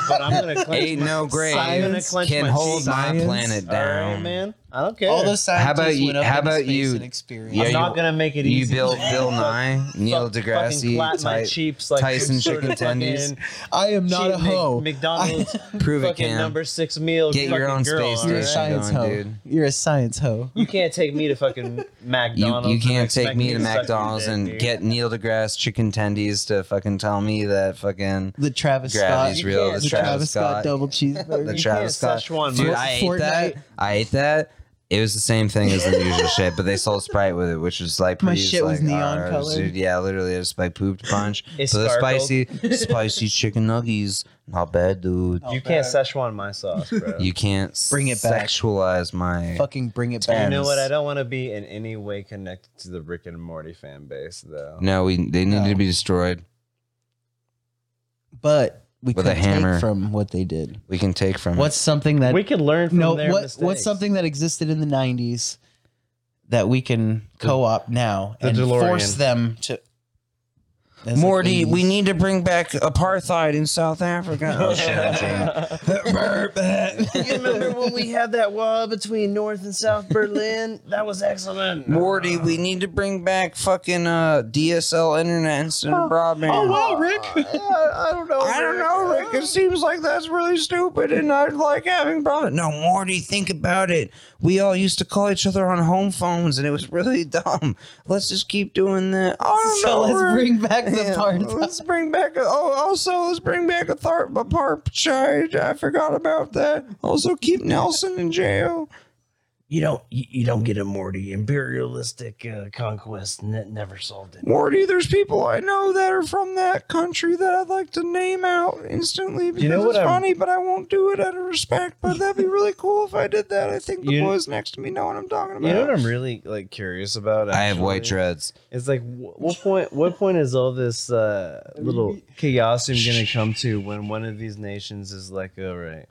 but I'm gonna clench Ain't my, no grave I'm gonna clench can my hold teeth. my planet All right, down. man. I don't care. all those scientists about you- went up how into about space you- and experienced. Yeah, I'm you- not gonna make it you easy. build Bill Nye, Neil Fuck- fucking deGrasse, clap my type, cheeks like Tyson some sort chicken of fucking tendies. I am not cheap a Mc- hoe. McDonald's prove it, fucking Cam. number six meal. Get your fucking own girl, space all You're a station. right? science going, hoe. dude. You're a science hoe. You can't take me to fucking You, McDonald's. you and can't expect take me to suck your McDonald's dick, and dude. get Neil deGrasse chicken tendies to fucking tell me that fucking The Travis gravity's Scott, You real. can't. The the Travis Scott, double the cheeseburger. You Travis Scott. can't Szechuan Dude, mustard. I ate Fortnite. that. I ate that. It was the same thing as the usual shit, but they sold Sprite with it, which was like My pretty, shit was like, neon ours, colored. Dude, yeah, literally, I just like pooped a bunch. It so the sparkled. spicy, spicy chicken nuggies, not bad, dude. You can't Szechuan my sauce, bro. You can't Oh, Bring it back. Sexualize my. Fucking bring it back. You know what? I don't want to be in any way connected to the Rick and Morty fan base, though. No, we they need No. to be destroyed. But we With could a hammer. take from what they did. We can take from What's something that We could learn from no? their What mistakes. what's something that existed in the '90s that we can co-op now the and DeLorean. force them to? That's it. like Morty, 80s. we need to bring back apartheid in South Africa. Oh, shit, I'm saying- you remember when we had that wall between North and South Berlin? That was excellent. Morty, we need to bring back fucking uh, DSL internet instead Oh, of broadband. Rick. I, I don't know. I don't know, Rick. It seems like that's really stupid, and I'd like having broadband. No, Morty, think about it. We all used to call each other on home phones, and it was really dumb. Let's just keep doing that. I don't So know. let's Rick. bring back the Yeah, part. Let's bring back. A, oh, also let's bring back a thar a parp charge. I forgot about that. Also keep Nelson in jail. You don't. You, you don't get a Morty. Imperialistic uh, conquest ne- never solved it. Morty, there's people I know that are from that country that I'd like to name out instantly because know what it's I'm- funny, but I won't do it out of respect. But that'd be really cool if I did that. I think the You- boys next to me know what I'm talking about. You know what I'm really like curious about? actually? dreads. It's like wh- what point? What point is all this uh, little chaosium going to come to when one of these nations is like, all right,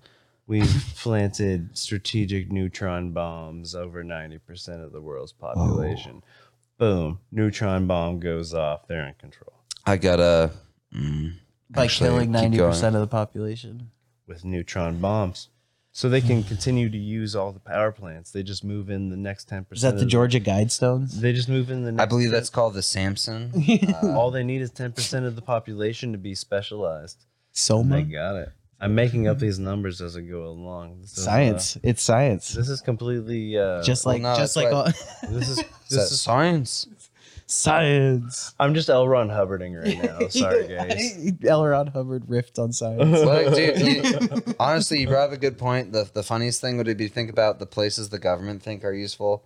we've planted strategic neutron bombs over ninety percent of the world's population. Oh. Boom! Neutron bomb goes off. They're in control I got a. mm, by killing ninety percent of the population. with neutron bombs, so they can continue to use all the power plants. They just move in the next ten percent. Is that the Georgia Guidestones? They just move in the. Next called the Samson. Uh, all they need is ten percent of the population to be specialized. I Mm-hmm. Soma got it. Oh I'm making up these numbers as I go along. This is, uh, science. It's science. this is completely uh, Just well, like no, just that's like all, this is this is. science. science. I'm just L. Ron Hubbarding right now. Oh, Sorry, guys. L. Ron Hubbard riffed on science. Well, dude, you, honestly, you brought up a good point. The, the funniest thing would be think about the places the government think are useful,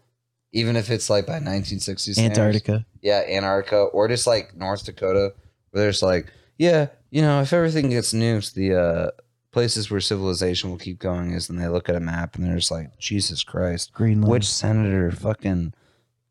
even if it's like by 1960s. standards. Antarctica. Yeah, Antarctica, or just like North Dakota, where there's like, yeah, you know, if everything gets nuked, the uh, places where civilization will keep going is, and they look at a map and they're just like, Jesus Christ, Mm-hmm. Greenland. which senator fucking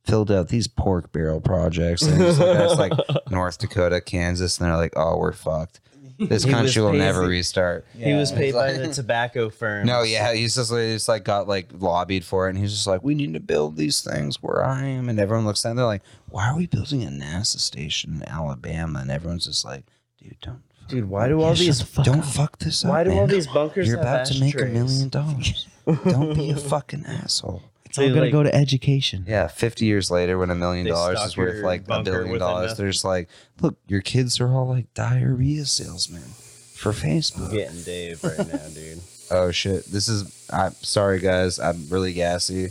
filled out these pork barrel projects? And it's like, it's like North Dakota, Kansas, and they're like, oh, we're fucked. This He was country will never crazy. restart. He was paid by the Like- tobacco firm. No, yeah, he's just like, just like got like lobbied for it, and he's just like, we need to build these things where I am, and everyone looks down. They're like, why are we building a NASA station in Alabama? And everyone's just like, dude, don't, fuck- Dude, why do all these don't fuck this up. why do all man. these bunkers You're have about to make a ashtrays? million dollars. don't be a fucking asshole. It's all gonna like- go to education. Yeah, fifty years later, when a million They dollars stock is worth your like a bunker billion with dollars, enough- they're just like, look, your kids are all like diarrhea salesmen for Facebook. Getting Dave right now, dude. Oh shit! This is. I'm sorry, guys. I'm really gassy.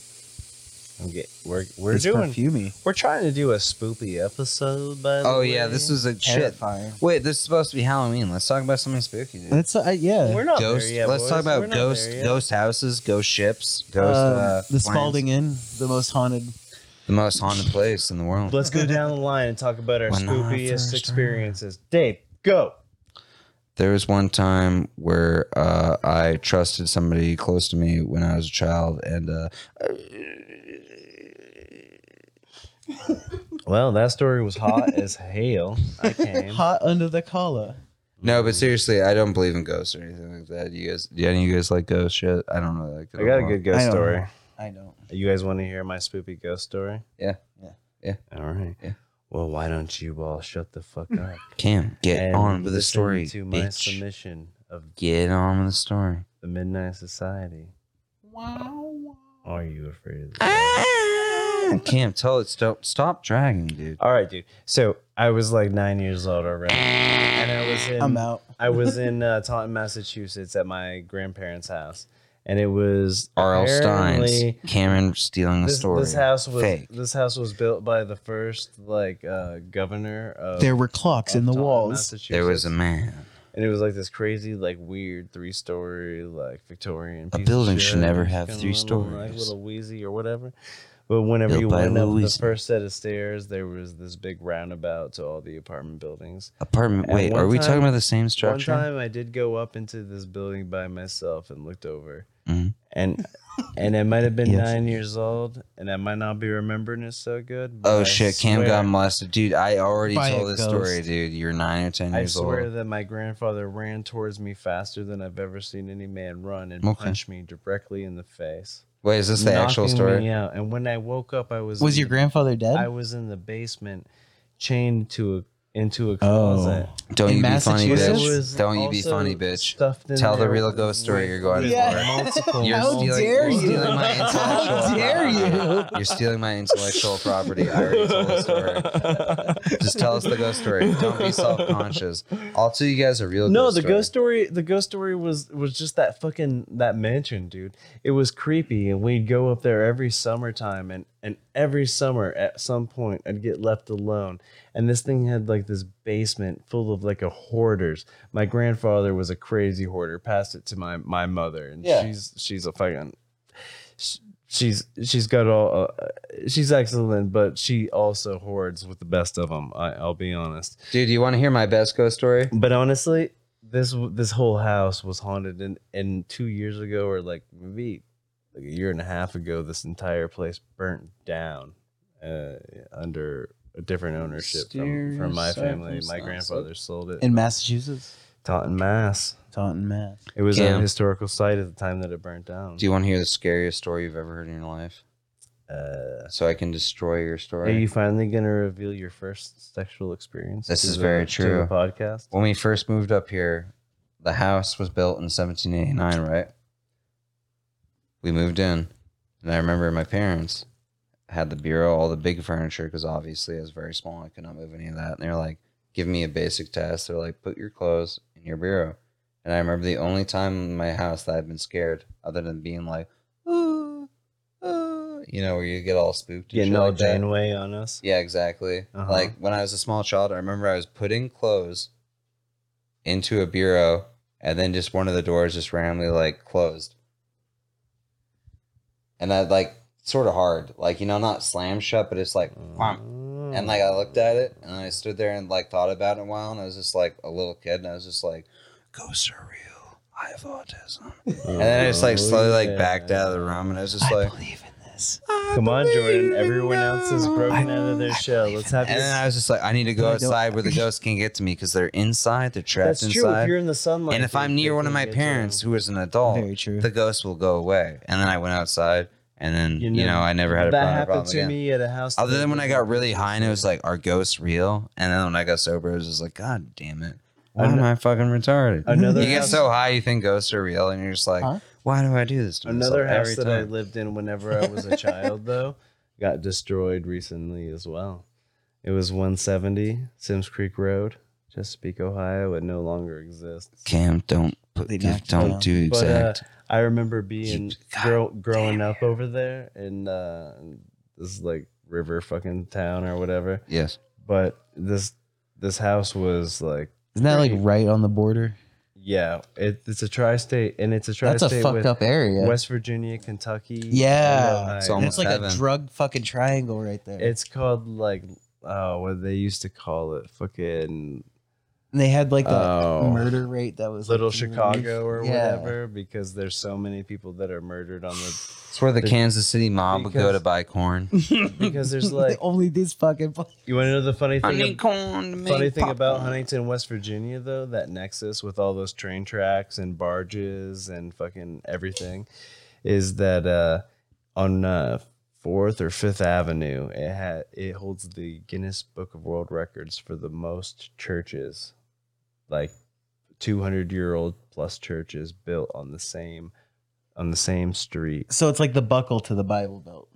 I'm get, we're we're it's doing perfumey. we're trying to do a spoopy episode, but Oh yeah, this was a shit. Terrifying. Wait, this is supposed to be Halloween. Let's talk about something spooky, dude. That's uh, yeah. we're not ghost. There yet, let's boys. talk We're about not ghost, there yet. Um, ghost houses, ghost ships, ghost. Uh, uh, the planes. Spalding Inn, the most haunted. the most haunted place in the world. Let's go down the line and talk about our When I first spookiest heard- experiences. Dave, go. There was one time where uh, I trusted somebody close to me when I was a child, and uh, Well, that story was hot as hail. I came. Hot under the collar. no, but seriously, I don't believe in ghosts or anything like that. You guys, yeah, you guys like ghost shit? I don't really like. it I got a all. good ghost I don't story. know. I don't. You guys want to hear my spoopy ghost story? Yeah. Yeah. Yeah. All right. Yeah. Well, why don't you all shut the fuck up? Cam, get and on with the listen story, To my bitch. submission of get on with the story. the Midnight Society. Wow. Are you afraid of the dark? Ah, Cam, tell it. Stop, stop dragging, dude. All right, dude. So I was like nine years old already, and I was in. I'm out. I was in uh, Taunton, Massachusetts, at my grandparents' house, and it was R.L. Steins, apparently- Cameron stealing the This, story. this house was Fake. this house was built by the first like uh, governor of There were clocks in of the Taunton, walls. Massachusetts. There was a man. and it was like this crazy, like weird three story, like Victorian. A piece of building should shit. never It's have kinda three little, Like stories. little wheezy or whatever. But whenever Built you by went up the Louisa. first set of stairs, there was this big roundabout to all the apartment buildings. Apartment. And Wait, one are we time- talking about the same structure? One time I did go up into this building by myself and looked over. Mhm. And and I might have been Yes. nine years old, and I might not be remembering it so good. but oh I shit, Cam swear- got molested, dude. I already By a told this ghost. story, dude. You're nine or ten I years swear old. that my grandfather ran towards me faster than I've ever seen any man run and Okay. punched me directly in the face. Wait, is this the actual knocking story? Me out. And when I woke up, I was Was in your the- grandfather dead? I was in the basement, chained to a into a Oh. closet. Don't you be funny, There Massachusetts? bitch. was Don't you be also funny, bitch. stuffed in Tell the there real with- ghost story you're going with for. multiple- You're How stealing, dare you're you. stealing my How intellectual dare property. You're stealing my intellectual property. I already told the story. Just tell us the ghost story. Don't be self-conscious. I'll tell you guys a real no, ghost the story. ghost story. The ghost story was was just that fucking that mansion, dude. It was creepy, and we'd go up there every summertime, and and every summer at some point I'd get left alone, and this thing had like this basement full of like a hoarders. My grandfather was a crazy hoarder. Passed it to my my mother, and Yeah. she's she's a fucking. sh- She's she's got all uh, she's excellent, but she also hoards with the best of them. I, I'll be honest. Dude, you want to hear my best ghost story? But honestly, this this whole house was haunted, and and two years ago, or like maybe like a year and a half ago, this entire place burnt down uh, under a different ownership from, from my Mysterious family. My circumstances. grandfather sold it in Massachusetts, Taunton, Mass. Taunton, Mass. It was a Damn. historical site at the time that it burnt down. Do you want to hear the scariest story you've ever heard in your life? uh, So I can destroy your are story. you finally gonna reveal your first sexual experience? This to is the- very to the true. podcast. when we first moved up here, the house was built in 1789, right? We moved in, and I remember my parents had the bureau, all the big furniture, because obviously I was very small, I could not move any of that. And they're like, "Give me a basic test." They're like, "Put your clothes in your bureau." And I remember the only time in my house that I've been scared, other than being like, "Ooh, ooh," you know, where you get all spooked. and Getting shit all like that. Janeway on us. Yeah, exactly. Uh-huh. Like when I was a small child, I remember I was putting clothes into a bureau, and then just one of the doors just randomly like closed, and I like sort of hard, like you know, not slammed shut, but it's like, Mm. whomp. and like I looked at it, and I stood there and like thought about it a while, and I was just like a little kid, and I was just like, ghosts are real. I have autism, and then I just like slowly like Oh, backed out of the room, and I was just like, Believe in this. Come on, Jordan. Everyone else is broken out of their shell. Let's have And then I your. was just like, I need to go I don't- outside where the ghosts can get to me because they're inside, they're trapped That's true. If inside. you're in the sunlight, and if they- I'm near they one of can my get to you. parents who is an Oh, adult, Very true. the ghost will go away. And then I went outside, and then You you know, know, I never had a that problem, happened problem to again. me at a house. Other that than when I was got like really this high, and it was big. like, are ghosts real? And then when I got sober, it was just like, God damn it, why An- am I fucking retarded? another you get house- so high, you think ghosts are real, and you're just like, Huh? why do I do this? To another myself house every that I time? lived in whenever I was a child though got destroyed recently as well. It was 170 Sims Creek Road, Chesapeake, Ohio. It no longer exists. Cam, don't put, They give, knocked it down. don't do But, uh, exact. I remember being God grow, growing up over there in uh, this like river fucking town or whatever. yes. But this this house was like Isn't that like Great. right on the border? yeah, it, it's a tri-state and it's a That's a tri-state fucked with up area. West Virginia, Kentucky. Yeah. Illinois. It's almost That's like a heaven. drug fucking triangle right there. It's called like oh, what they used to call it, fucking and they had like the Oh. murder rate that was like, Little through the Chicago roof. or Yeah. whatever, because there's so many people that are murdered on the It's where the, the- Kansas City mob would go because- to buy corn. because there's They like only these fucking. pla- you want to know the funny thing. ab- corn to Funny thing about Huntington, West Virginia, though, that nexus with all those train tracks and barges and fucking everything, is that uh, on uh, Fourth or Fifth Avenue, it had it holds the Guinness Book of World Records for the most churches, like two hundred year old plus churches built on the same on the same street. So it's like the buckle to the Bible Belt.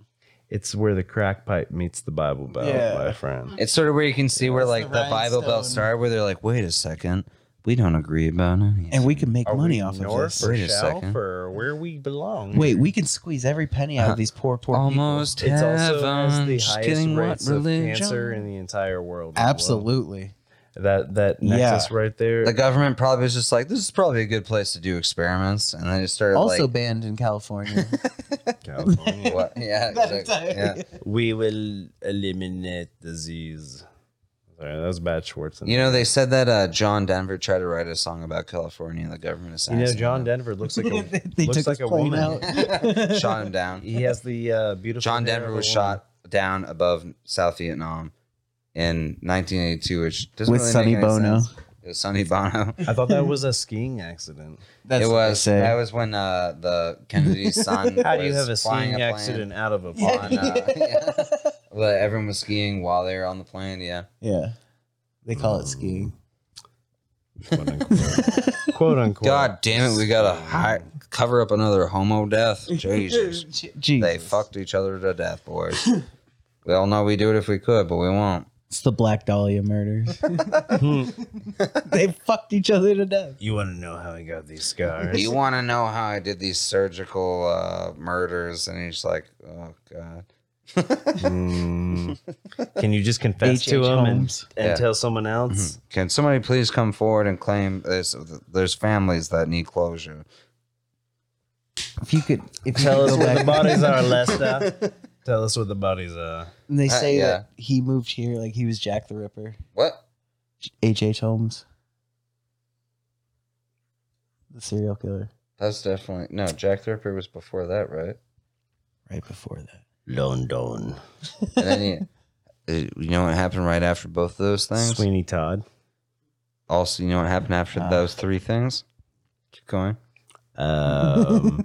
It's where the crack pipe meets the Bible Belt, Yeah. my friend. It's sort of where you can see where That's like the the, Bible Belt rhinestone. started, where they're like, wait a second, we don't agree about it. And we can make Are money we off of north this. or Wait a south second. or where we belong? Wait, we can squeeze every penny out of these poor, poor almost It's heaven. also has the just highest kidding, what rates of religion? cancer in the entire world. people. Absolutely. That that Yeah. nexus right there. The government probably was just like, this is probably a good place to do experiments, and they just started Also like, banned in California. California. what? yeah, exactly. yeah. we will eliminate disease. Sorry, that was bad Schwarzenegger. You know, they said that uh, John Denver tried to write a song about California, and the government You know, assassinated John him. Denver looks like they a they looks took like his a plane woman. out. shot him down. he has the uh, beautiful. John hair Denver of a was woman. shot down above South Vietnam in 1982, which doesn't With really Sonny make any Bono. sense. It was Sonny Bono. I thought that was a skiing accident. That's it what they was. say. That was when uh, the Kennedy's son. How do you was have a flying skiing plane accident out of a plane? On, uh, yeah. Well, everyone was skiing while they were on the plane. Yeah. yeah. They call it skiing. Quote unquote. Quote unquote. God damn it! We gotta hi- cover up another homo death. Jesus. Jeez. They fucked each other to death, boys. we all know we do it if we could, but we won't. It's the Black Dahlia murders. they fucked each other to death. You want to know how I got these scars? You want to know how I did these surgical uh, murders? And he's like, oh god. Mm. Can you just confess to H.H. him and, Holmes. and Yeah. tell someone else? Can somebody please come forward and claim there's there's families that need closure? If you could, if you Tell could us go where the back- bodies are, Lester. Tell us where the bodies are. And they Uh, say yeah. that he moved here like he was Jack the Ripper. What? H.H. H. Holmes. The serial killer. That's definitely no. Jack the Ripper was before that, right? Right before that. London. And then he, uh, you know what happened right after both of those things. Sweeney Todd. Also, you know what happened after Uh. those three things. Keep going. Um,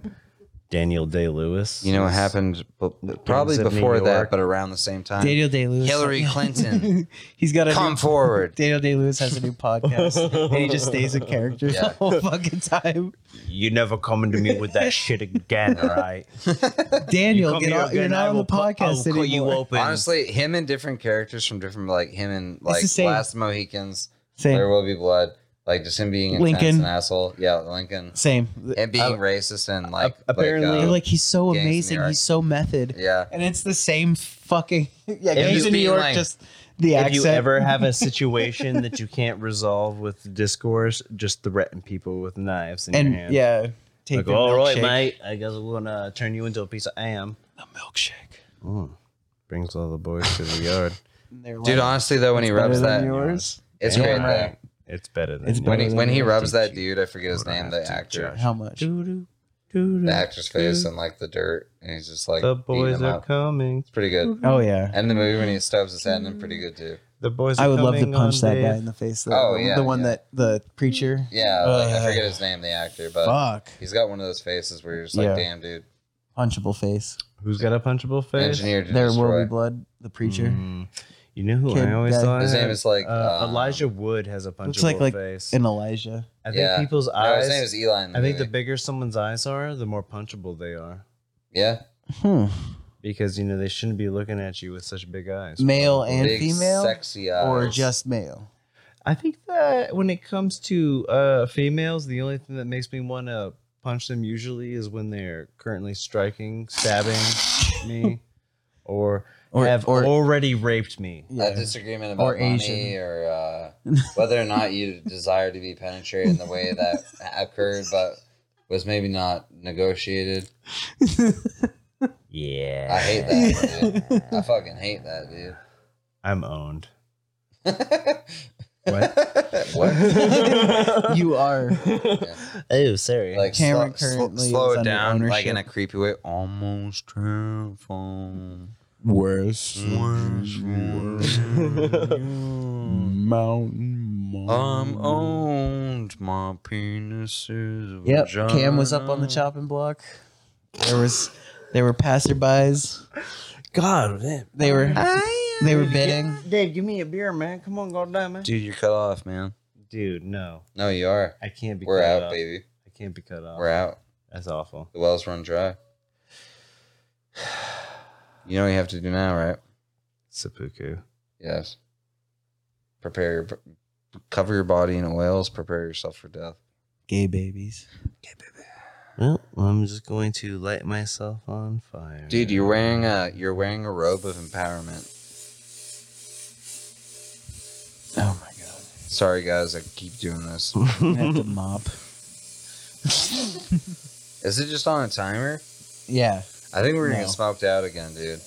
Daniel Day Lewis. You know what happened bu- probably of New before York. that, but around the same time. Daniel Day Lewis. Uh, Hillary Clinton. He's got a Come new, forward. Daniel Day Lewis has a new podcast and he just stays in character Yeah. the whole fucking time. You never coming to me with that shit again, all right? Daniel, Come get here on, you're again, I not on will the cut- I will podcast cut anymore. you open. Honestly, him and different characters from different like him and like the same. Last Mohicans. There Same. will be blood. Like just him being intense Lincoln. and asshole. Yeah, Lincoln. Same. And being racist and like apparently- like, Uh, They're uh, like, he's so Gangs in New amazing. York. He's so method. yeah. And it's the same fucking. Yeah, Gangs Gangs you- in New York, like- just the if accent. you ever have a situation that you can't resolve with discourse, just threaten people with knives in and your hand. yeah, take Like, the all right, milkshake. mate. I guess we're gonna turn you into a piece of am. A milkshake. Brings all the boys to the yard. And they're Dude, like, honestly though, when he rubs better than that, yours? it's Yeah, great. right. though. It's better than It's you. When he Better when than he yours. rubs that dude, I forget his What I name, have the to actor, judge. How much? the actor's face and like the dirt, and he's just like The beating boys him are up. coming. It's pretty good. Oh yeah, And the movie when he stubs his head, and pretty good too. The boys. Are I would love to coming punch on that guy Dave. in the face. Though. Oh, the, yeah, the one yeah. that the preacher. Yeah, like, Ugh. I forget his name, the actor, but Fuck, he's got one of those faces where you're just like, Yeah. damn, dude, punchable face. Who's got a punchable face? engineered to There will destroy. be blood. The preacher. Mm. You know who Kid I always that- thought. His had? name is like uh, um, Elijah Wood has a punchable Looks like- like face. And Elijah. I think yeah. people's No, eyes. his name is Eli. In the I think the movie. bigger someone's eyes are, the more punchable they are. yeah, Hmm. Because you know they shouldn't be looking at you with such big eyes. Male and big female, sexy eyes. or just male. I think that when it comes to uh, females, the only thing that makes me want to punch them usually is when they're currently striking, stabbing me, or, Or- have or- already raped me. Yeah. a disagreement about Or money Asian. or uh, whether or not you desire to be penetrated in the way that occurred, but was maybe not negotiated. Yeah. I hate that. Dude. I fucking hate that, dude. I'm owned. what? you are. Oh, sorry. Like Cameron slow, sl- currently slow is it down, under like in a ownership. creepy way. Almost transformed. Worse. Mm-hmm. Mountain. I'm Um, owned. My penis is. Yep. Cam was up on vagina. the chopping block. There was, there were passerby's. God, man. They were, they were bidding. Dave, give me a beer, man. Come on, goddamn man. Dude, you're cut off, man. Dude, no. No, you are. I can't be We're cut out, off. baby. I can't be cut off. We're out. That's awful. The wells run dry. You know what you have to do now, right? Seppuku. Yes. Prepare your, cover your body in oils. Prepare yourself for death. Gay babies. Well, I'm just going to light myself on fire. Dude, you're wearing a you're wearing a robe of empowerment. Oh my god. Sorry guys, I keep doing this. I'm gonna have to mop. Is it just on a timer? Yeah. I think we're gonna get No. smoked out again, dude.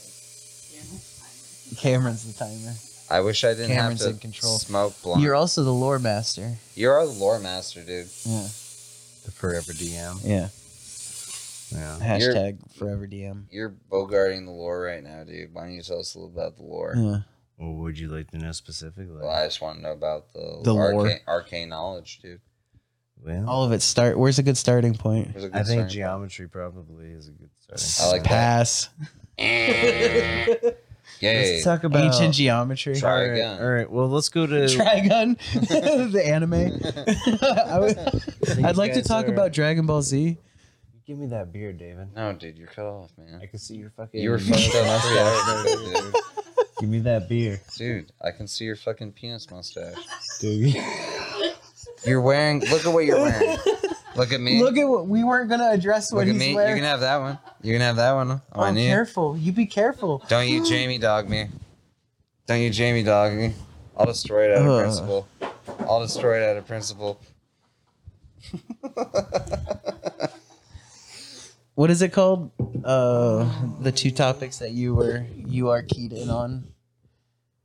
Cameron's the timer. I wish I didn't Cameron's have in to control. smoke blunt. You're You're, also the lore master. a lore master, dude. Yeah. The Forever DM. Yeah. Yeah. Hashtag forever DM. You're bogarting the lore right now, dude. Why don't you tell us a little about the lore? Yeah. What would you like to know specifically? Well, I just want to know about the, The lore. arcane, arcane knowledge, dude. Well, All of it start. Where's a good starting point? There's a good I think starting point. geometry probably is a good I starting. like that. Pass. Yay. Let's talk about Ancient geometry. Eh. Try All right, again. All right. Well, let's go to. Dragon, the anime. I would, I'd like to guys talk are- about Dragon Ball Z. Give me that beer, David. No, dude, you're cut off, man. I can see your fucking. You were fucked up three hours ago, dude. Give me that beer. Dude, I can see your fucking penis mustache. Dude. You're wearing. Look at what you're wearing. Look at me. Look at what we weren't gonna address what Look at he's me. You wearing. can have that one. You can have that one on oh, my knee. careful! You be careful. Don't Mm. you Jamie dog me. Don't you Jamie dog me. I'll destroy it out of Ugh. principle. I'll destroy it out of principle. What is it called? Uh, the two topics that you were you are keyed in on: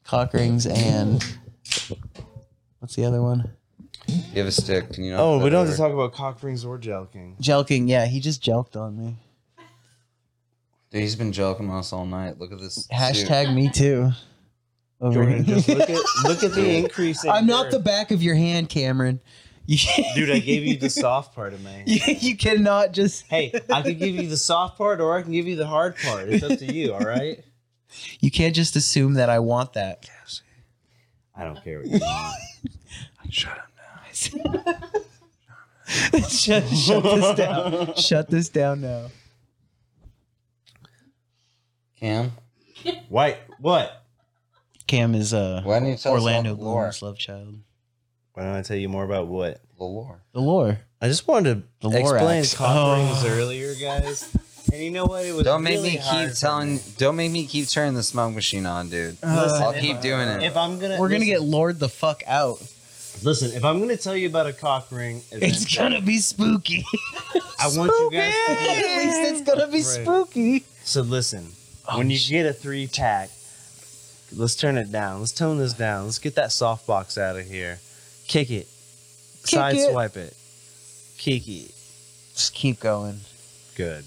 cock rings and what's the other one? You have a stick. Can you not? Oh, put we don't it have to over? talk about cock rings or jelking. Jelking. Yeah, he just jelked on me. Dude, he's been joking on us all night. Look at this. suit. Hashtag me too. Over Jordan, here. just look at look at the increase. In I'm not the your- back of your hand, Cameron. You, dude. I gave you the soft part of my. hand. you, you cannot just. Hey, I could give you the soft part or I can give you the hard part. It's up to you. All right. You can't just assume that I want that. I don't care what you want. shut, shut this down. Shut this down now. Cam. White. What? Cam is uh Why didn't you tell Orlando us about the lore? Bloom's love child. Why don't I tell you more about what? The lore. The lore. I just wanted to The explain Lorax. cock Oh. rings earlier, guys. And you know what? It was Don't make really me hard keep for telling. Don't make me keep turning the smoke machine on, dude. Listen, I'll keep doing it. Uh, If I'm gonna, We're gonna get listen, lured the fuck out. Listen, if I'm gonna tell you about a cock ring, It's event, gonna be spooky. I want you guys to At get- least it's gonna be Right. spooky. So listen, when you get a three pack, let's turn it down. Let's tone this down. Let's get that softbox out of here. Kick it. Kick it. Sideswipe it. Kick it. Just keep going. Good.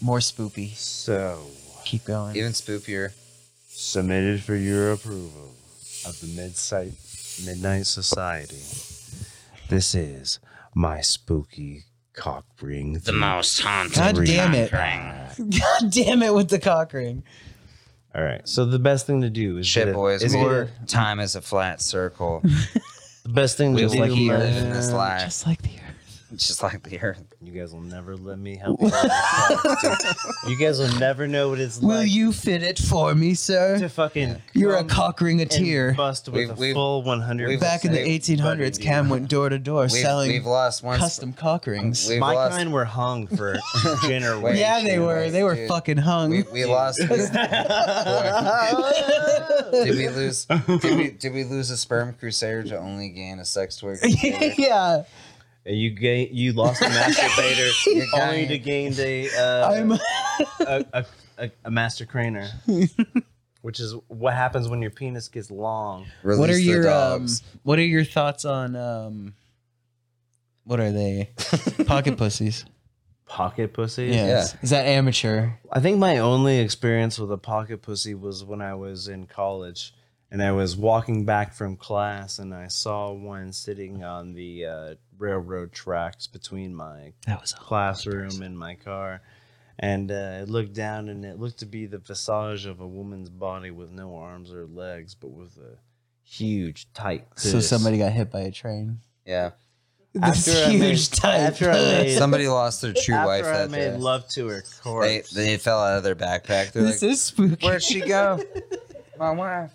More spoopy. So Keep going. Even spoopier. submitted for your approval of the Midsite Midnight Society. This is my spooky cock ring. The most haunted. God damn it. God damn it with the cock ring. All right. So the best thing to do is Shit, get a- boys. Is More more, time is a flat circle. the best thing to We do. uh, will keep man, living this life. Just like the earth. just like the earth. You guys will never let me help. you. you guys will never know what it's Will like you fit it for me, sir? to fucking You're a come cock ring a and tear. bust with We've- a we've- full 100. we've- Back in the Say, 1800s, buddy, Cam went door to door We've, we've selling lost one. custom cock rings. We've My lost. kind were hung for Wait, generations. yeah, they were. They were dude. fucking hung. We, we lost. did we lose? Did we, did we lose a sperm crusader to only gain a sex toy? crusader? yeah, And you gain, you lost a masturbator You're only to dying. gain a, uh, I'm. a, a, a a master craner, which is what happens when your penis gets long. Release what are the your um, dogs. What are your thoughts on um? What are they? Pocket pussies. Pocket pussy. Yes. Is that amateur? I think my only experience with a pocket pussy was when I was in college and I was walking back from class and I saw one sitting on the uh, railroad tracks between my That was. classroom and my car. And uh, I looked down and it looked to be the visage of a woman's body with no arms or legs, but with a huge, tight. So fist. somebody got hit by a train. yeah. This After I made- huge type. after I made- Somebody lost their true After wife I that made day. love to her They, corpse. they fell out of their backpack. They're this like, is spooky. "Where'd she go? My wife."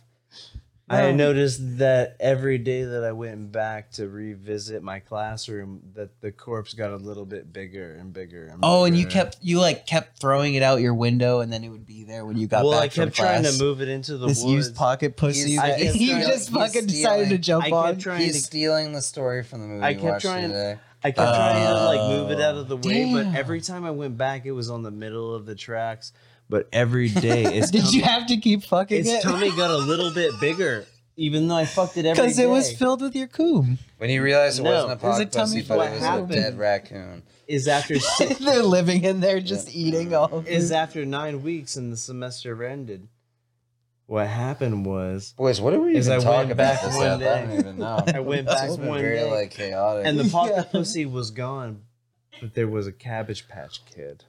I noticed that every day that I went back to revisit my classroom, that the corpse got a little bit bigger and bigger. And Oh, and you bigger. kept you like kept throwing it out your window, and then it would be there when you got well, back I kept from trying class. to move it into the this woods. used pocket pussy He's- that I kept you trying- he's just fucking decided to stealing. jump I on. kept trying He's to, stealing the story from the movie. I we kept watched trying- Today. I kept trying to like move it out of the way, Oh, Damn. but every time I went back, it was on the middle of the tracks. But every day, it's Did tummy, you have to keep fucking its it? tummy got a little bit bigger, even though I fucked it every day. Because it was filled with your coom. When you realized it No, wasn't a it was a pot pussy, tummy but what it was happened. a dead raccoon. is after six, They're living in there, just eating all. Of is this. after nine weeks and the semester ended. What happened was Boys, what are we Is even I talking went about back this one at? I don't day. even know. I went back It's been one very day, like chaotic. and the pocket Yeah. pussy was gone, but there was a Cabbage Patch Kid.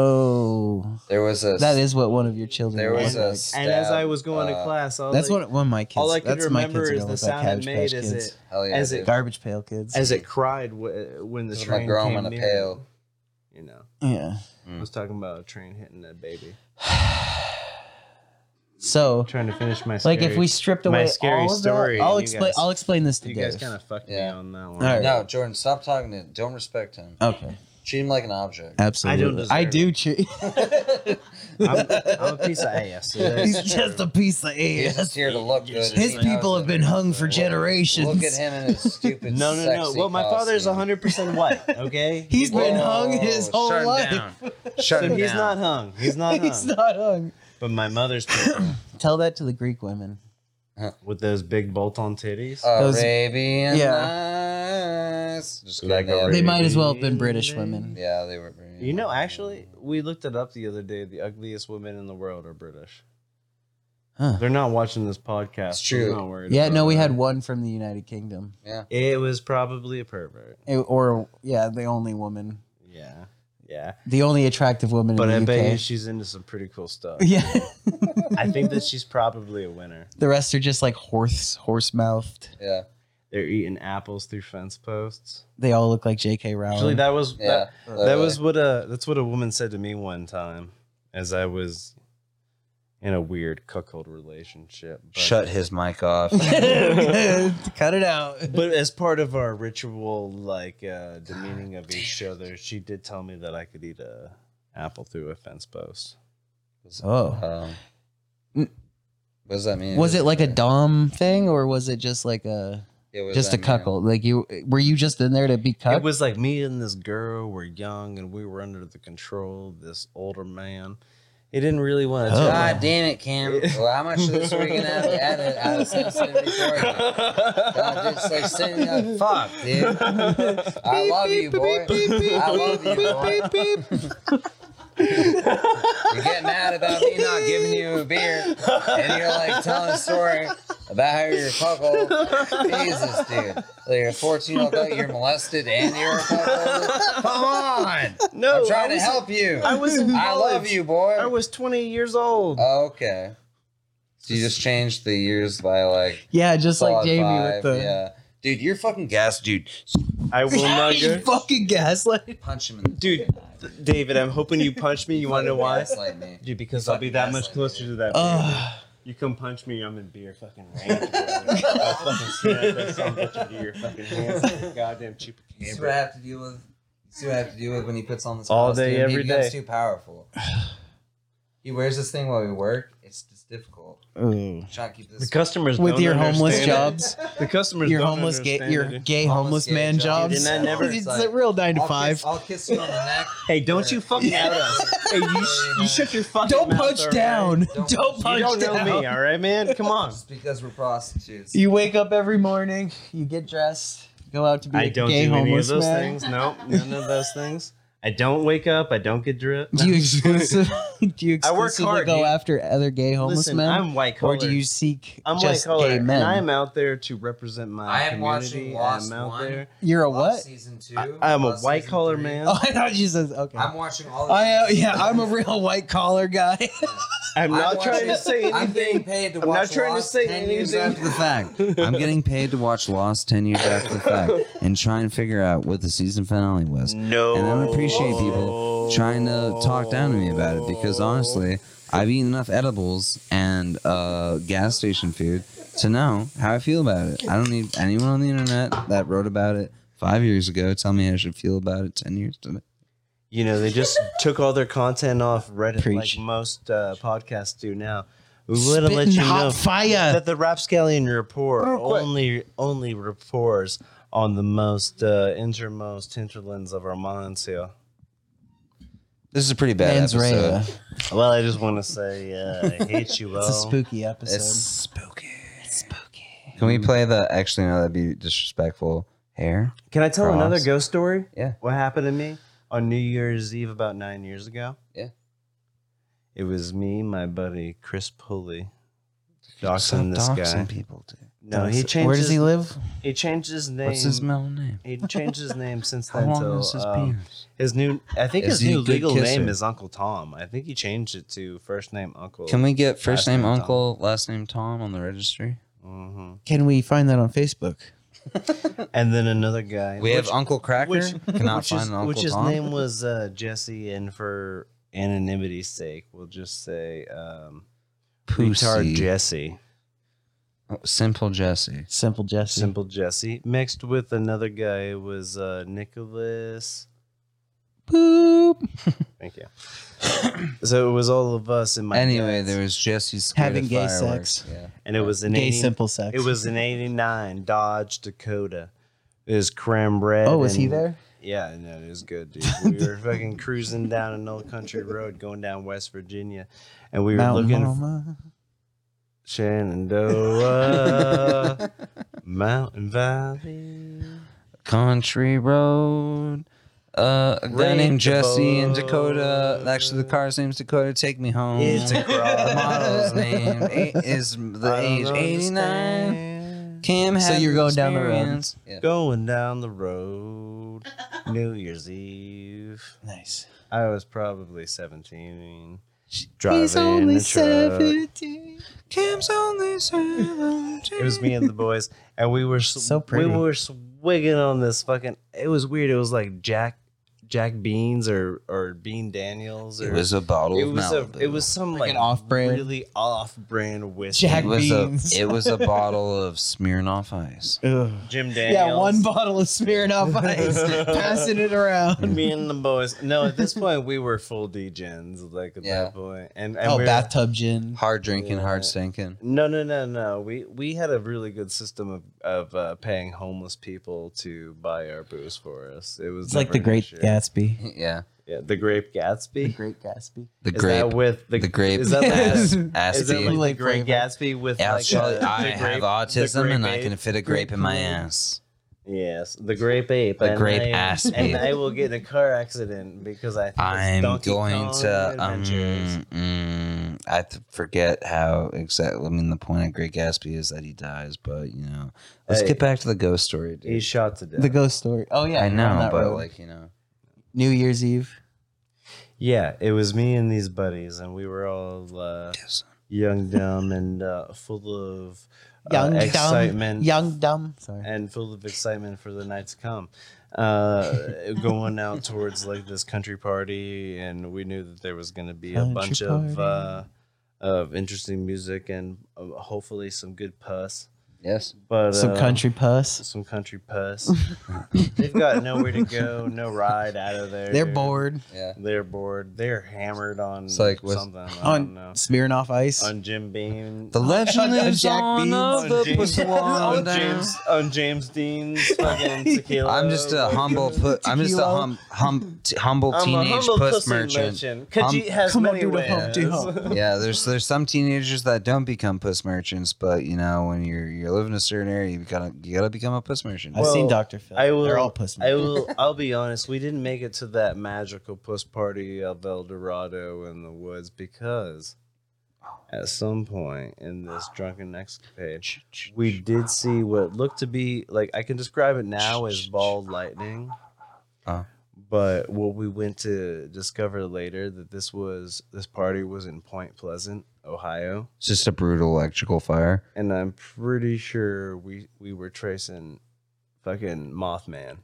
Oh, there was a that is what one of your children. There was looked a like. and as I stab, was going uh, to class, all That's I, what one of my kids. all I could that's my remember kids are is gonna the look sound like it Cabbage made Patch as Kids. it hell yeah, as it dude. Garbage Pail Kids. as it cried w- when the It's train like Grom came in a near. pail. You know, yeah. I was talking about a train hitting that baby. So, trying to finish my like, if scary- we stripped my away scary all of that- story, I'll you explain. guys- I'll explain this to you guys Dave. kind of fucked Yeah. me on that one. All right. No, Jordan, stop talking to him. Don't respect him. Okay. Treat him like an object. Absolutely. I, deserve it. do. Che- I'm, I'm a piece of ass. so that's- He's just a piece of He's ass. just here to look good. and His he knows people have it. been hung for generations. Look at him in his stupid. no, no, no. sexy Well, my father's costume. 100 percent white. Okay, He's been Whoa, hung his whole shut him life. down. Shut so him he's down. not hung. He's not He's hung. not hung. But my mother's people Tell that to the Greek women. with those big bolt-on titties. Those- Arabian Yeah. Nights. Just Like kidding, a They they- might as well have been British women. Yeah, they were. pretty- You know, actually, we looked it up the other day. The ugliest women in the world are British. Huh. They're not watching this podcast. It's true. I'm not worried Yeah, about no, we that. had one from the United Kingdom. It was probably a pervert. It- or, yeah, the only woman. Yeah, yeah. The only attractive woman But I in the bet you UK. she's into some pretty cool stuff. yeah. I think that she's probably a winner. The rest are just like horse horse mouthed. Yeah. They're eating apples through fence posts. They all look like J.K. Actually, Rowling. that was Yeah. that, that uh, literally. was what a that's what a woman said to me one time, as I was in a weird cuckold relationship. but- Shut his mic off. Cut it out. But as part of our ritual, like uh, demeaning of each other, she did tell me that I could eat a apple through a fence post. Oh. Um, what does that mean? Was it like a dom thing or was it just like a Yeah, what does just a that mean? cuckold? Like you were you just in there to be It cucked? was like me and this girl were young, and we were under the control of this older man. He didn't really want to. Oh. God damn it, Cam. Well, how much of this are we gonna have to edit out of sensitivity for you? God, just like sitting there, fuck, dude. I love you, boy. I love you, boy. You're getting mad about me not giving you a beer, and you're like telling a story about how you're a cuckold. Jesus, dude. Like, you're 14 year old, you're molested, and you're a cuckold. Come on. no, I'm trying Oh, I to was- help you. I was in I love college. you, boy. I was 20 years old. Oh, okay. So you just changed the years by like yeah, just like solid Jamie five, with the yeah. Dude, you're fucking gas, dude. I will not You go. fucking gaslight. Punch him in the Dude, th- David, I'm hoping you punch me. You want to know why? Gaslight me. Dude, because I'll be that much closer to that. beer. Ugh. You come punch me, I'm in beer fucking range. I'll fucking snap that son of a bitch into your fucking hands. like a Goddamn You see what I chupacabra. have to deal with. You see what I have to deal with when he puts on this All day, costume? every he becomes day. too powerful. he wears this thing while we work. It's just difficult. I'm trying to keep The this. customers With don't your homeless understand jobs, it. The customers your don't homeless gay, understand your it. gay Homeless homeless gay man job. jobs. Didn't I never- It's a real nine to I'll five. Kiss, I'll kiss you on the neck. Hey, don't you fucking out us. Hey, you, sh- you shut your fucking Don't mouth, punch all right? down. Don't- Don't, You punch You don't know down. me, all right, man? Come on. Just because we're prostitutes. You wake up every morning. You get dressed. Go out to be a I don't gay do any of homeless those man. things. No, none of those things. I don't wake up. I don't get drip. Do you exclusive? do you I exclusively work hard, go dude. after other gay homeless Listen, men, I'm white collar. or do you seek I'm just white collar, gay men? and I'm out there to represent my I am watching community. Lost I'm out One. there. You're a Lost what? Season two. I, I'm a Lost white season collar three. man. Oh, I thought you said okay. I'm watching all. Of I am, these. yeah, I'm a real white collar guy. I'm I'm not trying watching- to say anything. I'm getting paid to I'm watch not trying to Lost say 10 years anything. after the fact. I'm getting paid to watch Lost 10 years after the fact and try and figure out what the season finale was. no. And I don't appreciate people trying to talk down to me about it because honestly, I've eaten enough edibles and uh, gas station food to know how I feel about it. I don't need anyone on the internet that wrote about it five years ago tell me I should feel about it 10 years today. You know, they just took all their content off Reddit, Preach. like most uh, podcasts do now. We want to let Spitting you hot know fire. that the Rapscallion report only only reports on the most uh, innermost hinterlands of our minds here. This is a pretty bad Mens rea. episode. Well, I just want to say uh, I hate you all. It's a spooky episode. It's spooky. Spooky. Can we play the actually no that'd be disrespectful hair? Can I tell Cross. another ghost story? Yeah. What happened to me on New Year's Eve about nine years ago? Yeah. It was me, my buddy Chris Pulley, doxing this Stop guy. doxing people dude. No, he changed. Where does his, he live? He changed his name. What's his middle name? He changed his name since How then. long till, is his um, penis? His new, I think Is his he a new good legal name kisser? is Uncle Tom. I think he changed it to first name Uncle. Can we get first last name name Tom. Uncle, last name Tom on the registry? hmm Can we find that on Facebook? And then another guy. We have Uncle Cracker. which- Cannot which find is, an Uncle which his Tom. name was uh, Jesse, and for anonymity's sake, we'll just say um, retard Pussy. Jesse, Oh, Simple Jesse. Simple Jesse. simple Jesse, mixed with another guy who was uh, Nicholas. Boop. Thank you. so it was all of us in my Anyway, dad's, there was Jesse Having gay sex. and it was an Gay 80 simple sex. It was an '89 Dodge Dakota. It was creme red. Oh, was he and- there? Yeah, no, it was good, dude. We were fucking cruising down an old country road going down West Virginia, and we were Mountain looking Mama. for Shenandoah, Mountain Valley. Country Road. Uh, a guy Rain named Jesse in Dakota. Dakota. Actually, the car's name's Dakota. Take me home. It's a The cross. model's name eight, is the I don't age eighty nine. understand. Cam has So you're going down the road. experience. Yeah. Going down the road, New Year's Eve. Nice. I was probably 17. He's driving only the truck. seventeen. Cam's only seventeen. It was me and the boys, and we were sw- So pretty. We were swigging on this fucking. It was weird. It was like Jack, Jack Beans or or Bean Daniels. Or, It was a bottle It of was a. Malibu. It was some like, an off-brand? really off-brand whiskey. It Jack- was a- Beans. it was a bottle of Smirnoff Ice. Jim Daniels. Yeah, one bottle of Smirnoff Ice, passing it around. Me and the boys. No, at this point we were full degens. Like at Yeah. that point, and, and Oh, we were- bathtub gin. Hard drinking, hard Yeah. stinking. No, no, no, no. We we had a really good system of of uh, paying homeless people to buy our booze for us. It was It's like never the an Great issue. Gatsby. Yeah, Yeah, the Grape Gatsby. Great Gatsby. the Is grape, that with the, the grape, Is that like, ass, is that aspie. like the Kool-Aid Great flavor. Gatsby with Yeah, like Charlie, uh, the I grape- have the autism and grape I can ape? fit a grape in my ass. Yes, the grape ape. The and grape I, Gatsby. And I will get in a car accident because I. Think it's I'm Donkey going Kong to. Um, Adventures. mm, I th- forget how exactly. I mean, the point of Great Gatsby is that he dies, but you know, let's Hey. get back to the ghost story, He's dude. shot to death. The ghost story. Oh yeah, I you're on know, that but road. like you know, New Year's Eve. yeah, it was me and these buddies, and we were all uh, young, dumb, and uh, full of uh, Young dumb. excitement. Young dumb. Sorry. and full of excitement for the night to come. uh, going out towards like this country party, and we knew that there was going to be a bunch of uh, of interesting music and uh, hopefully some good puss. Yes. But Some uh, country puss. some country puss. They've got nowhere to go, no ride out of there. They're dude. bored Yeah. They're bored. They're hammered on It's like with- something. I don't know. on smearing off ice. On Jim Beam. The legend On lives Jack on Beans. Oh, of the Oh, on James, Pusswan on Dam. James, on James Dean's fucking tequila. I'm just a humble. Pu- I'm just a hum, hum, t- humble I'm a teenage humble puss pussy merchant. Khajiit Hum- has Come on, many do the ways. hump, do hump. yeah, there's there's some teenagers that don't become puss merchants, but you know when you're you're living in a certain area, you gotta you gotta become a puss merchant. I've seen Well, Doctor Phil. I will. They're all puss. I will. I'll be honest. We didn't make it to that magical puss party of El Dorado in the woods because, at some point in this drunken escapade, we did see what looked to be like I can describe it now as bald lightning. Uh-huh. Uh. But what we went to discover later that this was this party was in Point Pleasant, Ohio It's just a brutal electrical fire. and I'm pretty sure we we were tracing fucking Mothman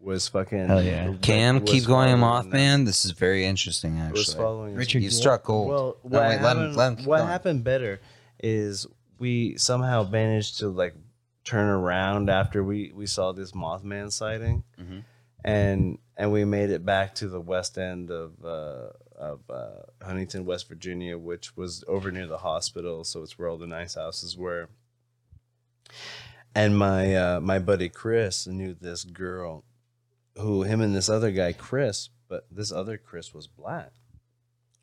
was fucking Hell yeah. Cam, was keep going, following that- Mothman. This is very interesting, was actually. following us. Richard You struck gold. Well, what, Oh. No, wait, let him- happened, let him keep what going. happened better is we somehow managed to like turn around after we we saw this Mothman sighting, Mhm. and and we made it back to the west end of. Uh, of uh, Huntington, West Virginia, which was over near the hospital, so it's where all the nice houses were. And my uh, my buddy Chris knew this girl, who him and this other guy Chris, but this other Chris was black,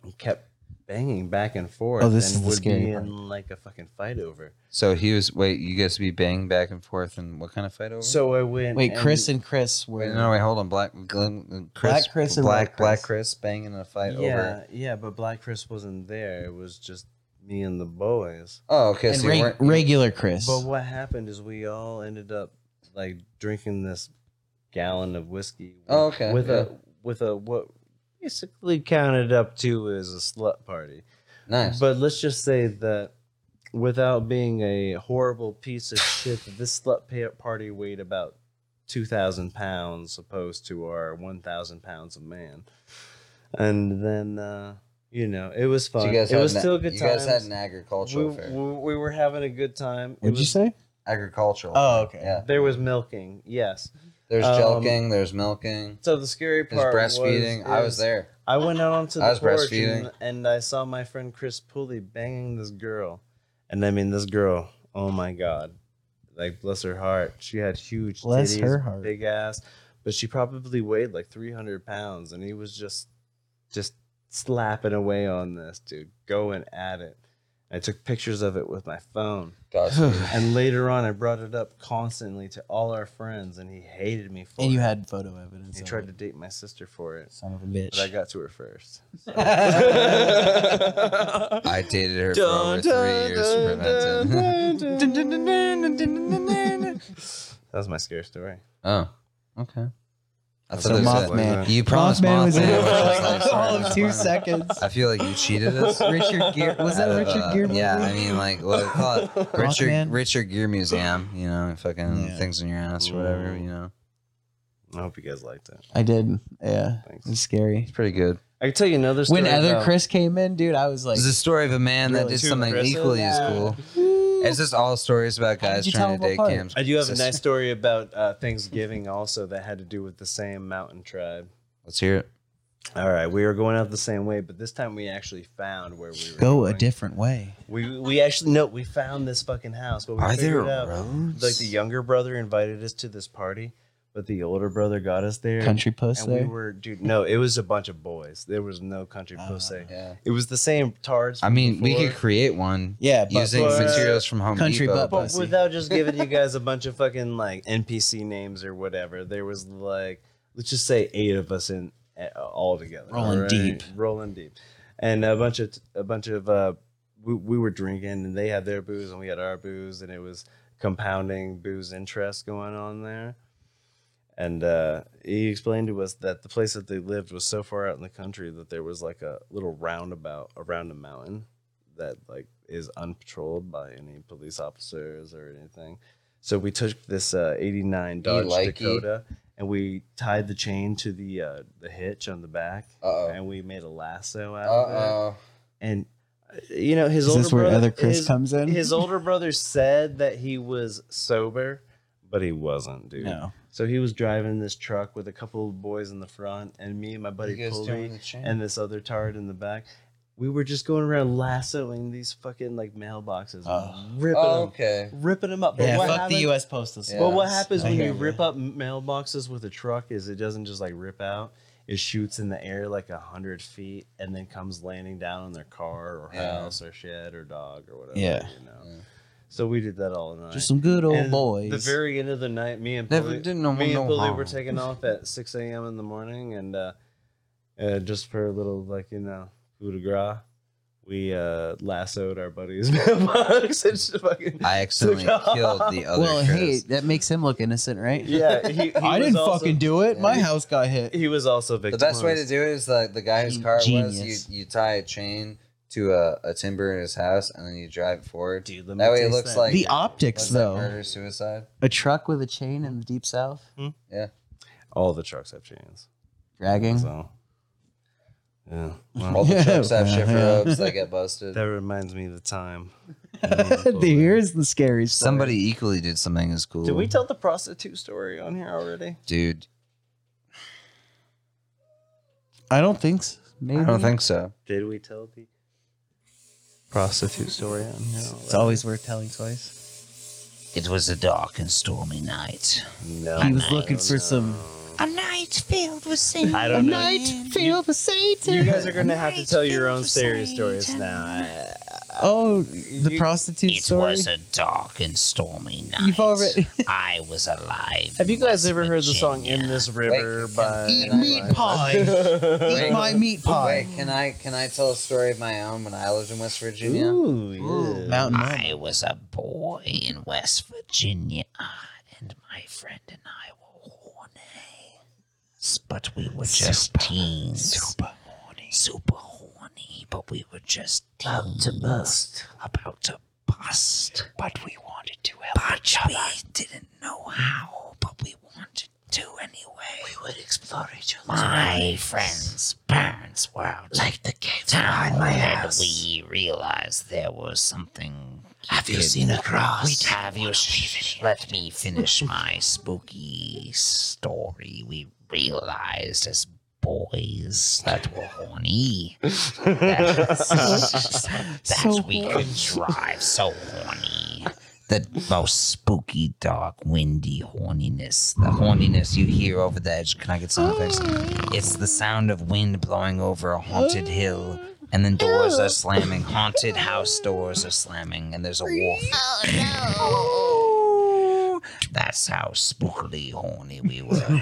and kept banging back and forth. Oh, this and is the would scary be part. in like a fucking fight over. so he was. Wait, you guys be banging back and forth, and what kind of fight over? So I went. Wait, and- Chris and Chris were Wait, no, wait, hold on. Black Glenn, uh, Chris, Black Chris and Black White Black Chris. Chris banging in a fight yeah, over. yeah, but Black Chris wasn't there. It was just me and the boys. Oh, okay. and so you reg- weren't- regular Chris. But what happened is we all ended up like drinking this gallon of whiskey. Oh, okay, With yeah. a with a what basically counted up to as a slut party. nice. But let's just say that without being a horrible piece of shit, that this slut pa- party weighed about 2,000 pounds opposed to our 1,000 pounds a man. And then, uh, you know, it was So fun. it was had an- e, still good You times. guys had an we, agricultural fair. we, we were having a good time. It What'd you was- say? Agricultural. Oh, okay. Yeah. There was milking, yes. There's Um, jelking. There's milking. So the scary There's part breastfeeding. was- I was is- there. I went out onto the I was porch breastfeeding. and, and I saw my friend Chris Pulley banging this girl. And I mean, this girl, oh my God. Like, bless her heart. She had huge Bless titties, her heart. big ass, but she probably weighed like 300 pounds. And he was just, just slapping away on this, dude, going at it. I took pictures of it with my phone. Godspeed. And later on, I brought it up constantly to all our friends, and he hated me for And you it. had photo evidence. He of tried it. to date my sister for it, Son of a but I bitch. got to her first. I dated her for over three years for that. That was my scare story. Oh, okay. I So thought there's a- Mothman. You promised Mothman, Mothman was in it which for is like like, all sorry, of that's two fine. seconds. I feel like you cheated us. Richard Gere was that Uh, Richard Gere? movie? Yeah, I mean, like, what do they call it? Richard, Mothman? Richard Gear Museum, you know, fucking Yeah. things in your ass or whatever, you know. I hope you guys liked it. I did. Yeah, Thanks. it was scary. It's pretty good. I can tell you another story. When other about- Chris came in, dude, I was like, It's the story of a man that Really? did Two something Chris's? equally as Yeah. cool. It's just all stories about How did guys you trying tell to them date apart? cams. I do have a nice story about uh, Thanksgiving also that had to do with the same mountain tribe. Let's hear it. All right, we were going out the same way, but this time we actually found where we were go a going. different way. We we actually no, we found this fucking house, but we Are there figured out roads? like the younger brother invited us to this party, but the older brother got us there. Country puss and there. we were dude, no, it was a bunch of boys. There was no country Ah, puss there. yeah. It was the same tards. I mean, we before, could create one yeah, but using but- materials from Home Country Depot. butt but pussy. without just giving you guys a bunch of fucking like NPC names or whatever. There was like let's just say eight of us in uh, all together. Rolling alright? deep. rolling deep, and a bunch of a bunch of uh, we we were drinking and they had their booze and we had our booze and it was compounding booze interest going on there. And uh, he explained to us that the place that they lived was so far out in the country that there was like a little roundabout around a mountain that like is unpatrolled by any police officers or anything. So we took this uh, '89 Dodge likey. Dakota and we tied the chain to the uh, the hitch on the back, Uh-oh. and we made a lasso out Uh of it. oh. And uh, you know, his Is older this where brother, other Chris his, comes in? his older brother said that he was sober, but he wasn't, dude. no. So he was driving this truck with a couple of boys in the front, and me and my buddy You guys Colby doing the chain? and this other tard in the back. We were just going around lassoing these fucking like mailboxes, Oh. ripping okay. them, ripping them up. But Yeah, what fuck happened- the U.S. Postal Service. But what happens I when hear you ya. rip up mailboxes with a truck is it doesn't just like rip out; it shoots in the air like a hundred feet and then comes landing down on their car or Yeah. house or shed or dog or whatever. Yeah. you know. Yeah. So we did that all night. Just some good old And boys. The very end of the night, me and Never Billy- did no me one and no Billy were harm. taking off at 6 a.m. in the morning, and uh, uh, just for a little, like, you know, coup de grace, we uh, lassoed our buddy's mailbox and just fucking. I accidentally killed the other. well, hey, Chris. that makes him look innocent, right? Yeah, he, he I was didn't also- fucking do it. My Yeah. house got hit. He was also the victim. best way to do it is the the guy whose car it Genius. was. You you tie a chain to a, a timber in his house, and then you drive it forward. Dude, let me That way it taste looks that. like The optics, what's that, though. murder suicide. A truck with a chain in the deep south, all the trucks have chains. dragging. So, yeah. Well, All the Yeah, trucks have shifter yeah. ropes. They get busted. that reminds me of the time. Here's the scary story. Somebody equally did something as cool. Did we tell the prostitute story on here already? Dude, I don't think. So. Maybe. I don't think so. Did we tell the prostitute story on here? It's always worth telling twice. It was a dark and stormy night. No. He was looking for some. I don't know. You guys are gonna have to tell your own scary stories now. Oh, the prostitute story. a dark and stormy night. You've already. I was alive. Have you guys ever heard the song "In This River" Wait, by? Eat meat pie. Eat my meat Wait, pie. can I can I tell a story of my own when I lived in West Virginia? Ooh, yeah. Mountain. I was a boy in West Virginia, and my friend and I were horny. But we were just teens. Super horny. Super horny, but we were just teens. About to bust. About to bust. But we wanted to help but each other. We didn't know how, but we wanted to anyway. We would explore each other's My friend's parents were out like the kids behind my house. we realized there was something. Have you seen a cross? We have you. Sh- let me finish my spooky story. We realized as boys that were horny that, that we could drive so horny. The most spooky, dark, windy horniness. The horniness you hear over the edge. Can I get some effects? It's the sound of wind blowing over a haunted hill, and then doors are slamming. Haunted house doors are slamming, and there's a wolf. Oh no! That's how spookily horny we were.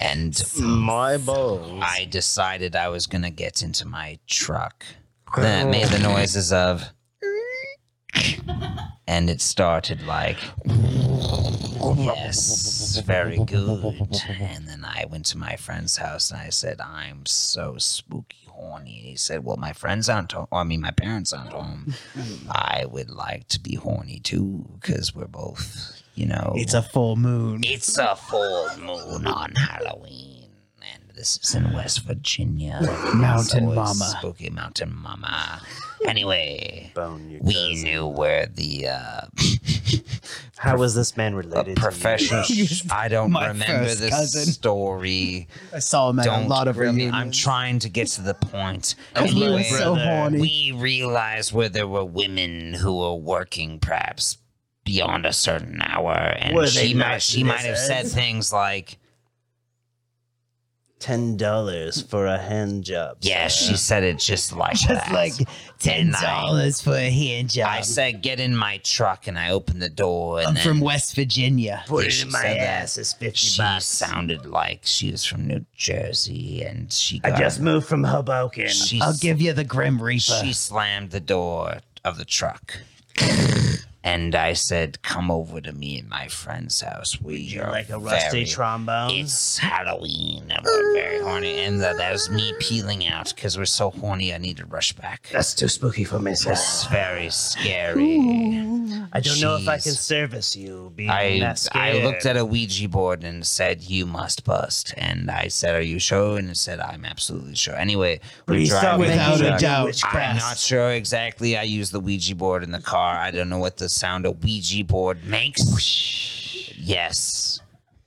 and My balls. I decided I was gonna get into my truck. Then it made the noises of. And it started like, yes, very good. And then I went to my friend's house and I said, I'm so spooky horny. And he said, Well, my friends aren't home. I mean, my parents aren't home. I would like to be horny too, because we're both, you know. It's a full moon. it's a full moon on Halloween, and this is in West Virginia. Mountain So it's Mama. Spooky Mountain Mama. Anyway, Bone you we knew where the uh, How was this man a related? professional. I don't My remember first this cousin. story. I saw him at Don't a lot of really. reunions. I'm trying to get to the point. And he Anyway, was so horny. we realized where there were women who were working perhaps beyond a certain hour, and Were they she might nice she might have said lizards? things like, Ten dollars for a hand job. "Yeah, she said it just like that." ten $10 for a hand job. I said, "Get in my truck," and I opened the door, and I'm then from West Virginia. Put it in my ass. It's fifty She sounded like she was from New Jersey, and she. Got, moved from Hoboken. She, I'll give you the Grim Reaper. She slammed the door of the truck. And I said, "Come over to me and my friend's house. We are like a rusty very- trombone. It's Halloween and we're very horny. And that, that was me peeling out because we're so horny. I need to rush back. That's too spooky for me, sir. That's very scary. I don't know if I can Jeez. service you. Being I that I scared. looked at a Ouija board and said, "You must bust." And I said, "Are you sure?" And it said, "I'm absolutely sure." Anyway, we're Please stop driving Without making a me do doubt. witchcraft. I'm not sure exactly. I use the Ouija board in the car. I don't know what the sound a Ouija board makes. Yes.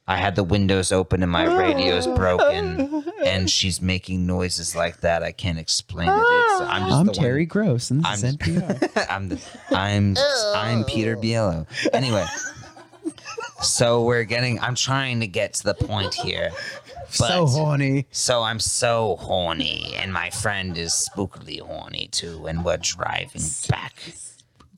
I had the windows open and my radio's broken, and she's making noises like that. I can't explain it. It's, I'm just I'm the one- Terry Gross, and this is I'm- NPR. I'm the, I'm I'm Peter Biello. Anyway, so we're getting. I'm trying to get to the point here. But, so horny. so I'm so horny, and my friend is spookily horny too, and we're driving back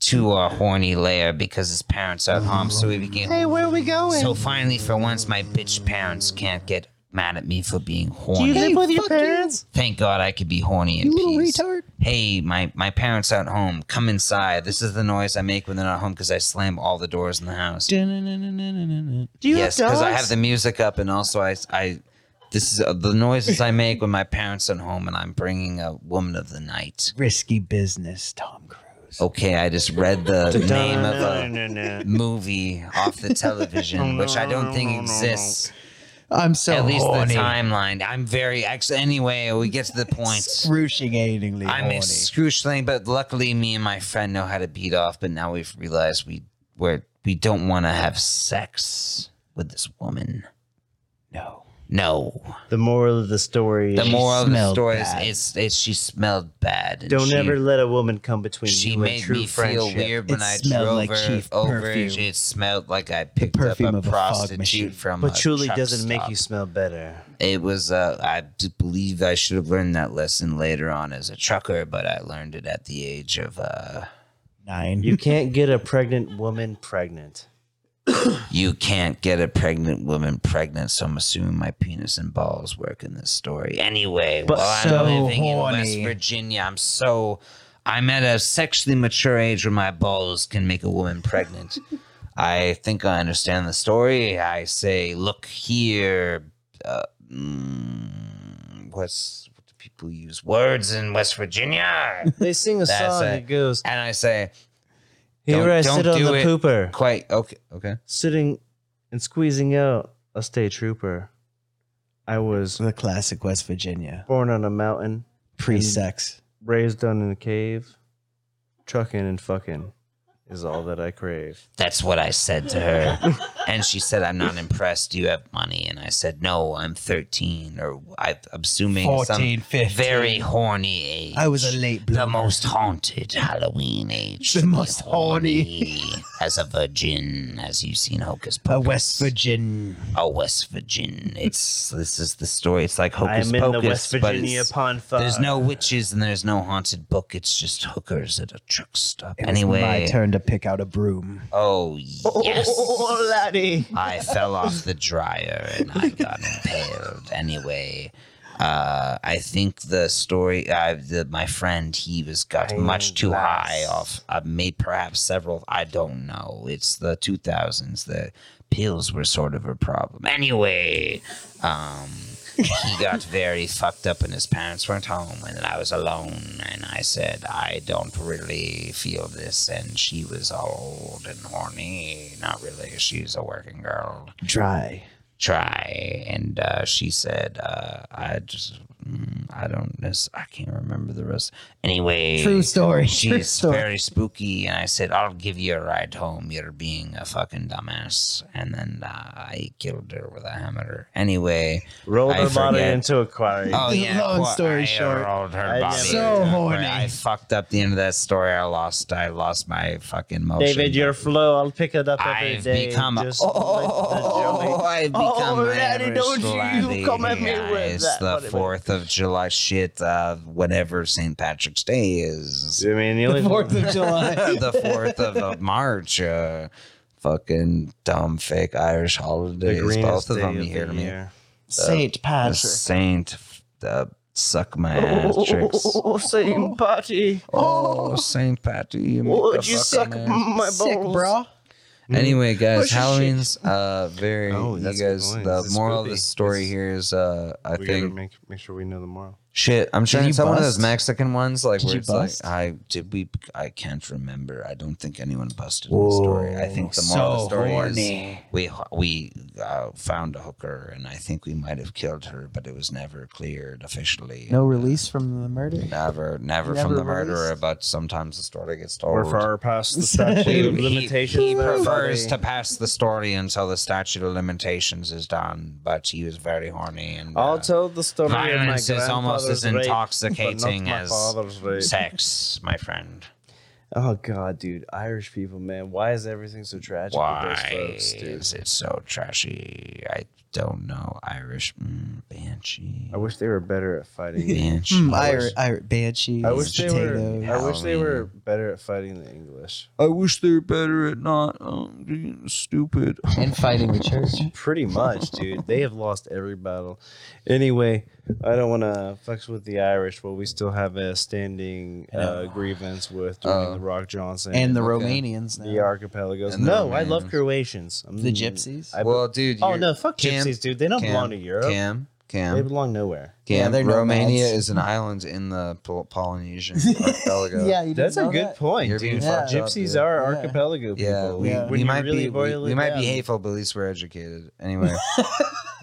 to our horny lair because his parents are at home. So we begin. Hey, where are we going? So finally, for once, my bitch parents can't get mad at me for being horny. with your parents? Thank God I could be horny in peace. Hey, my my parents aren't home. Come inside. This is the noise I make when they're not home because I slam all the doors in the house. Do you yes, have because dogs? I have the music up, and also I I this is uh, the noises I make when my parents aren't home, and I'm bringing a woman of the night. Risky business, Tom Cruise. Okay, I just read the name of a Dun-dun-dun-dun-dun. movie off the television, which I don't think exists. I'm so At least horny. the timeline. I'm very actually. Anyway, we get to the point. Excruciatingly I'm horny. excruciating, but luckily, me and my friend know how to beat off. But now we've realized we we're, we don't want to have sex with this woman. no. No. The moral of the story The is moral of the smelled story bad. is it's, it's she smelled bad. and don't she, ever let a woman come between She you and made true me friendship. feel weird when It I smelled drove like her cheap over. perfume. It smelled like I picked up perfume a of a fog machine. prostitute from a Patchouli truck doesn't make stop. you smell better. It was. Uh, I d- believe I should have learned that lesson later on as a trucker, but I learned it at the age of. uh Nine. You can't get a pregnant woman pregnant. You can't get a pregnant woman pregnant, so I'm assuming my penis and balls work in this story. Anyway, But while so I'm living horny. in West Virginia, I'm so I'm at a sexually mature age where my balls can make a woman pregnant. I think I understand the story. I say, look here. Uh, mm, what's what do people use words in West Virginia? They sing a That's song it. that goes, and I say, Here Don't- I don't sit on do the it. pooper, quite okay, okay. sitting and squeezing out a state trooper. I was The classic West Virginia. born on a mountain, Pre-sex. raised on in a cave, trucking and fucking is all that I crave. That's what I said to her. and she said, I'm not impressed. Do you have money? And I said, No, I'm 13 or I'm assuming some 14, 15. very horny age. I was a late the bloomer. most haunted Halloween age. The to be most horny As a virgin, as you've seen Hocus Pocus. A West Virgin. A West Virgin. It's, this is the story. It's like Hocus I'm in Pocus. the West but Virginia it's- pond fire. There's no witches and there's no haunted book. It's just hookers at a truck stop. It was anyway. my turn to pick out a broom. Oh, yes. Oh, laddie. I fell off the dryer and I got impaled. Anyway, uh, I think the story, uh, the, my friend, he was got much too high off. I made perhaps several. I don't know. It's the two thousands. The pills were sort of a problem. Anyway, um, he got very fucked up and his parents weren't home and then I was alone and I said I don't really feel this and she was old and horny not really she's a working girl Dry. try and uh, she said uh, I just mm, I don't miss I can't remember the rest anyway True story. True She's story. very spooky, and I said, "I'll give you a ride home. You're being a fucking dumbass." And then uh, I killed her with a hammer. Anyway, Rolled I her body forget. into a quarry. Oh yeah. Long well, story I short, rolled her I body never- into So a horny. corner. I fucked up the end of that story. I lost. I lost my fucking motion. David, your flow, I'll pick it up every I've day, become. just oh, like the jelly. I've become. Oh, an Daddy, average don't you laddie. come at me Yeah, with It's that. the Wait a minute. Fourth of July shit. Uh, whatever St. Patrick's Day Uh, is. I mean, the only Fourth of July. the fourth of uh, March. Uh, fucking dumb fake Irish holidays. Both of them. You hear me? Saint Patrick. Saint. The Suck my ass, tricks. Oh, same party. Oh, St. Patrick. You Would motherfucker, you suck man. my balls? Sick, bro. Anyway, guys, shit. Halloween's uh very. Mm. Oh, you that's a good guys, point. the This is moral of spooky. the story This- here is, uh, I we gotta think make make sure we know the moral. shit. I'm trying you to tell one of those bust? Mexican ones, like Did where you it's like, bust? I did we? I can't remember. I don't think anyone busted in the story. I think the moral of the story is we h- we uh, found a hooker, and I think we might have killed her, but it was never cleared officially. No release from the murder. Never, never, Never from the released? murderer, but sometimes the story gets told. We're far past the He- statute of he- limitations. He there, prefers to buddy. pass the story until the statute of limitations is done, but he was very horny and uh, I'll tell the story of my violence is almost as grandfather's rape, but not intoxicating my as father's rape. sex, my friend. Oh god, dude, Irish people, man, why is everything so tragic Why with those folks, dude? is it so trashy? I don't know. Irish mm, banshee, I wish they were better at fighting. banshee. Mm, Irish, Irish banshees, I wish they were. potatoes. I wish they were better at fighting the English. I wish they're better at not um, being stupid. and fighting the church. Pretty much, dude. They have lost every battle. Anyway, I don't want to fucks with the Irish, but we still have a standing uh, grievance with Dwayne Uh, the Rock Johnson and the Okay. Romanians now. the archipelagos. And the No, I Romanians. love Croatians. I'm- the gypsies. I- well, dude. oh you're- no, fuck Cam- gypsies, dude. They don't Cam- belong to Europe. Cam, Cam. They belong nowhere. Yeah, Cam- they're Romania nomads. is an island in the Pol- Polynesian archipelago. yeah, you That's a didn't know good that? point, You're being dude. fucked up, Gypsies dude. are Yeah. archipelago people. Yeah, we, Yeah. When we you might really be we, boil we it might be down. hateful, but at least we're educated. Anyway,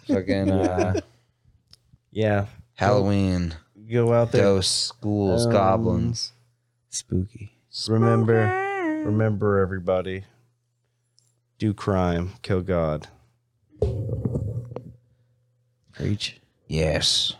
fucking uh, Yeah, Halloween, go out there. those schools, Um, goblins, Spooky. Mm. Remember, remember, everybody. Do crime, kill God. Preach. yes.